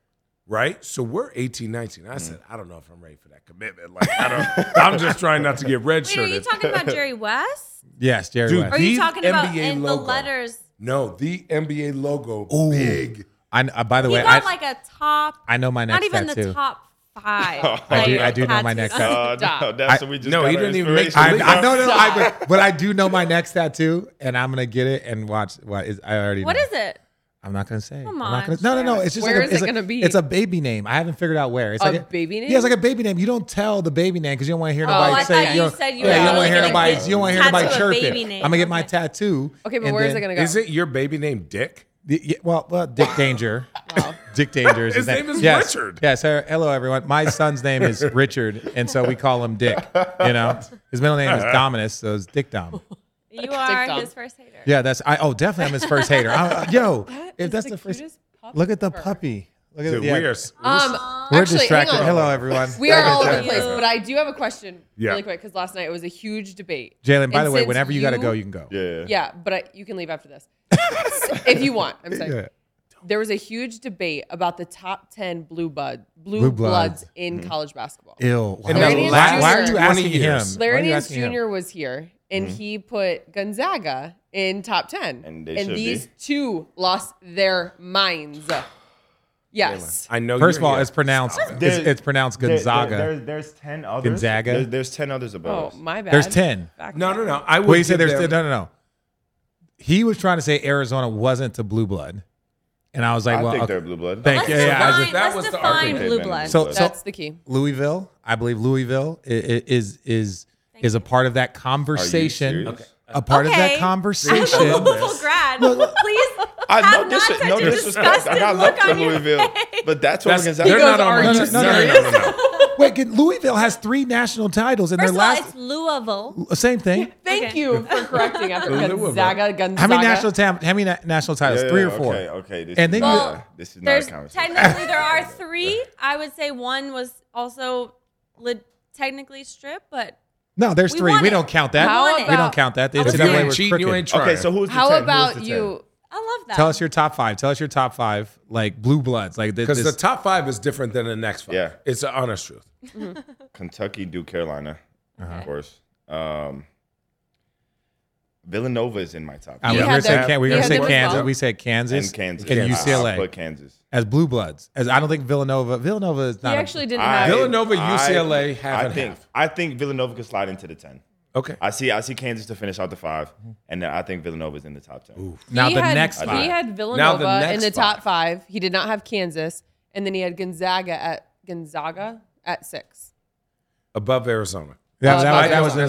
Speaker 4: Right? So we're 18, 19.
Speaker 3: Mm.
Speaker 4: I said, I don't know if I'm ready for that commitment. Like, I don't, I'm just trying not to get
Speaker 6: Wait, are you
Speaker 4: redshirted.
Speaker 6: talking about Jerry West?
Speaker 3: yes jerry
Speaker 4: Dude,
Speaker 3: West.
Speaker 6: Or are you
Speaker 4: The
Speaker 6: talking about
Speaker 4: NBA
Speaker 6: in
Speaker 4: logo.
Speaker 6: the letters?
Speaker 4: No, the NBA logo,
Speaker 3: Ooh.
Speaker 4: big.
Speaker 3: I, uh, by the
Speaker 6: He
Speaker 3: way
Speaker 6: got
Speaker 3: I,
Speaker 6: like a top.
Speaker 3: I know my
Speaker 6: Not
Speaker 3: next
Speaker 6: even
Speaker 3: tattoo
Speaker 6: the top five.
Speaker 3: I do-
Speaker 6: Oh, like,
Speaker 3: I do know my
Speaker 6: tattoos.
Speaker 3: next tattoo. Oh,
Speaker 8: Uh, no,
Speaker 1: Stop.
Speaker 8: that's what we just
Speaker 4: No,
Speaker 8: got
Speaker 4: he
Speaker 8: our
Speaker 4: didn't even make
Speaker 8: inspiration
Speaker 4: the
Speaker 8: from.
Speaker 3: I, I no no no, I, but, but I do know my next tattoo, and I'm gonna get it and watch. What is I already?
Speaker 6: What
Speaker 3: know.
Speaker 6: is it?
Speaker 3: I'm not gonna say.
Speaker 6: Come
Speaker 3: I'm not
Speaker 6: on,
Speaker 3: gonna, no no no.
Speaker 6: Jared.
Speaker 3: It's just
Speaker 1: Where
Speaker 3: like a,
Speaker 1: is
Speaker 3: it's
Speaker 1: it
Speaker 3: like-
Speaker 1: gonna be?
Speaker 3: It's a baby name. I haven't figured out where. It's
Speaker 1: A
Speaker 3: like
Speaker 1: baby name?
Speaker 3: Yeah, it's like a baby name. You don't tell the baby name because you don't want to hear nobody
Speaker 6: Oh, I thought
Speaker 3: say.
Speaker 6: you
Speaker 3: don't-
Speaker 6: said you
Speaker 3: yeah,
Speaker 6: were
Speaker 3: you don't want
Speaker 6: gonna
Speaker 3: to hear
Speaker 6: get a
Speaker 3: nobody.
Speaker 6: baby
Speaker 3: You don't want to hear nobody
Speaker 6: tattoo, a
Speaker 3: chirping.
Speaker 6: baby name.
Speaker 3: I'm gonna get my
Speaker 6: Okay.
Speaker 3: tattoo.
Speaker 1: Okay, but
Speaker 3: and
Speaker 1: where is
Speaker 3: then-
Speaker 1: it gonna go?
Speaker 4: Is it your baby name, Dick?
Speaker 3: Y- yeah, well, well, Dick Danger.
Speaker 6: Oh.
Speaker 3: Dick Danger is
Speaker 4: His
Speaker 3: his,
Speaker 4: name is
Speaker 3: yes.
Speaker 4: Richard.
Speaker 3: Yes. her- Hello, everyone. My son's name is Richard, and so we call him Dick. You know, his middle name is Dominus, so it's Dick Dom.
Speaker 6: You are
Speaker 1: TikTok.
Speaker 6: his first hater.
Speaker 3: Yeah, that's I. Oh, definitely, I'm his first hater. I- uh, yo, if that's the, first, look at the puppy. Look at
Speaker 4: Dude,
Speaker 3: yeah.
Speaker 4: we are. s-
Speaker 1: Um,
Speaker 3: We're
Speaker 1: actually,
Speaker 3: distracted.
Speaker 1: Hang on.
Speaker 3: Hello, everyone.
Speaker 1: We are all over the
Speaker 6: you.
Speaker 1: place, but I do have a question
Speaker 4: Yeah.
Speaker 1: really quick because last night it was a huge debate.
Speaker 3: Jalen, by
Speaker 1: And
Speaker 3: the way,
Speaker 1: since
Speaker 3: whenever you, got to go, you can go.
Speaker 8: Yeah.
Speaker 1: Yeah, but I, you can leave after this if you want. I'm sorry.
Speaker 3: Yeah.
Speaker 1: There was a huge debate about the top ten blue bud blue,
Speaker 3: Blue bloods.
Speaker 1: bloods, in
Speaker 8: Mm-hmm.
Speaker 1: college basketball.
Speaker 3: Ew. Why,
Speaker 4: In
Speaker 1: the
Speaker 3: why-
Speaker 1: last
Speaker 3: why are you
Speaker 4: 20
Speaker 3: asking him?
Speaker 4: years.
Speaker 3: Why are
Speaker 1: Larry
Speaker 3: you
Speaker 1: Nance
Speaker 3: asking him?
Speaker 1: Jr. was here and he put Gonzaga in top 10.
Speaker 8: Mm-hmm. And they should
Speaker 1: these
Speaker 8: be.
Speaker 1: two lost their minds. Yes.
Speaker 4: I know.
Speaker 3: First of
Speaker 4: you're
Speaker 3: all,
Speaker 4: here.
Speaker 3: it's pronounced. It's,
Speaker 8: There's-
Speaker 3: it's pronounced
Speaker 8: There- there-
Speaker 3: Gonzaga.
Speaker 8: there's, there's ten others.
Speaker 3: Gonzaga?
Speaker 8: There's, there's ten others above.
Speaker 1: Oh,
Speaker 8: us.
Speaker 1: my bad.
Speaker 3: There's 10.
Speaker 1: Back
Speaker 4: no,
Speaker 1: up.
Speaker 4: no, no. I would.
Speaker 3: Well, he said
Speaker 4: give
Speaker 3: there's
Speaker 4: them-
Speaker 3: no, no, no. He was trying to say Arizona wasn't the blue blood, and I was like,
Speaker 8: I
Speaker 3: well,
Speaker 8: think
Speaker 3: okay.
Speaker 8: they're blue blood.
Speaker 3: Thank
Speaker 6: Let's
Speaker 3: you. Yeah, yeah, I was
Speaker 6: define,
Speaker 4: just- that
Speaker 6: let's
Speaker 4: was the
Speaker 6: define
Speaker 4: argument.
Speaker 6: blue blood.
Speaker 3: So- so-
Speaker 1: That's the key.
Speaker 3: Louisville. I believe Louisville i- i- is is is a part of that conversation.
Speaker 8: serious? Okay.
Speaker 3: A part of that
Speaker 6: Okay.
Speaker 3: conversation.
Speaker 6: I'm a Louisville grad. Please
Speaker 8: I
Speaker 6: have
Speaker 8: no, dis-
Speaker 6: not such
Speaker 8: no
Speaker 6: a
Speaker 8: disrespect. I
Speaker 6: disgusted
Speaker 8: got love
Speaker 6: look
Speaker 8: for
Speaker 6: on your
Speaker 8: Louisville,
Speaker 6: face.
Speaker 8: but that's what
Speaker 4: That's,
Speaker 8: I'm
Speaker 4: they're
Speaker 8: saying.
Speaker 4: not
Speaker 1: "Are
Speaker 4: on
Speaker 1: you
Speaker 4: my list. No, no, no, no, no, no.
Speaker 3: Wait, can- Louisville has three national titles, and
Speaker 6: First
Speaker 3: their
Speaker 6: of all,
Speaker 3: last uh,
Speaker 6: it's Louisville.
Speaker 3: same thing.
Speaker 1: Thank
Speaker 6: Okay.
Speaker 1: you for correcting after
Speaker 4: Louisville.
Speaker 1: Gonzaga, Gonzaga.
Speaker 3: How many national tam- how many na- national titles?
Speaker 8: Yeah,
Speaker 3: three
Speaker 8: yeah,
Speaker 3: or four.
Speaker 8: Okay, okay. This
Speaker 3: And
Speaker 8: is
Speaker 3: then you-
Speaker 8: not-
Speaker 6: Well,
Speaker 8: this is not a
Speaker 6: There's
Speaker 8: conversation.
Speaker 6: technically there are three. I would say one was also lit technically stripped, but
Speaker 3: No, there's
Speaker 6: We
Speaker 3: three.
Speaker 6: want
Speaker 3: We
Speaker 6: it.
Speaker 3: don't count that.
Speaker 1: How
Speaker 6: We want it.
Speaker 3: we
Speaker 1: about-
Speaker 3: don't count that. The
Speaker 1: If
Speaker 4: If you
Speaker 3: NCAA
Speaker 4: ain't
Speaker 3: was
Speaker 4: cheating,
Speaker 3: crooked.
Speaker 4: you ain't trying.
Speaker 8: Okay, so who's the
Speaker 1: How
Speaker 8: 10? Who's
Speaker 1: about
Speaker 8: the 10?
Speaker 1: you
Speaker 6: I love that.
Speaker 3: Tell us your top five. Tell us your top five, like blue bloods, like this.
Speaker 4: Because the
Speaker 3: this-
Speaker 4: top five is different than the next five.
Speaker 8: Yeah.
Speaker 4: It's the honest truth. Uh-huh.
Speaker 8: Kentucky, Duke, Carolina, of course. Um, Villanova is in my top.
Speaker 3: I
Speaker 8: five.
Speaker 3: was
Speaker 1: Yeah.
Speaker 3: gonna
Speaker 1: had
Speaker 3: say Can-
Speaker 1: them-
Speaker 3: Uh, we
Speaker 1: you
Speaker 3: were gonna
Speaker 1: had
Speaker 3: say
Speaker 1: them as
Speaker 3: Kansas.
Speaker 1: well.
Speaker 3: We said Kansas
Speaker 8: and Kansas.
Speaker 3: and
Speaker 8: I-
Speaker 3: UCLA
Speaker 8: I put Kansas.
Speaker 3: as blue bloods. As I don't think Villanova. Villanova is
Speaker 1: He
Speaker 3: not. a-
Speaker 1: actually didn't
Speaker 8: I-
Speaker 1: have.
Speaker 4: Villanova, UCLA, half
Speaker 8: I
Speaker 4: and
Speaker 8: think
Speaker 4: half.
Speaker 8: I think Villanova could slide into the ten.
Speaker 4: Okay.
Speaker 8: I see. I see Kansas to finish out the five, and then I think Villanova's in the top ten.
Speaker 3: now
Speaker 1: he
Speaker 3: the
Speaker 1: had,
Speaker 3: next
Speaker 1: He
Speaker 3: five.
Speaker 1: had
Speaker 4: Now the
Speaker 1: Villanova in
Speaker 4: next
Speaker 1: the top
Speaker 4: five.
Speaker 1: five. He did not have Kansas, and then he had Gonzaga at Gonzaga at six.
Speaker 4: Above Arizona.
Speaker 3: that, that
Speaker 1: Uh,
Speaker 3: was, that, was,
Speaker 4: I don't
Speaker 3: that was his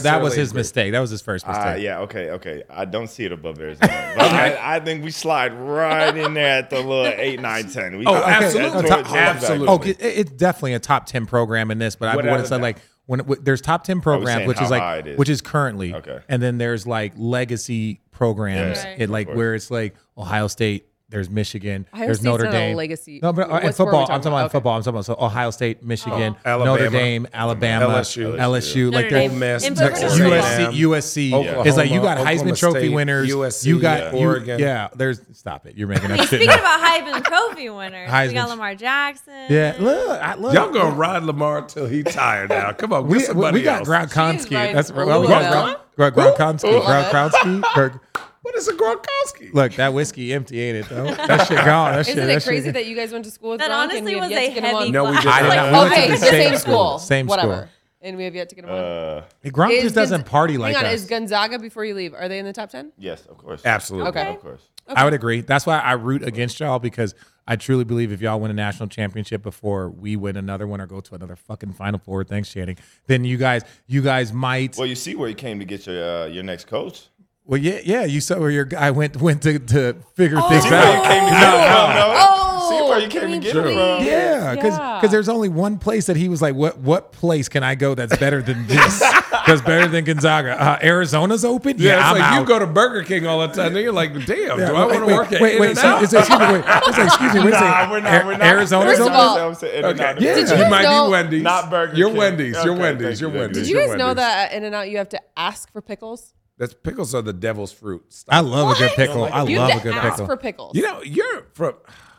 Speaker 4: necessarily
Speaker 3: mistake. That was his first mistake.
Speaker 8: Ah, yeah. Okay. Okay. I don't see it above Arizona, but I, I think we slide right in there at the little eight, nine, ten. We
Speaker 4: Oh,
Speaker 8: got-
Speaker 4: absolutely.
Speaker 8: towards- towards
Speaker 4: Absolutely.
Speaker 8: that.
Speaker 3: Oh, it, it's definitely a top ten program in this, but I
Speaker 8: Without
Speaker 3: want
Speaker 8: a
Speaker 3: to say
Speaker 8: doubt.
Speaker 3: like when, when there's top ten programs,
Speaker 8: saying
Speaker 3: which
Speaker 8: how
Speaker 3: is
Speaker 8: high
Speaker 3: like
Speaker 8: it is.
Speaker 3: which is currently,
Speaker 8: Okay.
Speaker 3: and then there's like legacy programs,
Speaker 8: Yeah,
Speaker 3: it like where it's like Ohio State, there's Michigan,
Speaker 1: Ohio
Speaker 3: there's
Speaker 1: State's
Speaker 3: Notre
Speaker 1: not a
Speaker 3: Dame,
Speaker 1: legacy.
Speaker 3: No, but uh,
Speaker 1: What's-
Speaker 3: in
Speaker 1: what are we
Speaker 3: football, I'm
Speaker 1: talking
Speaker 3: talking about
Speaker 1: about? Okay.
Speaker 3: football. I'm talking about so Ohio State, Michigan,
Speaker 4: Alabama.
Speaker 3: Notre Dame, Alabama,
Speaker 4: LSU.
Speaker 3: LSU,
Speaker 6: Notre
Speaker 3: like
Speaker 6: Dame.
Speaker 3: there's
Speaker 4: Ole Miss,
Speaker 6: In Florida.
Speaker 4: Texas
Speaker 3: USC,
Speaker 4: A&M.
Speaker 3: USC.
Speaker 4: Oklahoma,
Speaker 3: it's like you got
Speaker 4: Oklahoma
Speaker 3: Heisman Trophy
Speaker 4: State,
Speaker 3: winners.
Speaker 4: USC,
Speaker 3: you got you-
Speaker 4: Oregon.
Speaker 3: yeah, there's stop it. You're making
Speaker 6: Hey,
Speaker 3: up shit.
Speaker 6: speaking
Speaker 3: now.
Speaker 6: about Heisman Trophy winners, we
Speaker 3: Heisman.
Speaker 6: got Lamar Jackson.
Speaker 3: Yeah, look, I, look,
Speaker 4: Y'all gonna ride Lamar till he tired now. Come on, get
Speaker 3: we, we,
Speaker 4: somebody
Speaker 3: we got
Speaker 4: else.
Speaker 3: Gronkowski.
Speaker 1: Ryan
Speaker 3: That's well, we
Speaker 1: Louisville.
Speaker 3: got Gron- Gron- Gronkowski.
Speaker 1: Love it.
Speaker 3: Gronkowski. Gronk-
Speaker 4: What is a Gronkowski?
Speaker 3: Look, that whiskey empty, ain't it? Though? That shit gone. That shit.
Speaker 1: Isn't
Speaker 3: that
Speaker 1: it crazy
Speaker 3: shit.
Speaker 1: that you guys went to school with
Speaker 6: That
Speaker 1: Gronk and
Speaker 6: honestly
Speaker 1: we have
Speaker 6: was
Speaker 1: yet
Speaker 6: a
Speaker 1: to get him
Speaker 6: heavy
Speaker 1: on?
Speaker 4: No, we
Speaker 6: class.
Speaker 4: didn't. I did
Speaker 6: Like,
Speaker 4: not.
Speaker 3: We went to
Speaker 1: okay,
Speaker 3: the
Speaker 1: the
Speaker 3: same
Speaker 1: same,
Speaker 3: school.
Speaker 1: school.
Speaker 3: Same school.
Speaker 1: Whatever. And we have yet to get him on.
Speaker 8: Uh,
Speaker 3: Gronk
Speaker 1: Is
Speaker 3: just doesn't
Speaker 1: Gonz-
Speaker 3: party like
Speaker 1: Hang on,
Speaker 3: us.
Speaker 1: is Gonzaga before you leave? Are they in the top ten?
Speaker 8: yes, of course.
Speaker 4: Absolutely.
Speaker 1: Okay.
Speaker 8: Of course.
Speaker 3: I would agree. That's why I root against y'all because I truly believe if y'all win a national championship before we win another one or go to another fucking Final Four, thanks, Channing. Then you guys, you guys might.
Speaker 8: Well, you see where you came to get your uh, your next coach.
Speaker 3: Well, yeah, yeah. You saw where your guy went went to, to figure things
Speaker 8: See
Speaker 3: out.
Speaker 8: where you came to get it from. no?
Speaker 1: Oh,
Speaker 8: see where you came to get it from.
Speaker 3: Yeah, because
Speaker 1: Yeah.
Speaker 3: there's only one place that he was like, what what place can I go that's better than this? that's better than Gonzaga. Uh, Arizona's open. Yeah,
Speaker 4: Yeah, it's
Speaker 3: I'm
Speaker 4: like
Speaker 3: out.
Speaker 4: you go to Burger King all the time, and you're like, damn, do I want to
Speaker 3: wait,
Speaker 4: work at
Speaker 3: wait, wait, so,
Speaker 4: In-N-Out?
Speaker 3: it's- excuse me, wait, it's like, excuse me, wait a second.
Speaker 8: Nah, we're not. We're not.
Speaker 3: Arizona's
Speaker 1: First of
Speaker 3: open.
Speaker 1: all-
Speaker 8: I'm saying In-N-Out.
Speaker 4: Yeah,
Speaker 1: Did you guys
Speaker 4: you might
Speaker 1: know-
Speaker 4: be Wendy's.
Speaker 8: Not Burger
Speaker 4: You're
Speaker 8: King.
Speaker 4: Wendy's. You're
Speaker 8: Okay,
Speaker 4: Wendy's.
Speaker 8: thank
Speaker 4: You're
Speaker 8: you, thank
Speaker 4: Wendy's.
Speaker 1: Did
Speaker 8: It's
Speaker 1: you
Speaker 4: You're
Speaker 1: guys know
Speaker 4: Wendy's.
Speaker 1: that at In and Out you have to ask for pickles?
Speaker 4: That's pickles are the devil's fruit. Stop.
Speaker 3: I love a good pickle. I
Speaker 1: You
Speaker 3: love a
Speaker 1: have to
Speaker 3: good
Speaker 1: ask
Speaker 3: pickle.
Speaker 1: for pickles.
Speaker 4: You know, you're from.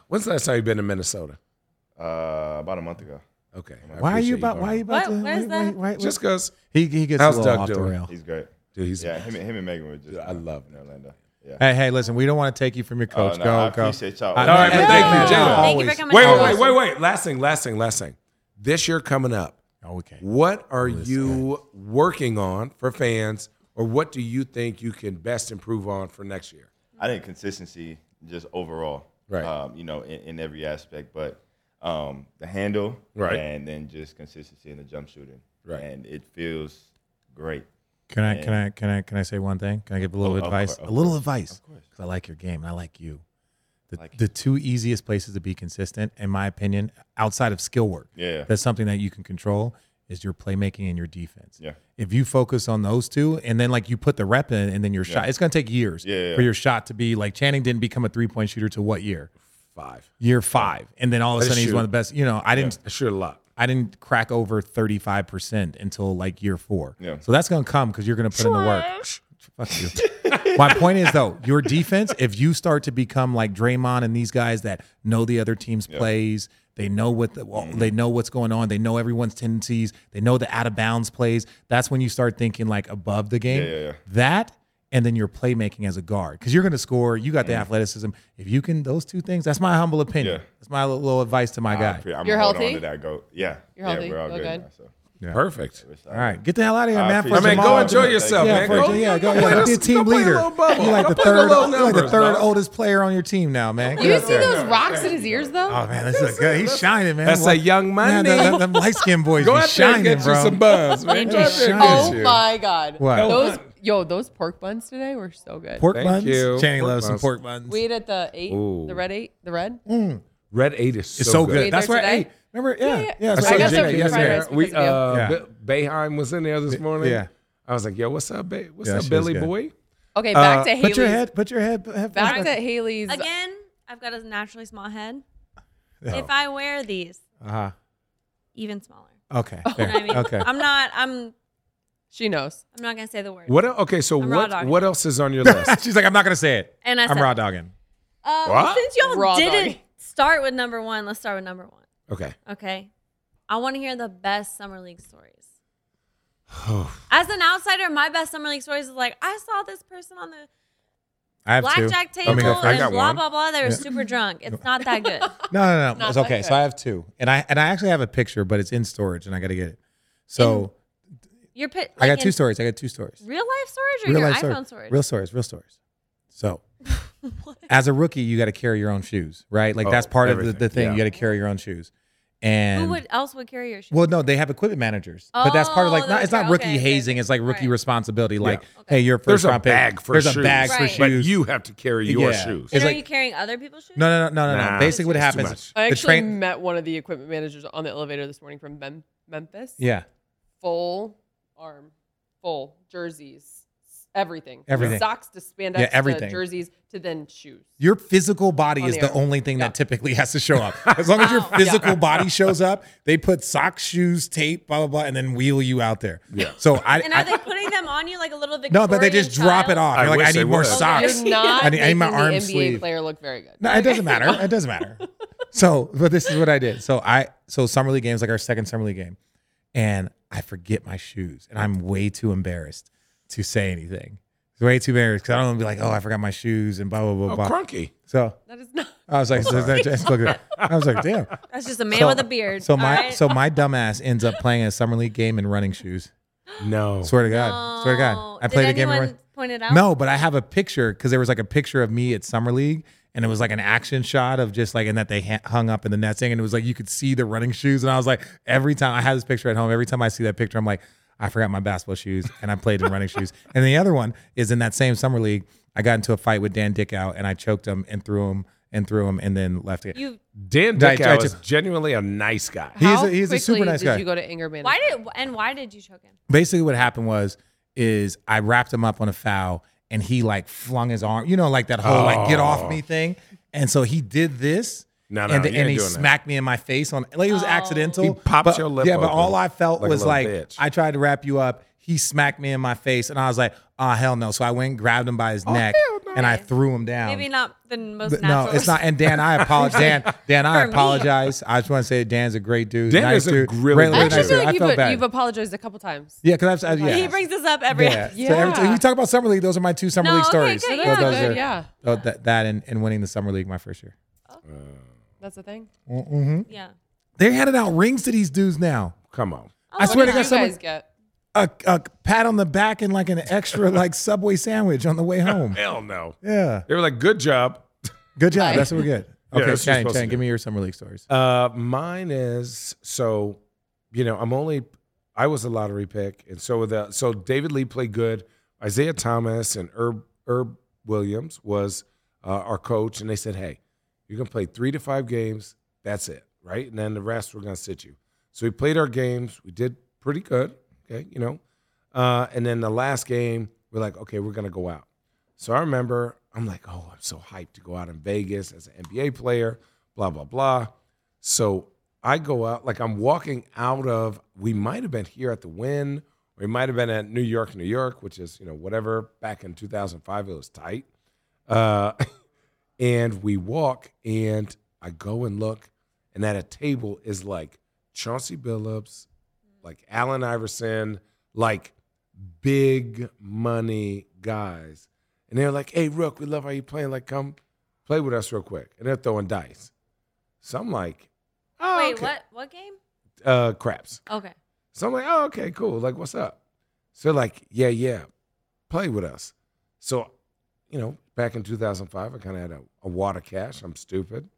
Speaker 4: When's the last time you've been to Minnesota?
Speaker 8: Uh, about a month ago.
Speaker 4: Okay. I
Speaker 3: why are
Speaker 4: appreciate
Speaker 3: you about? Why are you about
Speaker 6: What?
Speaker 3: to?
Speaker 6: Where's
Speaker 3: why-
Speaker 6: that?
Speaker 3: why- why-
Speaker 4: Just because.
Speaker 3: he he gets
Speaker 4: How's
Speaker 3: a little
Speaker 4: Doug
Speaker 3: off the
Speaker 4: doing?
Speaker 3: rail.
Speaker 8: He's great.
Speaker 4: Dude, he's.
Speaker 8: Yeah, him, him and Megan were just.
Speaker 4: I love
Speaker 8: in Orlando. Yeah.
Speaker 3: Hey, hey, listen, we don't want to take you from your coach.
Speaker 8: Oh, no,
Speaker 3: go,
Speaker 8: I
Speaker 3: go.
Speaker 8: appreciate y'all.
Speaker 3: I-
Speaker 8: All right,
Speaker 4: man,
Speaker 3: Yeah.
Speaker 4: thank you,
Speaker 3: Yeah.
Speaker 4: gentlemen.
Speaker 6: Thank you
Speaker 3: Always.
Speaker 6: for coming.
Speaker 4: Wait,
Speaker 6: out.
Speaker 4: wait, wait, wait, wait. Last thing, last thing, last thing. This year coming up,
Speaker 3: Okay.
Speaker 4: what are you working on for fans, or what do you think you can best improve on for next year?
Speaker 8: I think consistency just overall,
Speaker 4: Right.
Speaker 8: Um, you know, in, in every aspect, but um, the handle,
Speaker 4: Right.
Speaker 8: and then just consistency in the jump shooting,
Speaker 4: Right.
Speaker 8: and it feels great.
Speaker 3: Can I can I can I can I say one thing? Can I give a little
Speaker 8: Oh, of
Speaker 3: advice?
Speaker 8: cour- of
Speaker 3: a little
Speaker 8: course,
Speaker 3: advice,
Speaker 8: of course.
Speaker 3: because I like your game and I like you. The,
Speaker 8: Like
Speaker 3: the two easiest places to be consistent, in my opinion, outside of skill work,
Speaker 8: Yeah.
Speaker 3: that's something that you can control is your playmaking and your defense.
Speaker 8: Yeah.
Speaker 3: If you focus on those two, and then like you put the rep in, and then your shot, it's gonna take years
Speaker 8: Yeah, yeah,
Speaker 3: for
Speaker 8: yeah.
Speaker 3: your shot to be like Channing didn't become a three point shooter to what year?
Speaker 4: Five.
Speaker 3: Year five, and then all of a
Speaker 4: Let it
Speaker 3: sudden he's
Speaker 4: shoot.
Speaker 3: one of the best. You know, I didn't
Speaker 4: I shoot a lot.
Speaker 3: I didn't crack over 35% until like year four.
Speaker 8: Yeah.
Speaker 3: So that's going to come because you're going to put in the work. Fuck you. My point is, though, your defense, if you start to become like Draymond and these guys that know the other team's plays, they know what the,
Speaker 8: Mm-hmm.
Speaker 3: well, they know what's going on. They know everyone's tendencies. They know the out of bounds plays. That's when you start thinking like above the game.
Speaker 8: Yeah, yeah, yeah.
Speaker 3: That and then your playmaking as a guard because you're going to score. You got the athleticism. If you can those two things, that's my humble opinion.
Speaker 8: Mm-hmm. Yeah.
Speaker 3: That's my little advice to my guy.
Speaker 8: I'm
Speaker 1: You're
Speaker 8: hold
Speaker 1: healthy?
Speaker 8: On to that goat. Yeah,
Speaker 1: You're
Speaker 8: yeah,
Speaker 1: healthy?
Speaker 8: we're all
Speaker 1: Feel
Speaker 8: good.
Speaker 1: good?
Speaker 8: now, so.
Speaker 4: Perfect.
Speaker 3: All right, get the hell out of here,
Speaker 8: I
Speaker 3: man. For
Speaker 8: appreciate
Speaker 4: I mean,
Speaker 8: it.
Speaker 4: go
Speaker 3: Jamal.
Speaker 4: enjoy yourself,
Speaker 3: yeah,
Speaker 4: man.
Speaker 3: for-
Speaker 4: Go,
Speaker 3: yeah, go,
Speaker 4: go play
Speaker 3: yeah,
Speaker 4: a-
Speaker 3: be a team
Speaker 4: go play a
Speaker 3: leader.
Speaker 4: little bubble.
Speaker 3: You like
Speaker 4: Go
Speaker 3: the
Speaker 4: play the
Speaker 3: third,
Speaker 4: little
Speaker 3: you like the
Speaker 4: numbers,
Speaker 3: third
Speaker 4: dog.
Speaker 3: oldest player on your team now, man. Get
Speaker 1: You
Speaker 3: out
Speaker 1: see
Speaker 3: there.
Speaker 1: those rocks in his ears though?
Speaker 3: Oh man, this is good. He's shining, man.
Speaker 4: That's a young man.
Speaker 3: man. That, that, them light skinned boys
Speaker 4: Go
Speaker 3: is
Speaker 4: out there
Speaker 3: shining,
Speaker 4: and get
Speaker 3: bro.
Speaker 4: you some buns, man. Go out there and
Speaker 3: shining.
Speaker 4: get
Speaker 1: Oh
Speaker 4: you.
Speaker 1: my god.
Speaker 3: What?
Speaker 1: Those yo, those pork buns today were so good.
Speaker 3: pork
Speaker 4: Thank
Speaker 3: buns.
Speaker 4: you.
Speaker 3: Channing
Speaker 4: Pork
Speaker 3: loves some
Speaker 4: buns.
Speaker 3: pork buns.
Speaker 1: we ate at the eight,
Speaker 4: Ooh.
Speaker 1: the red eight, the red.
Speaker 4: Red eight is so,
Speaker 3: it's so good.
Speaker 1: Wait,
Speaker 3: That's
Speaker 1: there
Speaker 3: right.
Speaker 1: today?
Speaker 3: Hey, remember? Yeah, yeah.
Speaker 1: yeah.
Speaker 3: that's
Speaker 1: I
Speaker 3: right.
Speaker 1: got some
Speaker 3: Yeah,
Speaker 1: fried
Speaker 3: yes,
Speaker 1: rice
Speaker 3: yeah.
Speaker 1: because
Speaker 4: We
Speaker 1: of
Speaker 4: uh,
Speaker 1: you.
Speaker 3: Yeah.
Speaker 4: Be- Boeheim was in there this morning.
Speaker 3: yeah.
Speaker 4: I was like, "Yo, what's up, babe? What's
Speaker 3: Yeah,
Speaker 4: up,
Speaker 3: she was
Speaker 4: Billy
Speaker 3: good.
Speaker 4: boy?"
Speaker 1: Okay, back
Speaker 4: Uh,
Speaker 1: to Haley's.
Speaker 3: Put your head. Put your head. head
Speaker 1: Back to Haley's.
Speaker 6: Again, I've got a naturally small head.
Speaker 4: Oh.
Speaker 3: Yeah.
Speaker 6: If I wear these,
Speaker 3: Uh-huh.
Speaker 6: even smaller.
Speaker 3: Okay.
Speaker 6: You know what Oh, I
Speaker 3: fair.
Speaker 6: mean?
Speaker 3: Okay.
Speaker 6: I'm not. I'm.
Speaker 1: She knows.
Speaker 6: I'm not gonna say the word.
Speaker 4: What? el- Okay, so
Speaker 6: I'm raw
Speaker 4: what?
Speaker 6: dogging.
Speaker 4: What else is on your list?
Speaker 3: She's like, I'm not gonna say it.
Speaker 6: And I
Speaker 3: I'm
Speaker 6: said-
Speaker 3: raw dogging.
Speaker 6: Um,
Speaker 4: What?
Speaker 6: Since y'all
Speaker 1: Raw
Speaker 6: didn't
Speaker 1: dog.
Speaker 6: start with number one, let's start with number one.
Speaker 4: Okay.
Speaker 6: Okay. I want to hear the best summer league stories. As an outsider, my best summer league stories is like I saw this person on the
Speaker 3: I have two. Oh,
Speaker 6: blackjack
Speaker 3: Let
Speaker 6: table
Speaker 3: me go
Speaker 4: I
Speaker 3: first.
Speaker 6: and
Speaker 4: got
Speaker 6: blah
Speaker 4: one.
Speaker 6: blah blah. They were super drunk. It's not that good.
Speaker 3: No, no, no.
Speaker 1: Not
Speaker 3: It's
Speaker 1: that
Speaker 3: okay.
Speaker 1: good.
Speaker 3: So I have two, and I and I actually have a picture, but it's in storage, and I got to get it. So
Speaker 6: You're pit,
Speaker 3: I
Speaker 6: like
Speaker 3: got two
Speaker 6: in
Speaker 3: stories. I got two stories.
Speaker 6: Real life storage or
Speaker 3: real
Speaker 6: your
Speaker 3: life
Speaker 6: iPhone
Speaker 3: stories.
Speaker 6: storage?
Speaker 3: Real stories, real stories. So, as a rookie, you got to carry your own shoes, right? Like
Speaker 4: Oh,
Speaker 3: that's part of the,
Speaker 4: everything.
Speaker 3: the thing. You
Speaker 4: Yeah.
Speaker 3: got to carry your own shoes. And
Speaker 6: Who would else would carry your shoes?
Speaker 3: well, no, they have equipment managers, but that's part of
Speaker 6: Oh,
Speaker 3: like not, it's not
Speaker 6: okay,
Speaker 3: rookie
Speaker 6: okay,
Speaker 3: hazing.
Speaker 6: okay.
Speaker 3: It's like rookie
Speaker 6: Right.
Speaker 3: responsibility. Like,
Speaker 6: Okay.
Speaker 3: hey, you're a first
Speaker 4: There's a
Speaker 3: round pick.
Speaker 4: bag for
Speaker 3: There's
Speaker 4: shoes.
Speaker 3: a bag for
Speaker 6: Right.
Speaker 3: shoes.
Speaker 4: But you have to carry your
Speaker 3: Yeah.
Speaker 4: shoes.
Speaker 6: and
Speaker 3: it's
Speaker 6: are
Speaker 3: like-
Speaker 6: you carrying other people's shoes?
Speaker 3: no, no, no, no, no,
Speaker 4: Nah,
Speaker 3: no. Basically, what
Speaker 4: it's too
Speaker 3: happens?
Speaker 4: much.
Speaker 1: I
Speaker 3: the
Speaker 1: actually
Speaker 3: train-
Speaker 1: met one of the equipment managers on the elevator this morning from Mem- Memphis.
Speaker 3: Yeah,
Speaker 1: Full arm, full jerseys, everything.
Speaker 3: Everything.
Speaker 1: Socks to spandex
Speaker 3: Yeah, everything.
Speaker 1: to jerseys to then shoes.
Speaker 3: your physical body
Speaker 6: Oh,
Speaker 1: On
Speaker 3: is
Speaker 1: the
Speaker 3: the
Speaker 1: arm.
Speaker 3: only thing
Speaker 1: Yeah.
Speaker 3: that typically has to show up. As long as your physical body shows up, they put socks, shoes, tape, blah blah blah, and then wheel you out there. Yeah. So I
Speaker 6: And are
Speaker 3: I-
Speaker 6: they putting them on you like a little Victorian
Speaker 3: No, but they just drop it
Speaker 6: child?
Speaker 3: off.
Speaker 4: I
Speaker 3: You're like,
Speaker 4: wish
Speaker 3: I need
Speaker 4: they
Speaker 3: more
Speaker 4: would.
Speaker 3: socks.
Speaker 1: You're not
Speaker 3: I need, I need my
Speaker 1: making the
Speaker 3: arm
Speaker 1: NBA
Speaker 3: sleeve.
Speaker 1: player look very good.
Speaker 3: No, it doesn't matter. It doesn't matter. So, but this is what I did. So I, so summer league games like our second summer league game, and I forget my shoes, and I'm way too embarrassed to say anything. Way too embarrassed because I don't want to be like, oh, I forgot my shoes and blah blah
Speaker 4: Oh,
Speaker 3: blah blah.
Speaker 4: crunky.
Speaker 3: So
Speaker 1: That is not.
Speaker 3: I was like, so that just looked at- I was like, damn.
Speaker 6: That's just a man
Speaker 3: So-
Speaker 6: with a beard.
Speaker 3: So my
Speaker 6: all right?
Speaker 3: so my dumbass ends up playing a summer league game in running shoes.
Speaker 4: No.
Speaker 3: Swear to God, swear to God, I
Speaker 6: Did
Speaker 3: played a game. in
Speaker 6: anyone
Speaker 3: run-
Speaker 6: point it out?
Speaker 3: No, but I have a picture because there was like a picture of me at summer league, and it was like an action shot of just like and that they ha- hung up in the netting, and it was like you could see the running shoes, and I was like, every time I have this picture at home, every time I see that picture, I'm like, I forgot my basketball shoes, and I played in running shoes. And the other one is in that same summer league, I got into a fight with Dan Dickow, and I choked him and threw him and threw him, and then left it.
Speaker 6: You
Speaker 4: Dan
Speaker 3: Right,
Speaker 4: Dickow
Speaker 3: right,
Speaker 4: is
Speaker 3: just-
Speaker 4: genuinely a nice guy.
Speaker 3: He's
Speaker 1: How
Speaker 3: a- he's a super
Speaker 1: quickly
Speaker 3: nice
Speaker 1: did
Speaker 3: guy.
Speaker 1: You go to anger management.
Speaker 6: why did and why did you choke him?
Speaker 3: basically what happened was is I wrapped him up on a foul and he like flung his arm, you know, like that whole like get off me thing. And so he did this.
Speaker 4: Oh. No, no,
Speaker 3: and,
Speaker 4: you
Speaker 3: and
Speaker 4: ain't
Speaker 3: he
Speaker 4: doing that.
Speaker 3: smacked me in my face on like it was
Speaker 6: Oh.
Speaker 3: accidental.
Speaker 4: He popped
Speaker 3: but-
Speaker 4: your lip
Speaker 3: Yeah, but
Speaker 4: open
Speaker 3: all I felt
Speaker 4: like a
Speaker 3: was
Speaker 4: little
Speaker 3: like
Speaker 4: bitch.
Speaker 3: I tried to wrap you up. He smacked me in my face, and I was like, "Ah, hell no!" So I went and grabbed him by his
Speaker 4: Oh,
Speaker 3: neck, and I threw him down.
Speaker 6: Maybe not the most
Speaker 3: But
Speaker 6: natural.
Speaker 3: no, it's not. And Dan, I apologize. Dan, Dan, I
Speaker 6: For me.
Speaker 3: apologize. I just want to say Dan's a great dude.
Speaker 4: Dan
Speaker 3: nice
Speaker 4: is a
Speaker 3: dude.
Speaker 4: really
Speaker 3: Really
Speaker 4: good
Speaker 1: I
Speaker 3: nice
Speaker 4: Thank
Speaker 3: dude.
Speaker 1: actually feel like
Speaker 3: I
Speaker 1: you've,
Speaker 3: felt bad.
Speaker 1: you've apologized a couple times.
Speaker 3: Yeah, because I've, yeah.
Speaker 6: He brings this up every.
Speaker 3: Yeah. So every time
Speaker 1: Yeah.
Speaker 3: you talk about summer league, those are my two summer
Speaker 6: No,
Speaker 3: league
Speaker 6: okay,
Speaker 3: stories.
Speaker 6: good,
Speaker 3: Tho-
Speaker 6: yeah,
Speaker 3: those
Speaker 1: good,
Speaker 3: are-
Speaker 1: yeah.
Speaker 3: tho- that, that and, and winning the summer league my first year.
Speaker 1: That's the thing.
Speaker 4: Mm,
Speaker 6: Yeah.
Speaker 3: They're handing out rings to these dudes now.
Speaker 4: mm-hmm. Come on.
Speaker 3: I swear to
Speaker 1: What did
Speaker 3: God,
Speaker 1: Oh, you
Speaker 3: someone-
Speaker 1: guys get?
Speaker 3: a, a pat on the back and like an extra like Subway sandwich on the way home.
Speaker 4: Hell no.
Speaker 3: Yeah,
Speaker 4: They were like, good job.
Speaker 3: good job. That's what we get.
Speaker 4: that's
Speaker 3: Okay,
Speaker 4: what you're
Speaker 3: Shane,
Speaker 4: supposed to
Speaker 3: Shane,
Speaker 4: do.
Speaker 3: give me your summer league stories.
Speaker 4: Uh, mine is so, you know, I'm only, I was a lottery pick, and so were the so David Lee played good. Isaiah Thomas and Herb Herb Williams was uh, our coach, and they said, hey, you're gonna play three to five games. That's it, right? And then the rest we're gonna sit you. So we played our games. We did pretty good. Okay, you know, uh, and then the last game, we're like, okay, we're gonna go out. So I remember, I'm like, oh, I'm so hyped to go out in Vegas as an NBA player. Blah blah blah. So I go out, like I'm walking out of, we might have been here at the Win, or we might have been at New York, New York, which is, you know, whatever. Back in 2005, it was tight. Uh, and we walk, and I go and look, and at a table is like Chauncey Billups, like Allen Iverson, like big money guys. And they're like, hey, Rook, we love how you playing. Like, come play with us real quick. And they're throwing dice. So I'm like, oh,
Speaker 6: Wait,
Speaker 4: okay.
Speaker 6: what? What game?
Speaker 4: Uh, craps.
Speaker 6: Okay.
Speaker 4: So I'm like, oh, okay, cool. Like, what's up? So they're like, yeah, yeah, play with us. So, you know, back in 2005, I kind of had a, a wad of cash. I'm stupid.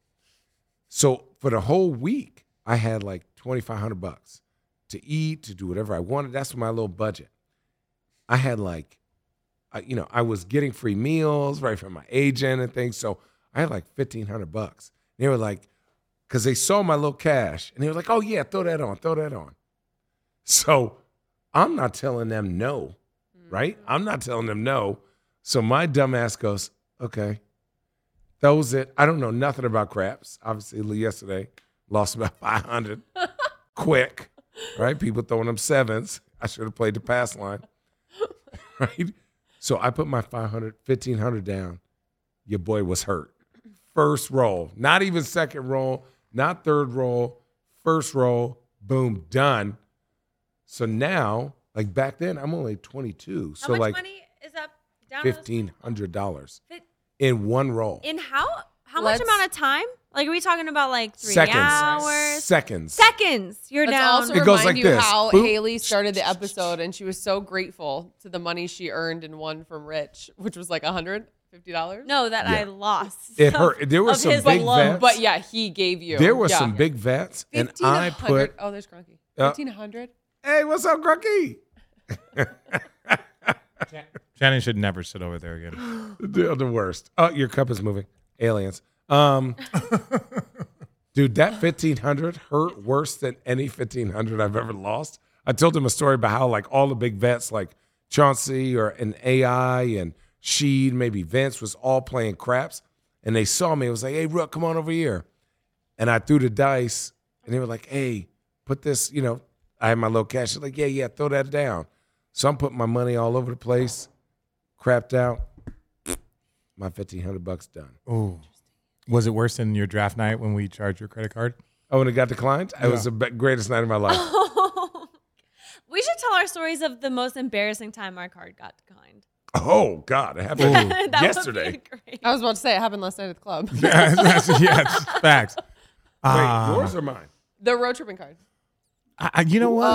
Speaker 4: So for the whole week, I had like 2,500 bucks to eat, to do whatever I wanted. That's my little budget. I had like, I, you know, I was getting free meals right from my agent and things. So I had like 1,500 bucks. And they were like, because they saw my little cash and they were like, oh, yeah, throw that on, throw that on. So I'm not telling them no, right? I'm not telling them no. So my dumbass goes, okay, throws it. I don't know nothing about craps. Obviously, yesterday lost about 500 quick, right? People throwing them sevens. I should have played the pass line, right? So I put my 500, 1500 down. Your boy was hurt. first roll, not even second roll, not third roll, first roll, boom, done. So now, like back then, I'm only 22.
Speaker 6: How
Speaker 4: so
Speaker 6: much
Speaker 4: like
Speaker 6: money is up down on this-
Speaker 4: fifteen hundred dollars
Speaker 6: Fi-
Speaker 4: in one roll.
Speaker 6: in how how
Speaker 1: Let's-
Speaker 6: much amount of time? Like, are we talking about like three
Speaker 4: seconds,
Speaker 6: hours?
Speaker 4: seconds.
Speaker 6: Seconds. You're
Speaker 1: Let's
Speaker 6: down.
Speaker 1: also
Speaker 4: It
Speaker 1: remind
Speaker 4: goes like
Speaker 1: you
Speaker 4: this.
Speaker 1: how
Speaker 4: Boop.
Speaker 1: Haley started the episode, and she was so grateful to the money she earned and won from Rich, which was like $150.
Speaker 6: no, that I lost.
Speaker 4: It
Speaker 6: So-
Speaker 4: hurt. There were
Speaker 6: of
Speaker 4: some
Speaker 6: his
Speaker 4: big
Speaker 6: love,
Speaker 4: vets.
Speaker 1: But yeah, he gave you.
Speaker 4: There were
Speaker 1: yeah.
Speaker 4: some big vets, and I
Speaker 1: 1500
Speaker 4: put, uh,
Speaker 1: Oh, there's Cronky.
Speaker 4: Yeah.
Speaker 1: 1500
Speaker 4: "Hey, what's up, Grunky?"
Speaker 3: Shannon should never sit over there again.
Speaker 4: the, the worst. Oh, your cup is moving. Aliens. Um, dude, that fifteen hundred hurt worse than any fifteen hundred I've ever lost. I told him a story about how like all the big vets like Chauncey or an AI and Sheed, maybe Vince was all playing craps, and they saw me. It was like, "Hey, Rook, come on over here," and I threw the dice, and they were like, "Hey, put this." You know, I had my little cash. They're Like, yeah, yeah, throw that down. So I'm putting my money all over the place, crapped out my fifteen hundred bucks done.
Speaker 3: Oh, was it worse than your draft night when we charged your credit card?
Speaker 4: Oh, and it got declined. It was the be- greatest night of my life.
Speaker 6: we should tell our stories of the most embarrassing time our card got declined.
Speaker 4: oh God, it happened
Speaker 6: that
Speaker 4: yesterday.
Speaker 6: Would be great.
Speaker 1: I was about to say it happened last night at the club.
Speaker 3: yes, yes, yes, facts. Ah,
Speaker 4: Wait, yours or mine?
Speaker 1: the road tripping card.
Speaker 3: I- I- you know what?
Speaker 1: Oh,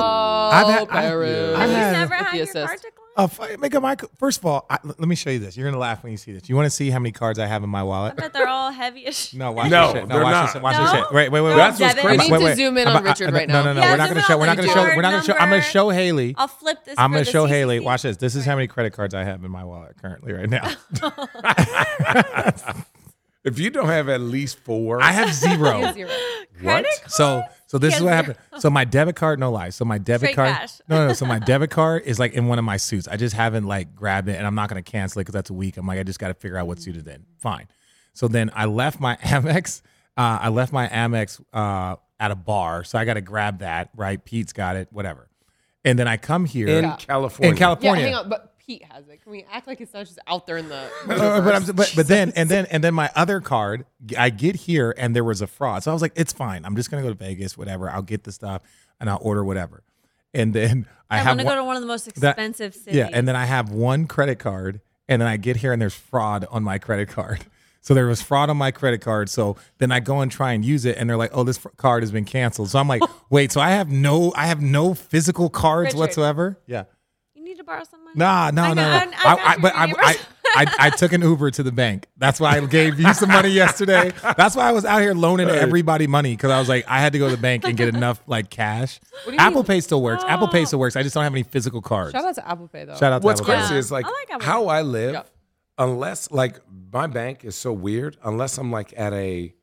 Speaker 3: I've had- I-
Speaker 1: Paris.
Speaker 3: I've
Speaker 6: Have you
Speaker 3: had-
Speaker 6: never
Speaker 1: With
Speaker 6: had
Speaker 1: the
Speaker 6: your
Speaker 1: assist.
Speaker 6: card declined?
Speaker 3: Uh, fi- make a mic. First of all, I, l- let me show you this. You're gonna laugh when you see this. You want to see how many cards I have in my
Speaker 6: I
Speaker 3: wallet?
Speaker 6: bet they're all heavy as shit.
Speaker 3: No, watch
Speaker 4: No,
Speaker 3: this shit.
Speaker 4: they're
Speaker 3: watch
Speaker 4: not.
Speaker 3: this shit. Watch this
Speaker 6: No?
Speaker 3: shit. Wait, wait, wait.
Speaker 6: No,
Speaker 3: wait.
Speaker 4: That's what's
Speaker 6: Devin.
Speaker 1: We
Speaker 4: crazy.
Speaker 1: need
Speaker 3: Wait,
Speaker 1: to
Speaker 3: wait.
Speaker 1: zoom in on
Speaker 3: I'm- I-
Speaker 1: Richard
Speaker 3: I-
Speaker 1: right
Speaker 3: no,
Speaker 1: now.
Speaker 3: No, no, no.
Speaker 6: Yeah,
Speaker 3: we're not
Speaker 6: zoom
Speaker 3: gonna
Speaker 6: in
Speaker 3: show.
Speaker 6: on
Speaker 3: We're not gonna show.
Speaker 6: Richard.
Speaker 3: We're not gonna show. I'm gonna
Speaker 6: Number.
Speaker 3: show Haley.
Speaker 6: I'll flip this.
Speaker 3: I'm
Speaker 6: for
Speaker 3: gonna
Speaker 6: the
Speaker 3: show
Speaker 6: CCC.
Speaker 3: Haley. Watch this. This is how many credit cards I have in my wallet currently right now.
Speaker 4: If you don't have at least four,
Speaker 3: I have zero.
Speaker 1: Zero.
Speaker 6: Credit
Speaker 3: So so this is
Speaker 6: Yes,
Speaker 3: what
Speaker 6: sir.
Speaker 3: happened. So my debit card, no lie. So my debit
Speaker 6: Straight
Speaker 3: card,
Speaker 6: cash.
Speaker 3: no, no. So my debit card is like in one of my suits. I just haven't like grabbed it, and I'm not gonna cancel it because that's a week. I'm like, I just got to figure out what suit it in. Fine. So then I left my Amex. Uh, I left my Amex uh, at a bar, so I got to grab that. Right, Pete's got it. Whatever. And then I come here
Speaker 4: in
Speaker 3: in
Speaker 4: California.
Speaker 3: California.
Speaker 1: Yeah, hang on. But Pete has it. Can we act like it's not just out there in the.
Speaker 3: Uh, but, I'm,
Speaker 1: universe?
Speaker 3: but but then and then and then my other card, I get here and there was a fraud. So I was like, it's fine. I'm just gonna go to Vegas, whatever. I'll get the stuff and I'll order whatever. And then I,
Speaker 6: I,
Speaker 3: have
Speaker 6: want to
Speaker 3: one-
Speaker 6: go to one of the most
Speaker 3: that-
Speaker 6: expensive cities.
Speaker 3: yeah, and then I have one credit card, and then I get here and there's fraud on my credit card. So there was fraud on my credit card. So then I go and try and use it, and they're like, "Oh, this fr- card has been canceled." So I'm like, "Wait, so I have no, I have no physical cards
Speaker 6: Richard.
Speaker 3: whatsoever." Yeah.
Speaker 6: you need to borrow some money.
Speaker 3: Nah, no,
Speaker 6: I
Speaker 3: no,
Speaker 6: know-
Speaker 3: no.
Speaker 6: I- I got your
Speaker 3: but I, I,
Speaker 6: universe.
Speaker 3: I, I took an Uber to the bank. That's why I gave you some money yesterday. That's why I was out here loaning everybody money because I was like, I had to go to the bank and get enough like cash. Apple Pay still works. Apple
Speaker 6: Oh.
Speaker 3: Pay still works. I just don't have any physical cards.
Speaker 1: Shout out to Apple Pay, though.
Speaker 3: Shout out to
Speaker 4: What's
Speaker 3: Apple Pay.
Speaker 4: crazy
Speaker 6: Yeah.
Speaker 4: is like,
Speaker 6: I like Apple
Speaker 4: how I live,
Speaker 1: Yep.
Speaker 4: unless like my bank is so weird, unless I'm like at a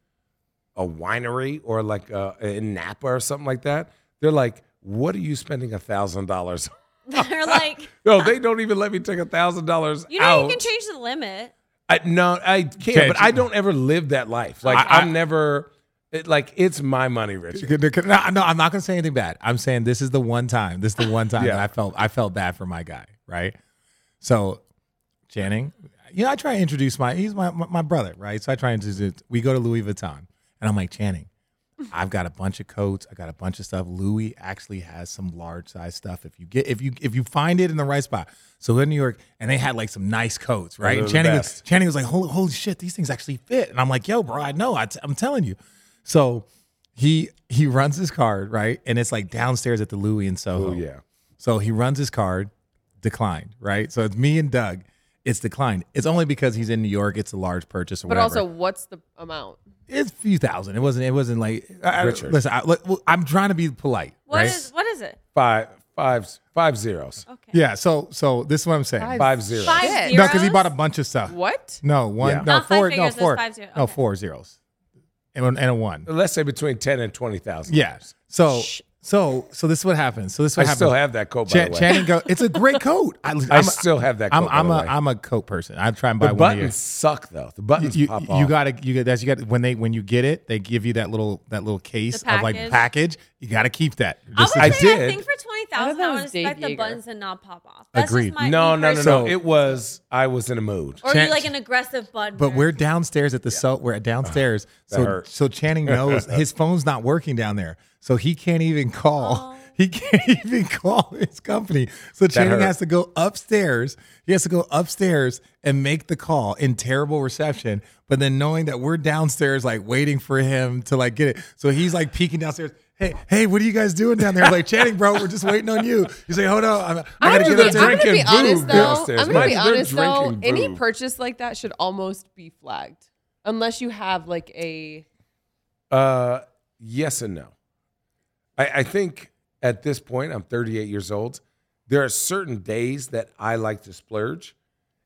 Speaker 4: a winery or like uh in Napa or something like that. They're like, "What are you spending a thousand dollars?" on?"
Speaker 6: They're like,
Speaker 4: No, they don't even let me take a thousand dollars
Speaker 6: you know,
Speaker 4: out.
Speaker 6: you can change the limit.
Speaker 4: I, no, I
Speaker 3: Can't
Speaker 4: can't. But
Speaker 3: you?
Speaker 4: I don't ever live that life. Like
Speaker 3: I-
Speaker 4: I, am never. It, like it's my money, Richard.
Speaker 3: No, no, I'm not gonna say anything bad. I'm saying this is the one time. This is the one time
Speaker 4: Yeah.
Speaker 3: that I felt I felt bad for my guy, right? So Channing, you know, I try to introduce my he's my my, my brother, right? So I try to introduce we go to Louis Vuitton and I'm like, Channing, I've got a bunch of coats, I got a bunch of stuff. Louis actually has some large size stuff. If you get if you if you find it in the right spot. So we're in New York and they had like some nice coats, right?
Speaker 4: they're
Speaker 3: And
Speaker 4: the
Speaker 3: Channing was,
Speaker 4: best.
Speaker 3: Channing was like, holy, holy shit, these things actually fit. And I'm like, yo, bro, I know. I t- I'm telling you. So he he runs his card right, and it's like downstairs at the Louis in Soho.
Speaker 4: Oh yeah.
Speaker 3: So he runs his card, declined. Right. So it's me and Doug. It's declined. It's only because he's in New York. It's a large purchase or
Speaker 1: But
Speaker 3: whatever.
Speaker 1: also, what's the amount?
Speaker 3: it's a few thousand. It wasn't. It wasn't like I, I-
Speaker 4: Richard.
Speaker 3: Listen, I, look, well, I'm trying to be polite.
Speaker 6: What
Speaker 3: right?
Speaker 6: is what is it?
Speaker 4: Five fives five zeros.
Speaker 6: Okay.
Speaker 3: Yeah. So so this is what I'm saying.
Speaker 4: Five zeros.
Speaker 6: Five
Speaker 1: Shit.
Speaker 6: zeros?
Speaker 3: No, because he bought a bunch of stuff.
Speaker 1: What?
Speaker 3: No one.
Speaker 4: Yeah.
Speaker 3: No
Speaker 6: Not five
Speaker 3: four.
Speaker 6: figures,
Speaker 3: no
Speaker 6: it's
Speaker 3: four.
Speaker 6: five zero.
Speaker 3: No
Speaker 6: Okay.
Speaker 3: four zeros, and, one- and a one.
Speaker 4: Let's say between ten and twenty thousand.
Speaker 3: Yeah. So so so this is what happens. So this is
Speaker 4: I
Speaker 3: what happens.
Speaker 4: still have that coat. By
Speaker 3: Chan-
Speaker 4: the way,
Speaker 3: Channing go. It's a great coat. I,
Speaker 4: I
Speaker 3: I'm-
Speaker 4: still have that. Coat,
Speaker 3: I'm
Speaker 4: by
Speaker 3: I'm
Speaker 4: the
Speaker 3: a
Speaker 4: way.
Speaker 3: am a coat person. I try and buy
Speaker 4: The
Speaker 3: one a year.
Speaker 4: buttons suck though. The buttons
Speaker 3: You, you,
Speaker 4: pop off.
Speaker 3: you gotta you get that's you got when they when you get it they give you that little that little case
Speaker 6: The
Speaker 3: of like
Speaker 6: package.
Speaker 3: package you gotta keep that
Speaker 6: I was
Speaker 3: as-
Speaker 6: saying, I,
Speaker 4: did.
Speaker 6: think for twenty
Speaker 1: I thought
Speaker 6: thousand,
Speaker 1: that
Speaker 6: I would
Speaker 1: was Dave
Speaker 6: expect the
Speaker 1: Yeager.
Speaker 6: buns to not pop off. That's
Speaker 8: Agreed.
Speaker 6: Just my
Speaker 4: no,
Speaker 6: me
Speaker 4: no, no, no.
Speaker 6: personally.
Speaker 8: So-
Speaker 4: it was I was in a mood.
Speaker 6: Or
Speaker 8: Chan-
Speaker 6: you like an aggressive bun.
Speaker 3: But
Speaker 6: burn.
Speaker 3: we're downstairs at the cell. We're
Speaker 4: Uh,
Speaker 3: downstairs. so
Speaker 4: hurt.
Speaker 3: so Channing knows his phone's not working down there, so he can't even call.
Speaker 1: Oh.
Speaker 3: He can't even call his company. So Channing
Speaker 4: hurt.
Speaker 3: has to go upstairs. He has to go upstairs and make the call in terrible reception. But then knowing that we're downstairs, like waiting for him to like get it. So he's like peeking downstairs. Hey, hey, what are you guys doing down there? I'm like Channing, bro, we're just waiting on you. He's like, hold on, I'm, I
Speaker 1: I'm
Speaker 3: gotta
Speaker 1: gonna,
Speaker 3: get
Speaker 1: be,
Speaker 3: up
Speaker 1: I'm
Speaker 3: there.
Speaker 1: gonna be
Speaker 4: drinking
Speaker 1: honest
Speaker 4: booze
Speaker 1: though.
Speaker 4: downstairs.
Speaker 1: I'm gonna
Speaker 4: Mike,
Speaker 1: be
Speaker 4: they're
Speaker 1: honest though.
Speaker 4: drinking
Speaker 1: Any
Speaker 4: booze.
Speaker 1: purchase like that should almost be flagged, unless you have like a.
Speaker 4: Uh, yes and no. I, I think at this point, I'm 38 years old. There are certain days that I like to splurge,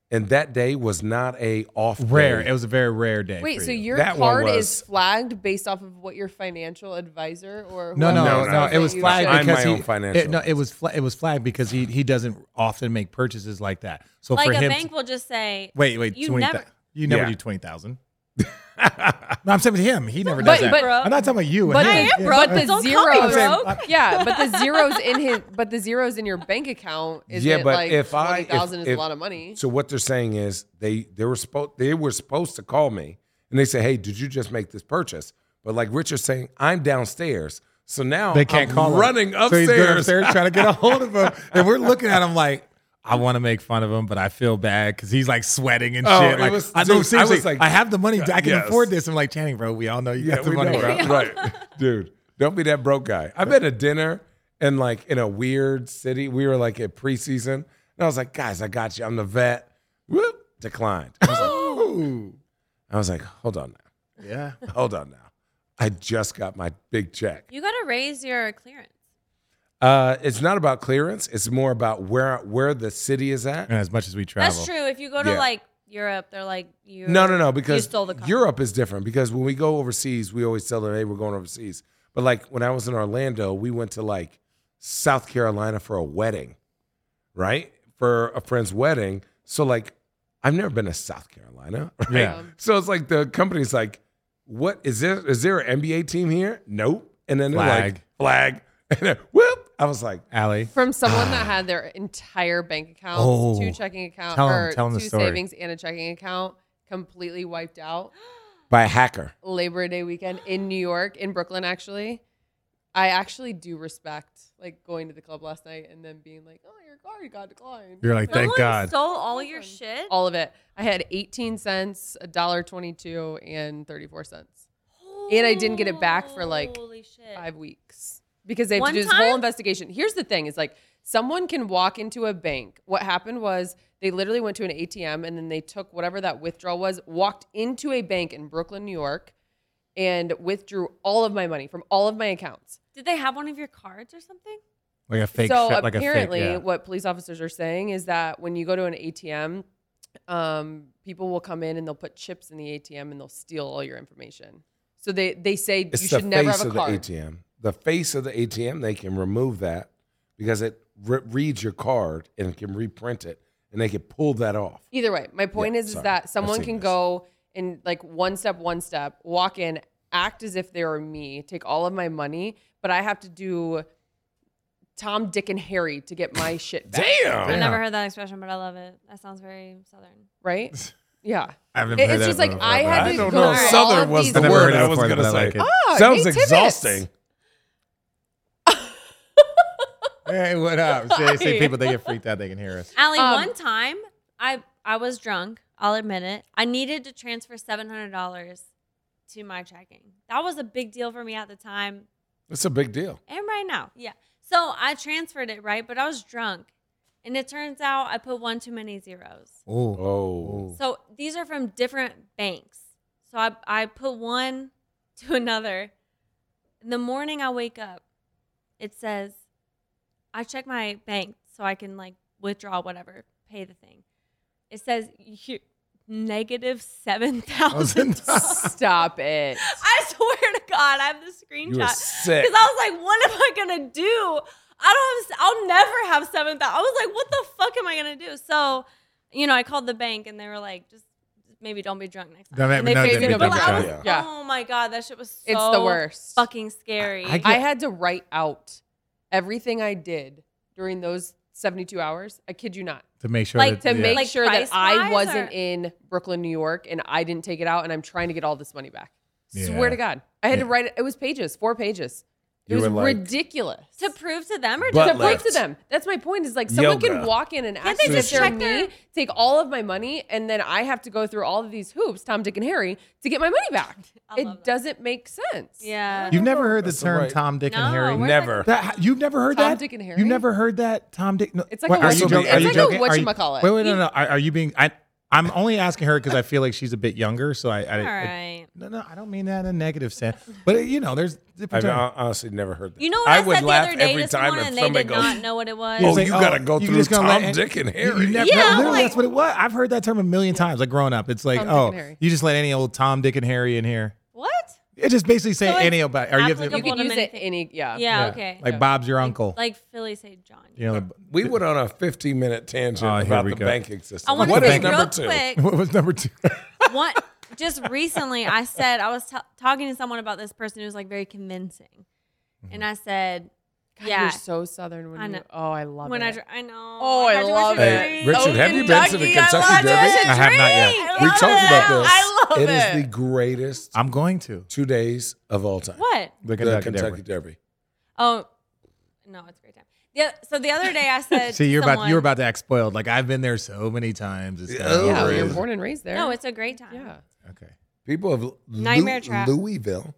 Speaker 4: and that day was not a off day.
Speaker 8: Rare. It was a very rare day.
Speaker 1: Wait,
Speaker 8: for
Speaker 1: so
Speaker 8: you.
Speaker 1: your
Speaker 4: That one
Speaker 1: card
Speaker 4: was-
Speaker 1: is flagged based off of what your financial advisor or
Speaker 3: No, no,
Speaker 1: whoever
Speaker 4: No,
Speaker 3: no,
Speaker 1: is
Speaker 4: no,
Speaker 3: It
Speaker 1: saying
Speaker 3: was
Speaker 1: you
Speaker 3: flagged
Speaker 1: should.
Speaker 4: I'm my
Speaker 3: because
Speaker 4: own
Speaker 3: he,
Speaker 4: financial
Speaker 3: It, no, it was fla- it was flagged because he he doesn't often make purchases like that. So
Speaker 6: like
Speaker 3: for
Speaker 6: a
Speaker 3: him,
Speaker 6: bank will just say,
Speaker 3: wait, wait,
Speaker 6: you
Speaker 3: 20,
Speaker 6: never.
Speaker 3: you never
Speaker 4: Yeah.
Speaker 3: do twenty thousand. no, I'm saying with him, he never
Speaker 1: But-
Speaker 3: does that.
Speaker 1: but-
Speaker 3: I'm not talking about you. and
Speaker 1: But,
Speaker 3: him.
Speaker 6: I am
Speaker 3: Yeah.
Speaker 6: broke.
Speaker 1: but the
Speaker 6: Don't call me
Speaker 1: zeros,
Speaker 6: broke.
Speaker 1: yeah. But the zeros in his, but the zeros in your bank account is
Speaker 4: yeah,
Speaker 1: it
Speaker 4: but
Speaker 1: like
Speaker 4: if I
Speaker 1: twenty
Speaker 4: if-
Speaker 1: thousand is
Speaker 4: if-
Speaker 1: a lot of money.
Speaker 4: So what they're saying is they they were supposed they were supposed to call me and they say, hey, did you just make this purchase? But like Richard's saying, I'm downstairs, so now
Speaker 3: They can't
Speaker 4: I'm
Speaker 3: call him.
Speaker 4: running
Speaker 3: So he's going
Speaker 4: upstairs.
Speaker 3: upstairs trying to get a hold of him, and we're looking at him like. I want to make fun of him, but I feel bad because he's like sweating and
Speaker 4: Oh,
Speaker 3: shit.
Speaker 4: it
Speaker 3: Like,
Speaker 4: was-
Speaker 3: I know,
Speaker 4: dude, I was
Speaker 3: seriously, I,
Speaker 4: like-
Speaker 3: have the money. I can
Speaker 4: Yes.
Speaker 3: afford this. I'm like, Channing, bro, we all know you got the
Speaker 4: we
Speaker 3: money,
Speaker 4: know,
Speaker 3: bro.
Speaker 4: right, right. dude. Don't be that broke guy. I've been at dinner and like in a weird city. We were like at preseason, and I was like, guys, I got you. I'm the vet. Whoop, declined. I was like, "Ooh." I was like, hold on now,
Speaker 3: Yeah.
Speaker 4: hold on now. I just got my big check.
Speaker 6: You got to raise your clearance.
Speaker 4: Uh, it's not about clearance. It's more about where where the city is at.
Speaker 3: And as much as we travel,
Speaker 6: That's true. If you go to
Speaker 4: Yeah.
Speaker 6: like Europe, they're like, you.
Speaker 4: No, no, no. Because
Speaker 6: you stole the car.
Speaker 4: Europe is different. Because when we go overseas, we always tell them, "Hey, we're going overseas." But like when I was in Orlando, we went to like South Carolina for a wedding, right? For a friend's wedding. So like, I've never been to South Carolina. Right?
Speaker 8: Yeah.
Speaker 4: So it's like the company's like, "What is there? Is there an NBA team here?" Nope. And then they're like, "Flag." And then, whoop! I was like,
Speaker 8: Allie.
Speaker 1: from someone that had their entire bank account,
Speaker 3: Oh.
Speaker 1: two checking accounts,
Speaker 3: Tell 'em-
Speaker 1: or
Speaker 3: tell 'em
Speaker 1: two
Speaker 3: the story.
Speaker 1: savings and a checking account completely wiped out.
Speaker 4: by a hacker.
Speaker 1: Labor Day weekend in New York, in Brooklyn, actually. I actually do respect like going to the club last night and then being like, "Oh, your card got declined."
Speaker 3: you're like,
Speaker 6: Someone
Speaker 3: thank God.
Speaker 6: stole all your shit.
Speaker 1: All of it. I had 18 cents, a dollar 22, and 34 cents. And I didn't get it back for, like,
Speaker 6: Holy shit.
Speaker 1: five weeks because they have
Speaker 6: One
Speaker 1: to do this
Speaker 6: time?
Speaker 1: whole investigation. Here's the thing: is like someone can walk into a bank. What happened was they literally went to an ATM and then they took whatever that withdrawal was, walked into a bank in Brooklyn, New York, and withdrew all of my money from all of my accounts.
Speaker 6: Did they have one of your cards or something?
Speaker 8: Like a fake.
Speaker 1: so
Speaker 8: shot- like a fake.
Speaker 1: apparently,
Speaker 8: Yeah.
Speaker 1: what police officers are saying is that when you go to an ATM, um, people will come in and they'll put chips in the ATM and they'll steal all your information. So they they say
Speaker 4: It's
Speaker 1: you
Speaker 4: the
Speaker 1: should never
Speaker 4: face
Speaker 1: have a
Speaker 4: of
Speaker 1: card.
Speaker 4: the ATM. The face of the ATM, they can remove that because it re- reads your card and it can reprint it, and they can pull that off.
Speaker 1: Either way, my point is, is
Speaker 4: sorry.
Speaker 1: that someone
Speaker 4: seen
Speaker 1: can
Speaker 4: this.
Speaker 1: go and like one step, one step, walk in, act as if they were me, take all of my money, but I have to do Tom, Dick, and Harry to get my shit back.
Speaker 6: I've
Speaker 8: Yeah.
Speaker 6: never heard that expression, but I love it. That sounds very southern.
Speaker 1: Right? Yeah.
Speaker 8: I've never
Speaker 1: It-
Speaker 8: heard
Speaker 1: it's
Speaker 8: that
Speaker 1: just like
Speaker 8: before,
Speaker 1: I
Speaker 8: but
Speaker 1: had
Speaker 4: I
Speaker 1: to
Speaker 4: don't
Speaker 1: go
Speaker 4: know.
Speaker 1: through all
Speaker 4: Southern
Speaker 1: of
Speaker 4: was
Speaker 1: these-
Speaker 4: the
Speaker 8: I've never
Speaker 4: word
Speaker 8: heard it
Speaker 4: I was
Speaker 8: before,
Speaker 4: gonna
Speaker 8: but I
Speaker 4: say.
Speaker 8: like it.
Speaker 6: Oh,
Speaker 1: Ah,
Speaker 4: Sounds
Speaker 1: eight tibbits.
Speaker 4: exhausting.
Speaker 3: Hey, what up? Say, say
Speaker 1: Hi.
Speaker 3: people, they get freaked out. They can hear us.
Speaker 6: Allie,
Speaker 1: Um,
Speaker 6: one time I I was drunk. I'll admit it. I needed to transfer seven hundred dollars to my checking. That was a big deal for me at the time
Speaker 4: It's a big deal.
Speaker 6: and right now. Yeah. So I transferred it right, but I was drunk, and it turns out I put one too many zeros.
Speaker 3: Oh,
Speaker 4: Oh,
Speaker 6: So these are from different banks. So I, I put one to another. In the morning I wake up, it says, I check my bank so I can like withdraw whatever, pay the thing. It says you, negative seven thousand.
Speaker 1: Stop it.
Speaker 6: I swear to God, I have the
Speaker 4: you were
Speaker 6: screenshot
Speaker 4: sick.
Speaker 6: because I was like, what am I gonna do? I don't have. I'll never have seven thousand. I was like, what the fuck am I gonna do? So, you know, I called the bank and they were like, just maybe don't be drunk next time.
Speaker 8: Don't
Speaker 6: and
Speaker 8: make-
Speaker 6: they
Speaker 8: no,
Speaker 6: phased
Speaker 8: don't
Speaker 6: it,
Speaker 8: be
Speaker 6: but
Speaker 8: drunk
Speaker 6: I
Speaker 8: next
Speaker 6: was,
Speaker 1: time. Yeah.
Speaker 6: oh my god, that shit was so
Speaker 1: It's the worst.
Speaker 6: fucking scary.
Speaker 3: I get-
Speaker 1: I had to write out everything I did during those 72 hours. I kid you not.
Speaker 14: to make sure
Speaker 6: Like,
Speaker 1: To
Speaker 14: that, yeah.
Speaker 1: make
Speaker 6: Like
Speaker 1: sure that I
Speaker 6: price-wise,
Speaker 1: wasn't
Speaker 6: or-
Speaker 1: in Brooklyn, New York, and I didn't take it out, and I'm trying to get all this money back.
Speaker 14: Yeah.
Speaker 1: Swear to God, I had to
Speaker 14: Yeah.
Speaker 1: write it. It was pages, four pages. It
Speaker 2: You
Speaker 1: was
Speaker 2: were like-
Speaker 1: ridiculous.
Speaker 6: to prove to them or
Speaker 2: But-
Speaker 1: to
Speaker 6: just
Speaker 2: butt
Speaker 1: break to
Speaker 2: left.
Speaker 1: them. That's my point. Is like
Speaker 2: Yo,
Speaker 1: someone can
Speaker 2: bruh.
Speaker 1: walk in and act
Speaker 6: they
Speaker 1: as if
Speaker 6: just
Speaker 1: they're
Speaker 6: check
Speaker 1: me,
Speaker 6: their-
Speaker 1: take all of my money, and then I have to go through all of these hoops, Tom, Dick, and Harry, to get my money back.
Speaker 6: I love
Speaker 1: It
Speaker 6: that.
Speaker 1: doesn't make sense.
Speaker 6: yeah
Speaker 3: You've never heard the
Speaker 4: That's the
Speaker 3: term
Speaker 4: right-
Speaker 3: Tom, Dick,
Speaker 6: No,
Speaker 3: and Harry.
Speaker 6: we're-
Speaker 4: Never.
Speaker 3: That ha- you've never heard
Speaker 1: Tom,
Speaker 3: that?
Speaker 1: Dick, and Harry?
Speaker 3: You never heard that Tom Dick? No.
Speaker 1: It's like a
Speaker 3: are you
Speaker 4: whatchamacallit.
Speaker 3: joking? Are
Speaker 4: It's
Speaker 3: you
Speaker 4: like a
Speaker 3: joking? Are you-
Speaker 1: whatchamacallit.
Speaker 3: Wait, wait, no, no. Are, are you being? I, I'm only asking her because I feel like she's a bit younger. So I, I,
Speaker 6: all
Speaker 3: I-
Speaker 6: right
Speaker 3: no, no, I don't mean that in a negative sense. But uh, you know, there's different.
Speaker 4: I've
Speaker 3: terms.
Speaker 4: hon- honestly never heard that.
Speaker 6: you know what i,
Speaker 4: would
Speaker 6: said the
Speaker 4: laugh
Speaker 6: other day
Speaker 4: every
Speaker 6: this
Speaker 4: time
Speaker 6: morning
Speaker 4: if
Speaker 6: and they
Speaker 4: somebody
Speaker 6: did
Speaker 4: goes,
Speaker 6: not know what it was
Speaker 4: "Oh,
Speaker 3: It's like,
Speaker 4: you gotta
Speaker 3: oh,
Speaker 4: go
Speaker 3: you
Speaker 4: through
Speaker 3: just gonna
Speaker 4: Tom,
Speaker 3: let-
Speaker 4: Dick, and
Speaker 3: You-
Speaker 4: Harry."
Speaker 3: You never,
Speaker 6: Yeah,
Speaker 3: no,
Speaker 6: I'm
Speaker 3: literally,
Speaker 6: like-
Speaker 3: that's what it was. I've heard that term a million times. Like growing up, it's like,
Speaker 1: Tom, Dick, and
Speaker 3: oh,
Speaker 1: Harry.
Speaker 3: you just let any old Tom, Dick, and Harry in here.
Speaker 6: what
Speaker 3: It's just basically saying
Speaker 6: So it's
Speaker 3: any about. Are you have to-
Speaker 1: You
Speaker 6: applicable
Speaker 1: can
Speaker 6: to
Speaker 1: use
Speaker 6: many
Speaker 1: it
Speaker 6: things.
Speaker 1: any yeah.
Speaker 6: yeah, okay
Speaker 3: Like Bob's your uncle.
Speaker 6: like philly say john
Speaker 3: you know,
Speaker 4: We went on a 15 minute tangent
Speaker 14: Oh, here
Speaker 4: about
Speaker 14: we
Speaker 4: the
Speaker 14: go.
Speaker 4: banking
Speaker 6: i
Speaker 4: system.
Speaker 6: want
Speaker 4: What
Speaker 6: to
Speaker 4: is
Speaker 6: say
Speaker 4: number
Speaker 6: real
Speaker 4: two?
Speaker 6: quick
Speaker 3: what was number two?
Speaker 6: one just recently i said i was t- talking to someone about this person who was like very convincing
Speaker 3: Mm-hmm.
Speaker 6: and i said
Speaker 1: God,
Speaker 6: yeah
Speaker 1: You're so southern when
Speaker 6: I know.
Speaker 1: you. Oh, I love
Speaker 6: when
Speaker 1: it.
Speaker 6: I, dr- I know.
Speaker 1: Oh, I
Speaker 6: graduated
Speaker 1: love
Speaker 6: with
Speaker 1: it.
Speaker 6: three.
Speaker 4: Hey, Richard, have you been to the
Speaker 1: Kentucky, I
Speaker 4: Kentucky
Speaker 1: love
Speaker 4: Derby?
Speaker 1: it.
Speaker 3: I have not yet.
Speaker 6: I
Speaker 4: We
Speaker 6: love
Speaker 4: talked
Speaker 6: it.
Speaker 4: about this.
Speaker 1: I love
Speaker 4: It is
Speaker 1: it.
Speaker 4: the greatest
Speaker 3: I'm going to
Speaker 4: two days of all time.
Speaker 6: What?
Speaker 3: the
Speaker 4: The
Speaker 3: Kentucky, Derby.
Speaker 4: Kentucky Derby.
Speaker 6: Oh, no, it's a great time. Yeah. So the other day I said.
Speaker 3: See, you're about
Speaker 6: someone-
Speaker 3: you're about to act spoiled. Like I've been there so many times. It's kinda
Speaker 4: Yeah,
Speaker 1: Yeah,
Speaker 3: crazy.
Speaker 1: you're born and raised there.
Speaker 6: No, it's a great time.
Speaker 1: yeah.
Speaker 3: okay.
Speaker 4: People of Lu-
Speaker 6: Nightmare Trap.
Speaker 4: Louisville.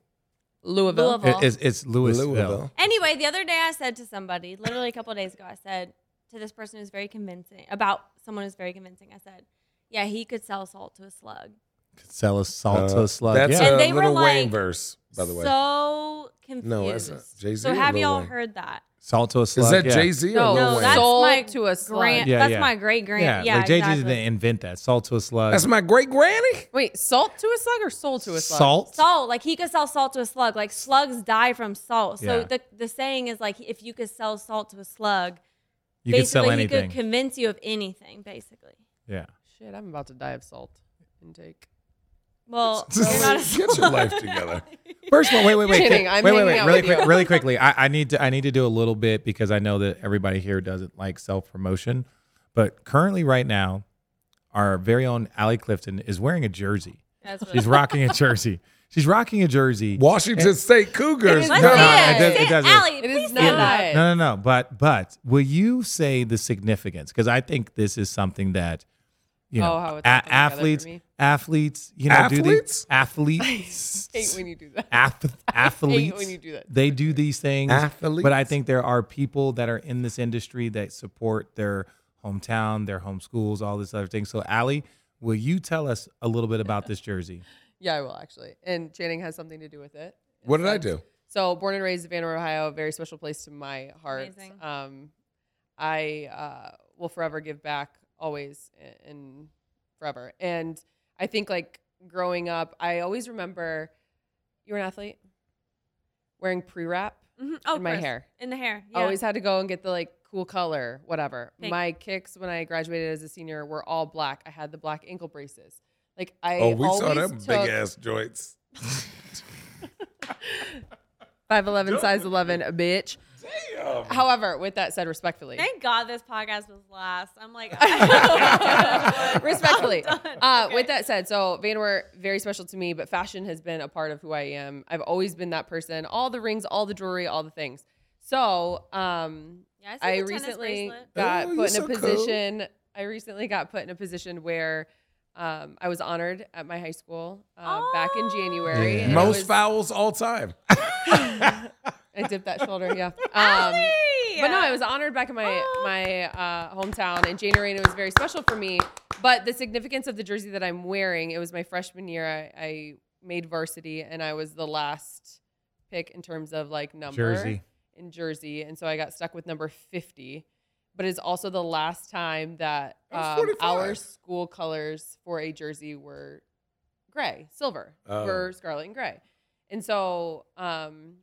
Speaker 1: Louisville.
Speaker 6: Louisville. Well-
Speaker 3: It- it's it's Louisville.
Speaker 4: Louisville.
Speaker 6: Anyway, the other day I said to somebody, literally a couple of days ago, I said to this person who's very convincing about someone who's very convincing. I said, "Yeah, he could sell salt to a slug."
Speaker 3: Could sell a salt
Speaker 4: Uh,
Speaker 3: to a slug.
Speaker 4: That's
Speaker 3: yeah.
Speaker 6: And
Speaker 4: a
Speaker 6: they were
Speaker 4: little Wayne
Speaker 6: like,
Speaker 4: verse, by the way.
Speaker 6: so confused.
Speaker 4: No, that's not Jay-Z
Speaker 6: So
Speaker 4: or
Speaker 6: have
Speaker 4: Lil
Speaker 6: y'all
Speaker 4: Wayne?
Speaker 6: heard that?
Speaker 3: salt to a slug.
Speaker 4: Is that
Speaker 3: yeah.
Speaker 4: Jay Z or
Speaker 1: No,
Speaker 4: Lil
Speaker 6: no,
Speaker 4: Wayne?
Speaker 6: that's
Speaker 1: Sold
Speaker 6: my
Speaker 1: to a slug.
Speaker 6: grand.
Speaker 3: Yeah,
Speaker 6: that's
Speaker 3: yeah.
Speaker 6: my great grand. Yeah,
Speaker 3: like Jay Z
Speaker 6: exactly.
Speaker 3: didn't invent that. Salt to a slug.
Speaker 4: That's my great granny.
Speaker 1: Wait, salt to a slug or sold to a slug?
Speaker 3: Salt.
Speaker 6: Salt, like he could sell salt to a slug. Like slugs die from salt. So
Speaker 3: Yeah.
Speaker 6: the the saying is like if you could sell salt to a slug,
Speaker 3: You could
Speaker 6: basically
Speaker 3: sell
Speaker 6: he
Speaker 3: anything.
Speaker 6: could convince you of anything. Basically,
Speaker 3: yeah.
Speaker 1: Shit, I'm about to die of salt intake.
Speaker 6: well, you're not a
Speaker 4: Get your life together.
Speaker 3: First of all, wait, wait, wait,
Speaker 1: Kidding,
Speaker 3: wait,
Speaker 1: I'm
Speaker 3: wait, wait,
Speaker 1: hanging
Speaker 3: wait,
Speaker 1: out
Speaker 3: really
Speaker 1: with you.
Speaker 3: quick, really quickly. I, I need to, I need to do a little bit because I know that everybody here doesn't like self promotion, but currently, right now, our very own Allie Clifton is wearing a jersey.
Speaker 6: That's what
Speaker 3: She's rocking a jersey. She's rocking a jersey.
Speaker 4: Washington State Cougars.
Speaker 6: Let's
Speaker 3: No,
Speaker 6: see
Speaker 3: no,
Speaker 6: it.
Speaker 3: it does- it
Speaker 6: Say
Speaker 3: doesn't.
Speaker 6: Allie,
Speaker 1: It
Speaker 6: please
Speaker 1: is
Speaker 6: say
Speaker 1: not.
Speaker 6: that.
Speaker 3: No, no, no. But, but will you say the significance? Because I think this is something that, you know,
Speaker 1: Oh, how it's
Speaker 3: a-
Speaker 1: all coming together for
Speaker 3: athletes,
Speaker 1: me.
Speaker 3: athletes, you know, do
Speaker 4: Athletes?
Speaker 3: these athletes.
Speaker 1: Hate when you do that.
Speaker 3: ath- athletes.
Speaker 1: when you do that.
Speaker 3: They do these things.
Speaker 4: Athletes.
Speaker 3: But I think there are people that are in this industry that support their hometown, their home schools, all this other thing. So, Allie, will you tell us a little bit about this jersey?
Speaker 1: Yeah, I will actually. And Channing has something to do with it.
Speaker 4: What did I do?
Speaker 1: So, born and raised in Vanderbilt, Ohio, very special place to my heart.
Speaker 6: Amazing.
Speaker 1: Um, I uh, will forever give back, always a- and forever. And I think, like growing up, I always remember you were an athlete wearing pre wrap
Speaker 6: Mhm. Oh,
Speaker 1: in my
Speaker 6: Chris,
Speaker 1: hair.
Speaker 6: In the hair. Yeah.
Speaker 1: Always had to go and get the like cool color, whatever.
Speaker 6: Pink.
Speaker 1: My kicks when I graduated as a senior were all black. I had the black ankle braces. Like I
Speaker 4: oh, we
Speaker 1: always
Speaker 4: saw them
Speaker 1: took
Speaker 4: big ass joints.
Speaker 1: five eleven size eleven, a bitch.
Speaker 4: Damn.
Speaker 1: However, with that said, respectfully,
Speaker 6: Thank God this podcast was last. I'm like,
Speaker 1: respectfully.
Speaker 6: I'm done.
Speaker 1: Uh,
Speaker 6: Okay.
Speaker 1: With that said, so Vanware very special to me, but fashion has been a part of who I am. I've always been that person. All the rings, all the jewelry, all the things. So um,
Speaker 6: Yeah, I see the
Speaker 1: I
Speaker 6: tennis
Speaker 1: recently
Speaker 6: bracelet.
Speaker 1: got
Speaker 4: Oh, you're
Speaker 1: put in
Speaker 4: so
Speaker 1: a
Speaker 4: cool.
Speaker 1: position. I recently got put in a position where um, I was honored at my high school uh, back
Speaker 6: Oh.
Speaker 1: in January. and it
Speaker 4: Most
Speaker 1: was-
Speaker 4: fouls all time.
Speaker 1: I dipped that shoulder. Yeah. Um, But no, I was honored back in my
Speaker 6: Aw.
Speaker 1: my uh, hometown in January, and it was very special for me. But the significance of the jersey that I'm wearing, it was my freshman year. I, I made varsity, and I was the last pick in terms of like number
Speaker 3: Jersey.
Speaker 1: in jersey, and so I got stuck with number 50. But it's also the last time that
Speaker 4: I was
Speaker 1: um, our
Speaker 4: 45.
Speaker 1: school colors for a jersey were gray, silver,
Speaker 4: Oh.
Speaker 1: were scarlet and gray. And so um,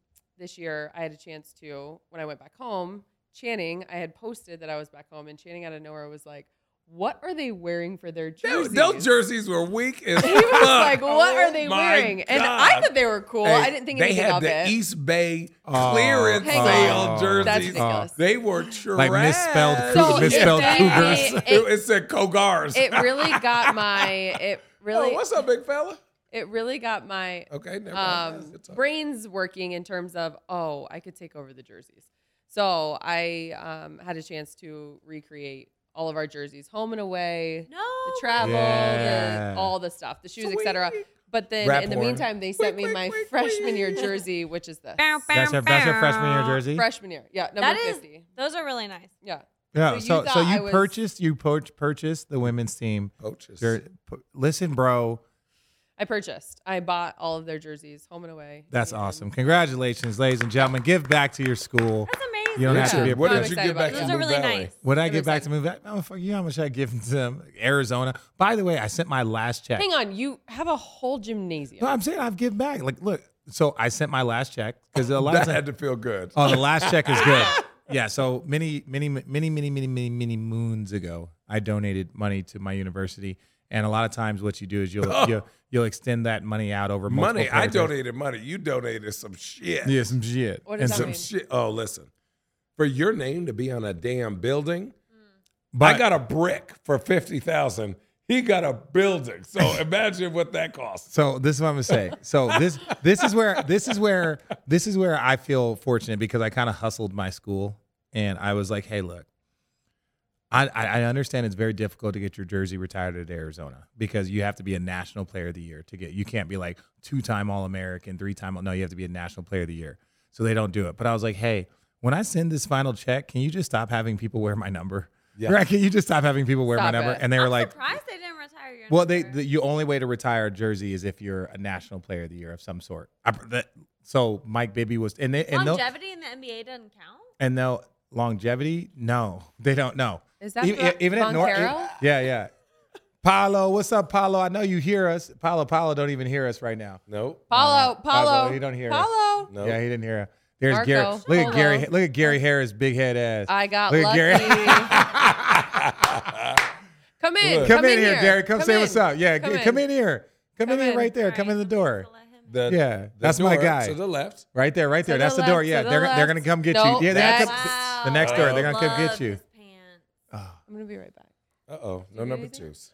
Speaker 1: this year I had a chance to, when I went back home, Channing, I had posted that I was back home, and Channing out of nowhere was like, what are they wearing for their
Speaker 4: Those-
Speaker 1: jerseys?
Speaker 4: Those jerseys were weak as
Speaker 1: he was
Speaker 4: fuck.
Speaker 1: like, what
Speaker 3: Oh
Speaker 1: are they
Speaker 4: my
Speaker 1: wearing? And I
Speaker 4: God.
Speaker 1: thought they were cool.
Speaker 4: Hey,
Speaker 1: I didn't think
Speaker 4: they
Speaker 1: anything
Speaker 4: had
Speaker 1: of
Speaker 4: the
Speaker 1: it.
Speaker 4: East Bay
Speaker 3: Oh,
Speaker 4: clearance
Speaker 1: Hang
Speaker 4: sale
Speaker 1: on.
Speaker 4: jerseys.
Speaker 1: That's ridiculous.
Speaker 4: They were trash.
Speaker 3: Like misspelled
Speaker 1: So
Speaker 3: Cougar- misspelled
Speaker 1: it-
Speaker 3: cougars.
Speaker 1: it-
Speaker 4: It, it said Kogars.
Speaker 1: it really got my it really
Speaker 4: oh, what's up, big fella?
Speaker 1: it really got my
Speaker 4: Okay, never mind. That's
Speaker 1: um,
Speaker 4: good talk.
Speaker 1: brains working in terms of oh i could take over the jerseys so i um, had a chance to recreate all of our jerseys home and away
Speaker 6: No.
Speaker 1: the travel
Speaker 3: Yeah.
Speaker 1: the, all the stuff the shoes
Speaker 4: Sweet.
Speaker 1: etc but then
Speaker 3: Rap
Speaker 1: in the
Speaker 3: horn.
Speaker 1: meantime they sent me
Speaker 4: Quick,
Speaker 1: my
Speaker 4: quick, quick,
Speaker 1: freshman year
Speaker 4: quick.
Speaker 1: jersey which is this
Speaker 6: Bow, bow,
Speaker 3: That's her, that's her
Speaker 6: bow.
Speaker 3: freshman year jersey.
Speaker 1: freshman year yeah number
Speaker 6: That is.
Speaker 1: 50
Speaker 6: Those are really nice.
Speaker 1: yeah
Speaker 3: Yeah. So
Speaker 1: So you
Speaker 3: so,
Speaker 1: thought I
Speaker 3: you
Speaker 1: was-
Speaker 3: purchased you pur- purchased the women's team.
Speaker 4: Coaches.
Speaker 3: Jer- pu- Listen, bro,
Speaker 1: i purchased i bought all of their jerseys home and away
Speaker 3: that's
Speaker 1: And-
Speaker 3: awesome. Congratulations, ladies and gentlemen. Give back to your school.
Speaker 6: That's amazing.
Speaker 3: You don't have to
Speaker 1: Yeah.
Speaker 3: be a
Speaker 4: What
Speaker 1: I'm
Speaker 4: did you
Speaker 1: excited
Speaker 4: give back
Speaker 1: about
Speaker 4: to
Speaker 1: that.
Speaker 6: Those
Speaker 4: Blue
Speaker 6: are really
Speaker 4: Valley?
Speaker 6: nice.
Speaker 3: What did I
Speaker 1: I'm
Speaker 3: give back to
Speaker 1: excited.
Speaker 3: move back? Oh, fuck you. How much I give to them? Arizona. By the way, I sent my last check.
Speaker 1: Hang on, you have a whole gymnasium.
Speaker 3: No, I'm saying I've given back. Like, look, so I sent my last check because a lot of
Speaker 4: That
Speaker 3: times,
Speaker 4: had to feel good.
Speaker 3: oh, the last check is good. Yeah. So many, many, many, many, many, many, many moons ago, I donated money to my university. And a lot of times, what you do is you'll you'll, you'll extend that money out over multiple
Speaker 4: money. I
Speaker 3: periods of-
Speaker 4: donated money. You donated some shit.
Speaker 3: Yeah, some shit.
Speaker 1: What
Speaker 3: And
Speaker 1: does that
Speaker 3: so-
Speaker 1: mean?
Speaker 4: Some shit. Oh, listen. For your name to be on a damn building,
Speaker 3: Mm. But
Speaker 4: I got a brick for fifty thousand. He got a building. So imagine what that costs.
Speaker 3: So this is what I'm gonna say. So this this is where this is where this is where I feel fortunate because I kind of hustled my school and I was like, hey, look, I I I understand it's very difficult to get your jersey retired at Arizona because you have to be a national player of the year to get. You can't be like two time All American, three time. No, you have to be a national player of the year. So they don't do it. But I was like, hey, when I send this final check, can you just stop having people wear my number? Right? Can you just stop having people wear
Speaker 1: Stop
Speaker 3: my number?
Speaker 1: it.
Speaker 3: And they were
Speaker 6: I'm
Speaker 3: like,
Speaker 6: surprised they didn't retire your
Speaker 3: well, they
Speaker 6: number.
Speaker 3: the you only way to retire a jersey is if you're a national player of the year of some sort. I, that, so Mike Bibby was and they and they'll,
Speaker 6: longevity in the NBA doesn't count.
Speaker 3: and they'll longevity. No, they don't know.
Speaker 1: Is that
Speaker 3: even,
Speaker 1: Von-
Speaker 3: even at
Speaker 1: Von
Speaker 3: North?
Speaker 1: Carroll?
Speaker 3: Yeah, yeah. Paolo, what's up, Paolo? I know you hear us. Paolo, Paolo, don't even hear us right now.
Speaker 4: No.
Speaker 1: Paulo, Paulo,
Speaker 3: Pablo, you don't hear us.
Speaker 1: Paulo.
Speaker 4: No.
Speaker 3: Yeah, he didn't hear. us. There's
Speaker 1: Marco,
Speaker 3: Gary. Look at
Speaker 1: Polo.
Speaker 3: Gary. Look at Gary Harris, big head ass.
Speaker 1: I got
Speaker 3: Look at
Speaker 1: lucky. come in,
Speaker 3: Come, in,
Speaker 1: here,
Speaker 3: here, Gary. Come, say
Speaker 1: in.
Speaker 3: what's up. Yeah,
Speaker 1: come
Speaker 3: g-
Speaker 1: in.
Speaker 3: come in here. Come, in
Speaker 1: Come
Speaker 3: here
Speaker 1: in.
Speaker 3: right there.
Speaker 6: All
Speaker 3: Come
Speaker 6: right,
Speaker 3: in the
Speaker 6: somebody's
Speaker 3: door.
Speaker 6: gonna let him in.
Speaker 4: The-
Speaker 3: Yeah,
Speaker 4: the
Speaker 3: that's my
Speaker 4: door
Speaker 3: guy.
Speaker 4: To the left.
Speaker 3: Right there, right there.
Speaker 1: the
Speaker 3: That's the,
Speaker 1: left,
Speaker 3: door.
Speaker 1: to
Speaker 3: Yeah,
Speaker 1: the
Speaker 3: they're, they're
Speaker 1: left.
Speaker 3: gonna come get
Speaker 1: Nope,
Speaker 3: you. Yeah, they're gonna
Speaker 1: that's-
Speaker 3: come, the next door.
Speaker 4: Oh.
Speaker 3: They're gonna come get
Speaker 6: Love
Speaker 3: you.
Speaker 6: his pants.
Speaker 1: I'm gonna be right back.
Speaker 4: Uh oh. No number twos.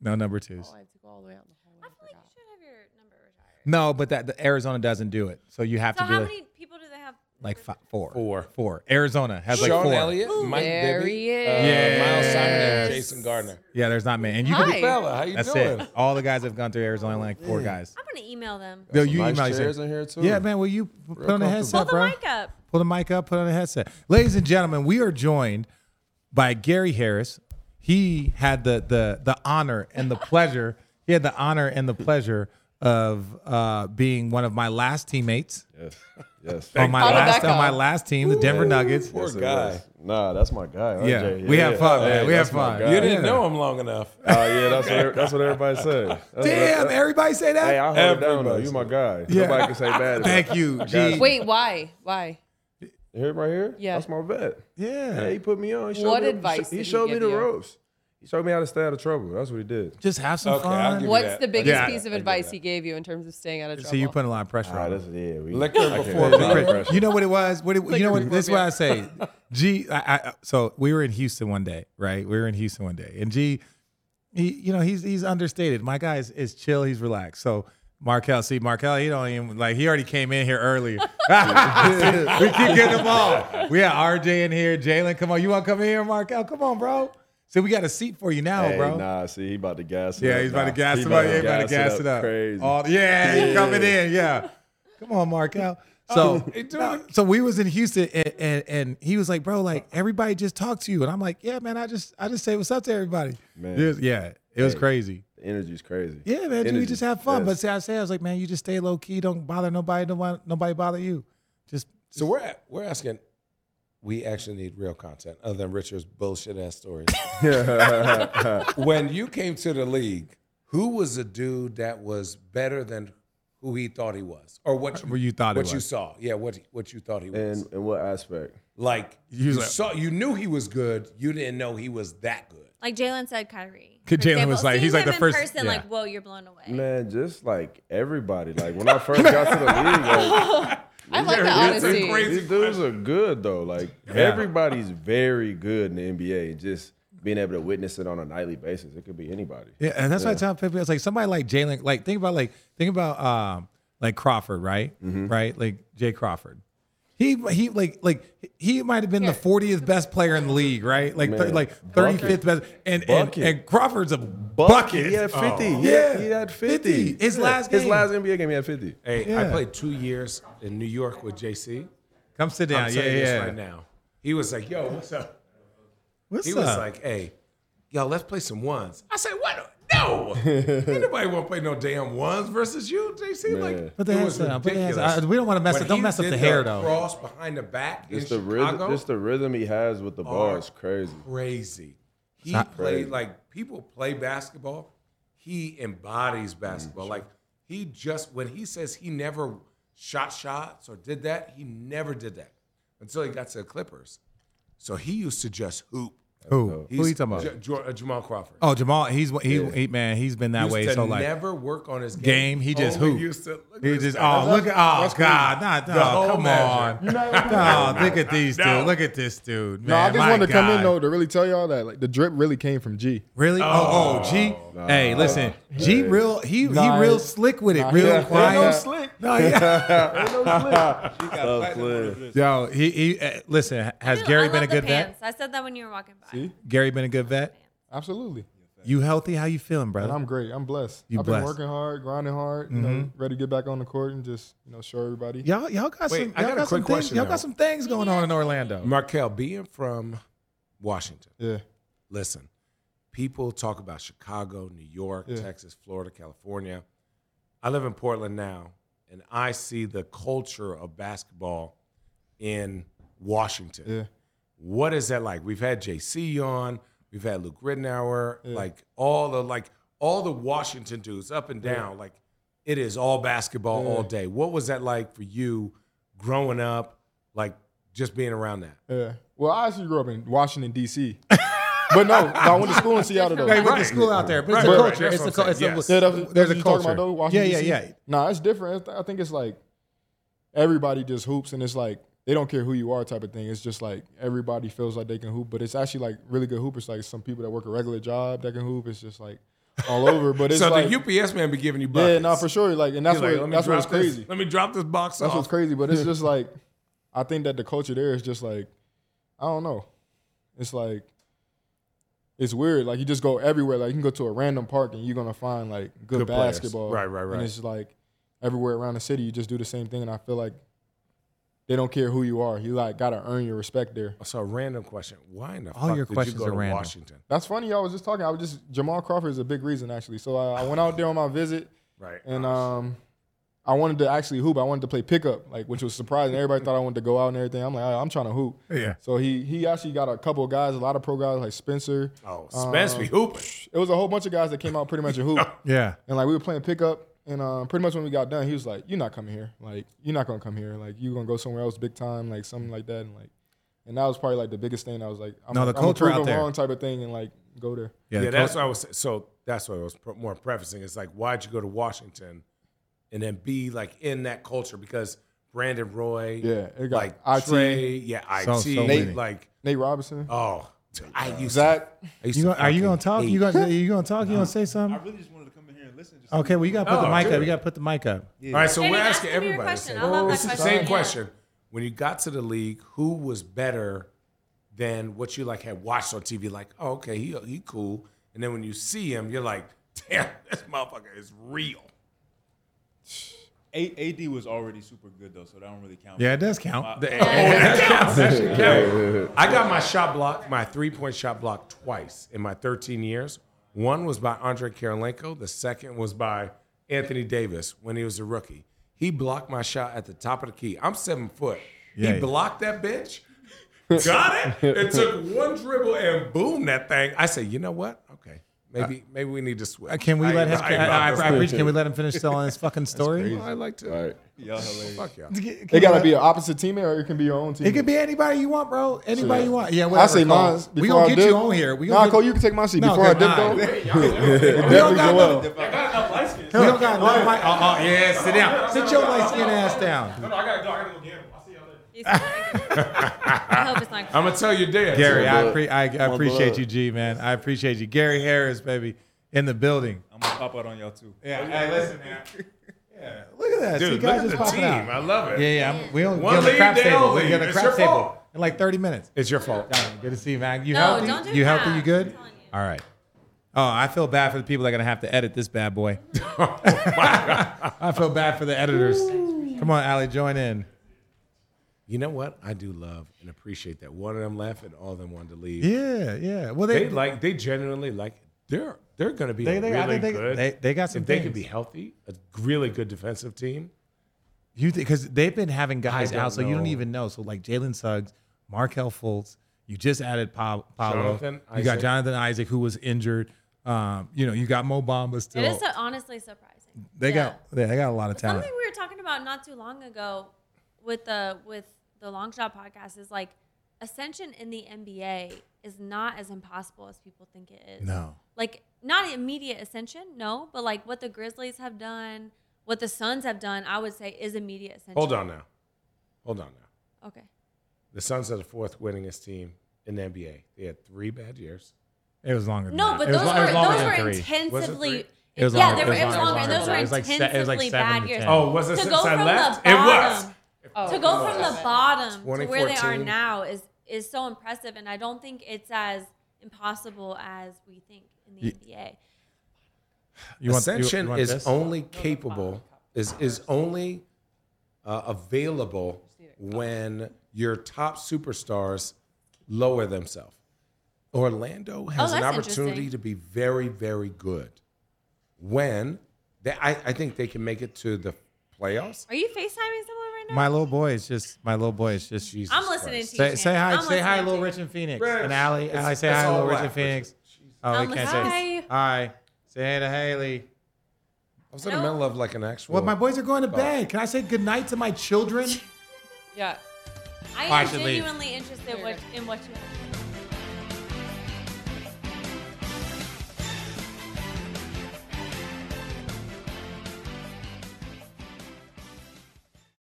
Speaker 3: No number twos.
Speaker 1: Oh, I have to go all the way out in the hallway.
Speaker 6: I
Speaker 1: I
Speaker 6: feel like
Speaker 1: forgot.
Speaker 6: you should have your number retired.
Speaker 3: No, but that the Arizona doesn't do it. So you have to
Speaker 6: So how
Speaker 3: do it
Speaker 6: many people do they have?
Speaker 3: like fi- four.
Speaker 4: Four.
Speaker 3: Four. Arizona has like
Speaker 4: Sean
Speaker 3: four.
Speaker 4: Elliott, Mike
Speaker 1: There
Speaker 4: Bibby,
Speaker 1: he
Speaker 4: uh, Miles Simon,
Speaker 3: Yes.
Speaker 4: and Jason Gardner.
Speaker 3: Yeah, there's not many. And you
Speaker 1: Hi.
Speaker 3: can,
Speaker 4: Fella, how you
Speaker 3: that's
Speaker 4: doing?
Speaker 3: it. All the guys have gone through Arizona like four guys.
Speaker 6: I'm gonna email them.
Speaker 3: No,
Speaker 4: Some
Speaker 3: you
Speaker 4: nice
Speaker 3: email
Speaker 4: chairs
Speaker 3: yourself.
Speaker 4: in here too.
Speaker 3: Yeah, man. Will you put on
Speaker 4: comfortable.
Speaker 3: a headset,
Speaker 6: Pull the
Speaker 3: bro?
Speaker 6: mic up.
Speaker 3: Pull the mic up, put on a headset. Ladies and gentlemen, we are joined by Gary Harris. He had the the the honor and the pleasure. He had the honor and the pleasure of uh, being one of my last teammates
Speaker 8: Yes. Yes.
Speaker 3: on my
Speaker 1: How did
Speaker 3: last
Speaker 1: that
Speaker 3: on my
Speaker 1: go?
Speaker 3: last team, the Denver Nuggets.
Speaker 4: Poor
Speaker 8: Yes, it
Speaker 4: guy.
Speaker 8: was. Nah, that's my guy. RJ.
Speaker 3: Yeah, we have fun, man. We
Speaker 8: that's
Speaker 3: have
Speaker 8: my
Speaker 3: fun.
Speaker 8: guy.
Speaker 4: You didn't
Speaker 3: Yeah.
Speaker 4: know him long enough.
Speaker 8: Oh yeah, that's what, that's what everybody said. That's what-
Speaker 3: Damn,
Speaker 8: that-
Speaker 3: everybody say that.
Speaker 8: hey, I hold it down though.
Speaker 4: Everybody
Speaker 8: You my guy.
Speaker 3: Yeah.
Speaker 8: Nobody can say bad. about
Speaker 3: Thank
Speaker 8: it.
Speaker 3: you,
Speaker 8: I got
Speaker 3: G.
Speaker 8: you.
Speaker 1: Wait, why? Why?
Speaker 8: Hear him right here?
Speaker 1: Yeah.
Speaker 8: That's my vet.
Speaker 3: Yeah.
Speaker 8: Yeah, he put me on. He showed
Speaker 1: What
Speaker 8: me,
Speaker 1: advice
Speaker 8: He,
Speaker 1: did he
Speaker 8: showed me
Speaker 1: give
Speaker 8: the
Speaker 1: you?
Speaker 8: ropes. He showed me how to stay out of trouble. That's what he did.
Speaker 3: Just have some
Speaker 4: Okay, I'll
Speaker 3: fun.
Speaker 4: give you
Speaker 1: What's
Speaker 4: that.
Speaker 1: the biggest
Speaker 3: Yeah.
Speaker 1: piece of advice he gave you in terms of staying out of trouble?
Speaker 3: so you put a lot of pressure on. us.
Speaker 8: yeah. We,
Speaker 4: Liquor
Speaker 8: I can't-
Speaker 4: before
Speaker 8: I can't
Speaker 4: beer.
Speaker 8: pressure.
Speaker 3: You know what it was? What it, you know what?
Speaker 1: before
Speaker 3: This is what
Speaker 1: beer.
Speaker 3: I say. G, I, I, so we were in Houston one day, right? We were in Houston one day, and G, he, you know, he's he's understated. My guy is, is chill. He's relaxed. So Markel, see Markel, he don't even like. He already came in here earlier. we keep getting them all. We had RJ in here. Jalen, come on, you want to come in here, Markel? Come on, bro. So we got a seat for you now,
Speaker 8: Hey,
Speaker 3: Oh, bro.
Speaker 8: Nah, see, he about to gas it up.
Speaker 3: Yeah, he's about to
Speaker 8: Nah,
Speaker 3: gas
Speaker 8: he
Speaker 3: him up. Yeah, he about to gas it up.
Speaker 8: Crazy.
Speaker 3: All- yeah, he's coming in. Yeah. Come on, Markel. So, no, so we was in Houston, and, and and he was like, "Bro, like everybody just talked to you," and I'm like, "Yeah, man, I just I just say what's up to everybody."
Speaker 8: Man.
Speaker 3: It was- yeah, it was crazy.
Speaker 8: The energy's crazy.
Speaker 3: Yeah, man, dude, we
Speaker 8: Energy.
Speaker 3: just have fun. But
Speaker 8: Yes.
Speaker 3: see, I say I was like, man, you just stay low key, don't bother nobody, nobody, nobody bother you. Just
Speaker 4: So we're at, we're asking. We actually need real content other than Richard's bullshit ass stories. when you came to the league, who was the dude that was better than who he thought he was, or what
Speaker 3: What you thought he
Speaker 4: what you
Speaker 3: was.
Speaker 4: saw. Yeah, what he- what you thought he was.
Speaker 11: And in what aspect?
Speaker 4: like you
Speaker 3: He's like-
Speaker 4: saw, you knew he was good. You didn't know he was that good.
Speaker 6: Like Jalen said, Kyrie.
Speaker 3: Jalen
Speaker 6: for example.
Speaker 3: was like-
Speaker 6: Seeing
Speaker 3: he's like
Speaker 6: him
Speaker 3: the first-
Speaker 6: in person,
Speaker 3: yeah.
Speaker 6: like whoa, you're blown away.
Speaker 11: Man, just like everybody. Like when I first got to the league, like,
Speaker 1: I like the
Speaker 4: That's a
Speaker 1: honesty.
Speaker 4: crazy
Speaker 11: these dudes are good though. Like everybody's very good in the NBA. Just being able to witness it on a nightly basis, it could be anybody.
Speaker 3: Yeah, and that's why I tell people it's like somebody like Jalen, like think about like think about um like Crawford, right? Right, like Jay Crawford. He he like like he might have been the fortieth best player in the league, right? Like thir-
Speaker 11: Man.
Speaker 3: like thirty fifth best, and, and
Speaker 11: Bucket.
Speaker 3: and Crawford's a bucket.
Speaker 11: He had 50.
Speaker 3: Oh.
Speaker 11: He had- he had 50.
Speaker 3: His
Speaker 11: Yeah.
Speaker 3: last
Speaker 11: His
Speaker 3: game.
Speaker 11: last NBA game, he had 50.
Speaker 4: Hey, I
Speaker 3: Yeah.
Speaker 4: played two years in New York with JC.
Speaker 3: Come sit
Speaker 4: I'm
Speaker 3: down, yeah,
Speaker 4: saying
Speaker 3: yeah.
Speaker 4: this right now. He was like, "Yo, what's up?"
Speaker 3: What's
Speaker 4: he
Speaker 3: up?
Speaker 4: was like, "Hey, yo, let's play some ones." I said, "What? No, anybody want to play no damn ones versus you, JC?" Like,
Speaker 3: Put the
Speaker 4: it
Speaker 3: hands
Speaker 4: was
Speaker 3: down, put the hands
Speaker 4: ridiculous.
Speaker 3: down. Uh, we don't wanna mess
Speaker 4: When
Speaker 3: up- don't
Speaker 4: he
Speaker 3: mess up
Speaker 4: did
Speaker 3: the hair, though.
Speaker 4: Cross behind the back
Speaker 11: Just
Speaker 4: in
Speaker 11: the,
Speaker 4: Chicago,
Speaker 11: rhythm, just the rhythm he has with the ball is crazy.
Speaker 4: crazy. He
Speaker 3: not-
Speaker 4: played like people play basketball. He embodies basketball.
Speaker 3: Mm-hmm.
Speaker 4: Like he just when he says he never shot shots or did that, he never did that until he got to the Clippers. So he used to just hoop.
Speaker 3: who? Who are you
Speaker 4: He's-
Speaker 3: talking about?
Speaker 4: Ja- Ja- uh, Jamal Crawford.
Speaker 3: oh, Jamal. He's he, he man. He's been that
Speaker 4: used
Speaker 3: way.
Speaker 4: to
Speaker 3: So like
Speaker 4: never work on his game.
Speaker 3: game, he just
Speaker 4: Only
Speaker 3: hoop.
Speaker 4: Used to, look at
Speaker 3: He
Speaker 4: this
Speaker 3: just
Speaker 4: guy.
Speaker 3: oh look at oh
Speaker 4: That's crazy.
Speaker 3: god, not
Speaker 4: The
Speaker 3: nah,
Speaker 4: whole
Speaker 3: come
Speaker 4: measure.
Speaker 3: on. No, look at these dude. Look at this dude. Man.
Speaker 12: No, I just
Speaker 3: My
Speaker 12: wanted to come in
Speaker 3: God.
Speaker 12: though to really tell y'all that like the drip really came from G.
Speaker 3: Really? Oh, oh, G. hey, listen, G. Real, he he
Speaker 12: Nah,
Speaker 3: real
Speaker 12: it-
Speaker 3: slick with it,
Speaker 12: nah,
Speaker 3: real
Speaker 12: yeah.
Speaker 3: quiet.
Speaker 12: Ain't no
Speaker 5: slick.
Speaker 3: No, yeah.
Speaker 11: So clear.
Speaker 3: Yo, he he. Uh, listen, has
Speaker 6: Dude, I
Speaker 3: Gary
Speaker 6: love
Speaker 3: been a
Speaker 6: the
Speaker 3: good vet?
Speaker 6: pants. I said that when you were walking by.
Speaker 3: Gary been a good vet.
Speaker 12: Absolutely.
Speaker 3: You healthy? How you feeling, brother?
Speaker 12: And I'm great. I'm blessed.
Speaker 3: You
Speaker 12: I've
Speaker 3: blessed. Mm-hmm.
Speaker 12: been working hard, grinding hard, you know, ready to get back on the court and just, you know, show everybody.
Speaker 3: y'all y'all got
Speaker 4: Wait,
Speaker 3: some.
Speaker 4: I
Speaker 3: Y'all
Speaker 4: got a
Speaker 3: got some
Speaker 4: quick
Speaker 3: things.
Speaker 4: question,
Speaker 3: Y'all
Speaker 4: though.
Speaker 3: got some things going on in Orlando.
Speaker 4: Markel, being from Washington,
Speaker 12: Yeah.
Speaker 4: listen, people talk about Chicago, New York,
Speaker 12: Yeah.
Speaker 4: Texas, Florida, California. I live in Portland now, and I see the culture of basketball in Washington.
Speaker 12: Yeah.
Speaker 4: What is that like? We've had JC on, we've had Luke Rittenauer, like all the like all the Washington dudes up and down, like it is all basketball all day. What was that like for you growing up, like just being around that?
Speaker 12: Yeah. Well, I actually grew up in Washington, D.C. but no, no, I went to school in Seattle, though.
Speaker 3: Hey,
Speaker 12: Yeah,
Speaker 3: went to school out there, but it's
Speaker 4: Right,
Speaker 3: a
Speaker 4: right,
Speaker 3: culture.
Speaker 4: that's
Speaker 3: It's a
Speaker 4: what
Speaker 3: cul-
Speaker 4: I'm
Speaker 3: it's
Speaker 4: saying,
Speaker 3: a
Speaker 4: yes.
Speaker 12: that's, that's
Speaker 3: there's
Speaker 12: what
Speaker 3: a
Speaker 12: you
Speaker 3: culture.
Speaker 12: Talking about, though,
Speaker 3: yeah,
Speaker 12: Washington,
Speaker 3: yeah,
Speaker 12: D.C.?
Speaker 3: yeah.
Speaker 12: Nah, it's different. It's- I think it's like everybody just hoops, and it's like they don't care who you are type of thing. It's just like everybody feels like they can hoop, but it's actually like really good hoopers. Like some people that work a regular job that can hoop. It's just like all over. But it's
Speaker 4: so
Speaker 12: like
Speaker 4: the UPS man be giving you buckets.
Speaker 12: yeah, no, for sure. Like, and that's
Speaker 4: He's like,
Speaker 12: what
Speaker 4: "Let me
Speaker 12: that's what's
Speaker 4: drop this-
Speaker 12: crazy.
Speaker 4: Let me drop this box
Speaker 12: That's
Speaker 4: off.
Speaker 12: what's crazy. But it's just like I think that the culture there is just like I don't know. It's like it's weird. Like you just go everywhere. Like you can go to a random park and you're gonna find like good,
Speaker 4: Good players.
Speaker 12: basketball.
Speaker 4: Right, right, right.
Speaker 12: And it's like everywhere around the city, you just do the same thing. And I feel like they don't care who you are. You like gotta earn your respect there.
Speaker 4: So a random question. Why in the
Speaker 3: All
Speaker 4: fuck
Speaker 3: your
Speaker 4: did you
Speaker 3: questions
Speaker 4: go
Speaker 3: are
Speaker 4: to
Speaker 3: random.
Speaker 4: Washington?
Speaker 12: That's funny. I was just talking. I was just Jamal Crawford is a big reason actually. So uh, I, I went out there on my visit.
Speaker 4: Right.
Speaker 12: And um, I wanted to actually hoop. I wanted to play pickup, like which was surprising. Everybody thought I wanted to go out and everything. I'm like, "All right, I'm trying to hoop.
Speaker 3: Yeah.
Speaker 12: So he he actually got a couple of guys, a lot of pro guys like Spencer. Um,
Speaker 4: oh, Spence be hooping. Oh.
Speaker 12: It was a whole bunch of guys that came out pretty much a hoop,
Speaker 3: Yeah.
Speaker 12: and like we were playing pickup. And um, pretty much when we got done, he was like, "You're not coming here. Like you're not gonna come here. Like you're gonna go somewhere else, big time, like something like that." And like, and that was probably like the biggest thing. I was like, "I'm
Speaker 3: No, the
Speaker 12: I'm
Speaker 3: culture out
Speaker 12: prove 'em
Speaker 3: there.
Speaker 12: wrong type of thing," and like go there.
Speaker 4: Yeah,
Speaker 3: the
Speaker 4: that's
Speaker 3: cul-
Speaker 4: what I was. So that's what I was pr- more prefacing. It's like, why'd you go to Washington, and then be like in that culture because Brandon Roy,
Speaker 12: Yeah, it got
Speaker 4: like
Speaker 12: IT.
Speaker 4: Trey, yeah, it,
Speaker 3: So- so many.
Speaker 4: like
Speaker 12: Nate Robinson,
Speaker 4: oh, I used
Speaker 12: Zach.
Speaker 4: To, I used
Speaker 3: You
Speaker 4: to
Speaker 3: gonna, are you gonna
Speaker 4: fucking
Speaker 3: talk?
Speaker 4: hate-
Speaker 3: You gonna you gonna talk? You gonna say something?
Speaker 7: really just wanted to come in here and listen. Just
Speaker 3: Okay, well you gotta put the
Speaker 4: Oh,
Speaker 3: mic up.
Speaker 4: dude.
Speaker 3: You gotta put the mic up.
Speaker 4: All right, so
Speaker 6: Katie,
Speaker 4: we're
Speaker 6: ask
Speaker 4: asking
Speaker 6: me your
Speaker 4: everybody. the
Speaker 6: question.
Speaker 4: same-
Speaker 6: I love that
Speaker 4: it's the
Speaker 6: question,
Speaker 4: Same
Speaker 6: yeah.
Speaker 4: question. When you got to the league, who was better than what you like had watched on TV? Like, oh, okay, he he cool. And then when you see him, you're like, damn, this motherfucker is real.
Speaker 7: A- AD was already super good though, so that don't really count. Oh,
Speaker 3: Yeah, it does
Speaker 8: Uh,
Speaker 3: count.
Speaker 8: oh,
Speaker 3: The-
Speaker 4: I got my shot block, my three point shot block twice in my 13 years. One was by Andre Karolenko. The second was by Anthony Davis when he was a rookie. He blocked my shot at the top of the key. I'm seven foot.
Speaker 3: Yeah, yeah.
Speaker 4: he blocked that bitch. Got it. It took one dribble and boom, that thing. I said, you know what? Okay, Maybe maybe we need to switch.
Speaker 3: Uh, Can we
Speaker 4: I
Speaker 3: let
Speaker 4: ain't
Speaker 3: his?
Speaker 4: lying
Speaker 3: I, I,
Speaker 4: about
Speaker 3: I
Speaker 4: this.
Speaker 3: preach, can we let him finish telling his fucking story?
Speaker 4: Well, I like to.
Speaker 11: All right.
Speaker 4: Fuck y'all.
Speaker 12: It gotta be an opposite teammate, or it can be your own teammate.
Speaker 3: It could be anybody you want, bro. Anybody you want. Yeah,
Speaker 12: I
Speaker 3: whatever.
Speaker 12: say
Speaker 3: Cole.
Speaker 12: mine.
Speaker 3: We gonna get you on here. We gonna
Speaker 12: nah,
Speaker 3: get-
Speaker 12: Cole, you can take my seat
Speaker 3: No,
Speaker 12: before I dip
Speaker 3: good,
Speaker 12: though.
Speaker 3: nah.
Speaker 12: definitely
Speaker 3: Oh.
Speaker 12: Joel.
Speaker 3: We don't got no mic. Oh,
Speaker 4: uh,
Speaker 3: oh, yeah, sit down. Sit your white skin ass down.
Speaker 6: He's I hope it's not.
Speaker 4: I'm gonna tell you this.
Speaker 3: Gary, I,
Speaker 11: blood.
Speaker 3: appre- I, I
Speaker 11: One
Speaker 3: appreciate
Speaker 11: blood.
Speaker 3: you, G, man. I appreciate you. Gary Harris, baby, in the building.
Speaker 15: I'm gonna pop out on y'all too.
Speaker 3: Yeah, hey, listen, man. Yeah, look at that. See,
Speaker 4: Dude, look
Speaker 3: guys
Speaker 4: at
Speaker 3: just
Speaker 4: the
Speaker 3: popping
Speaker 4: team.
Speaker 3: out.
Speaker 4: I love it.
Speaker 3: Yeah, yeah. I'm, we don't
Speaker 4: One
Speaker 3: get on the
Speaker 4: lead,
Speaker 3: craps
Speaker 4: they
Speaker 3: table.
Speaker 4: all
Speaker 3: We get on
Speaker 4: lead.
Speaker 3: the
Speaker 4: It's
Speaker 3: craps
Speaker 4: your
Speaker 3: table
Speaker 4: fault.
Speaker 3: in like 30 minutes.
Speaker 4: It's your fault.
Speaker 3: John, good to see you, man. You
Speaker 6: No,
Speaker 3: healthy?
Speaker 6: don't do
Speaker 3: you healthy?
Speaker 6: that.
Speaker 3: You good?
Speaker 6: I'm telling you.
Speaker 3: All right. Oh, I feel bad for the people that are gonna have to edit this bad boy.
Speaker 4: Oh,
Speaker 3: I feel bad for the editors. Come on, Allie, join in.
Speaker 4: You know what? I do love and appreciate that. One of them left and all of them wanted to leave.
Speaker 3: Yeah, yeah. Well,
Speaker 4: They like they genuinely like they're they're gonna be
Speaker 3: They-
Speaker 4: a
Speaker 3: they- I
Speaker 4: really
Speaker 3: think they-
Speaker 4: good.
Speaker 3: they- they got some
Speaker 4: If they can
Speaker 3: things.
Speaker 4: be healthy, a really good defensive team.
Speaker 3: You because they've been having guys
Speaker 4: don't
Speaker 3: out, so you don't
Speaker 4: know.
Speaker 3: even know. So like Jalen Suggs, Markel Fultz, you just added pa- Paolo.
Speaker 4: Jonathan
Speaker 3: you got
Speaker 4: Isaac.
Speaker 3: Jonathan Isaac who was injured. Um, you know, you got Mo Bamba still.
Speaker 6: It is so, honestly surprising.
Speaker 3: they
Speaker 6: Yeah.
Speaker 3: got yeah, they got a lot of talent.
Speaker 6: Something we were talking about not too long ago with the with the long shot podcast is like ascension in the NBA is not as impossible as people think it is.
Speaker 3: No.
Speaker 6: Like not immediate ascension, no, but like what the Grizzlies have done, what the Suns have done, I would say is immediate ascension.
Speaker 4: Hold on now. Hold on now.
Speaker 6: Okay.
Speaker 4: The Suns are the fourth winningest team in the NBA. They had three bad years.
Speaker 3: It was longer. Than
Speaker 6: No,
Speaker 3: that.
Speaker 6: but
Speaker 3: It was
Speaker 6: those
Speaker 3: lo- it
Speaker 6: were
Speaker 3: was longer
Speaker 6: those
Speaker 3: than
Speaker 6: were
Speaker 3: three.
Speaker 6: intensively.
Speaker 3: It was
Speaker 6: yeah,
Speaker 3: longer.
Speaker 6: they were, it was longer, and
Speaker 3: It was
Speaker 6: those were
Speaker 3: longer. It was like se- it was like
Speaker 6: intensively
Speaker 3: seven
Speaker 6: bad
Speaker 3: to
Speaker 6: years.
Speaker 3: ten.
Speaker 4: Oh, was it
Speaker 6: to
Speaker 4: since
Speaker 6: go
Speaker 4: I
Speaker 6: from
Speaker 4: left?
Speaker 6: the
Speaker 4: It was.
Speaker 6: bottom to go from the bottom to where they are
Speaker 4: 2014.
Speaker 6: now is is so impressive, and I don't think it's as impossible as we think in the NBA.
Speaker 3: You want- you- you
Speaker 4: Ascension
Speaker 3: want
Speaker 4: is
Speaker 3: this?
Speaker 4: only capable is is only uh, available when your top superstars lower themselves. Orlando has an
Speaker 6: Oh, that's
Speaker 4: opportunity
Speaker 6: interesting.
Speaker 4: to be very very good when they, I, I think they can make it to the playoffs.
Speaker 6: Are you Facetiming someone right now?
Speaker 3: my little boy is just my little boy is just.
Speaker 4: Jesus
Speaker 6: I'm listening
Speaker 4: Christ.
Speaker 6: to you.
Speaker 3: Say, say hi,
Speaker 6: I'm
Speaker 3: say hi,
Speaker 6: listening
Speaker 3: little
Speaker 6: to
Speaker 3: Rich
Speaker 6: you.
Speaker 3: and Phoenix
Speaker 4: Rich.
Speaker 3: and Allie.
Speaker 4: It's-
Speaker 3: Allie, say
Speaker 4: it's
Speaker 3: hi, little
Speaker 4: all
Speaker 3: Rich
Speaker 4: right,
Speaker 3: and Phoenix.
Speaker 4: Richard.
Speaker 3: Oh,
Speaker 6: I'm
Speaker 3: he can't say.
Speaker 6: listening.
Speaker 3: Hi, say hi to Haley.
Speaker 4: I was in the
Speaker 6: No.
Speaker 4: middle of like an actual. Oh.
Speaker 3: Well, my boys are going to bed. Can I say goodnight to my children?
Speaker 1: Yeah.
Speaker 6: I
Speaker 3: I
Speaker 6: am
Speaker 3: should leave.
Speaker 6: genuinely interested what, in what you have.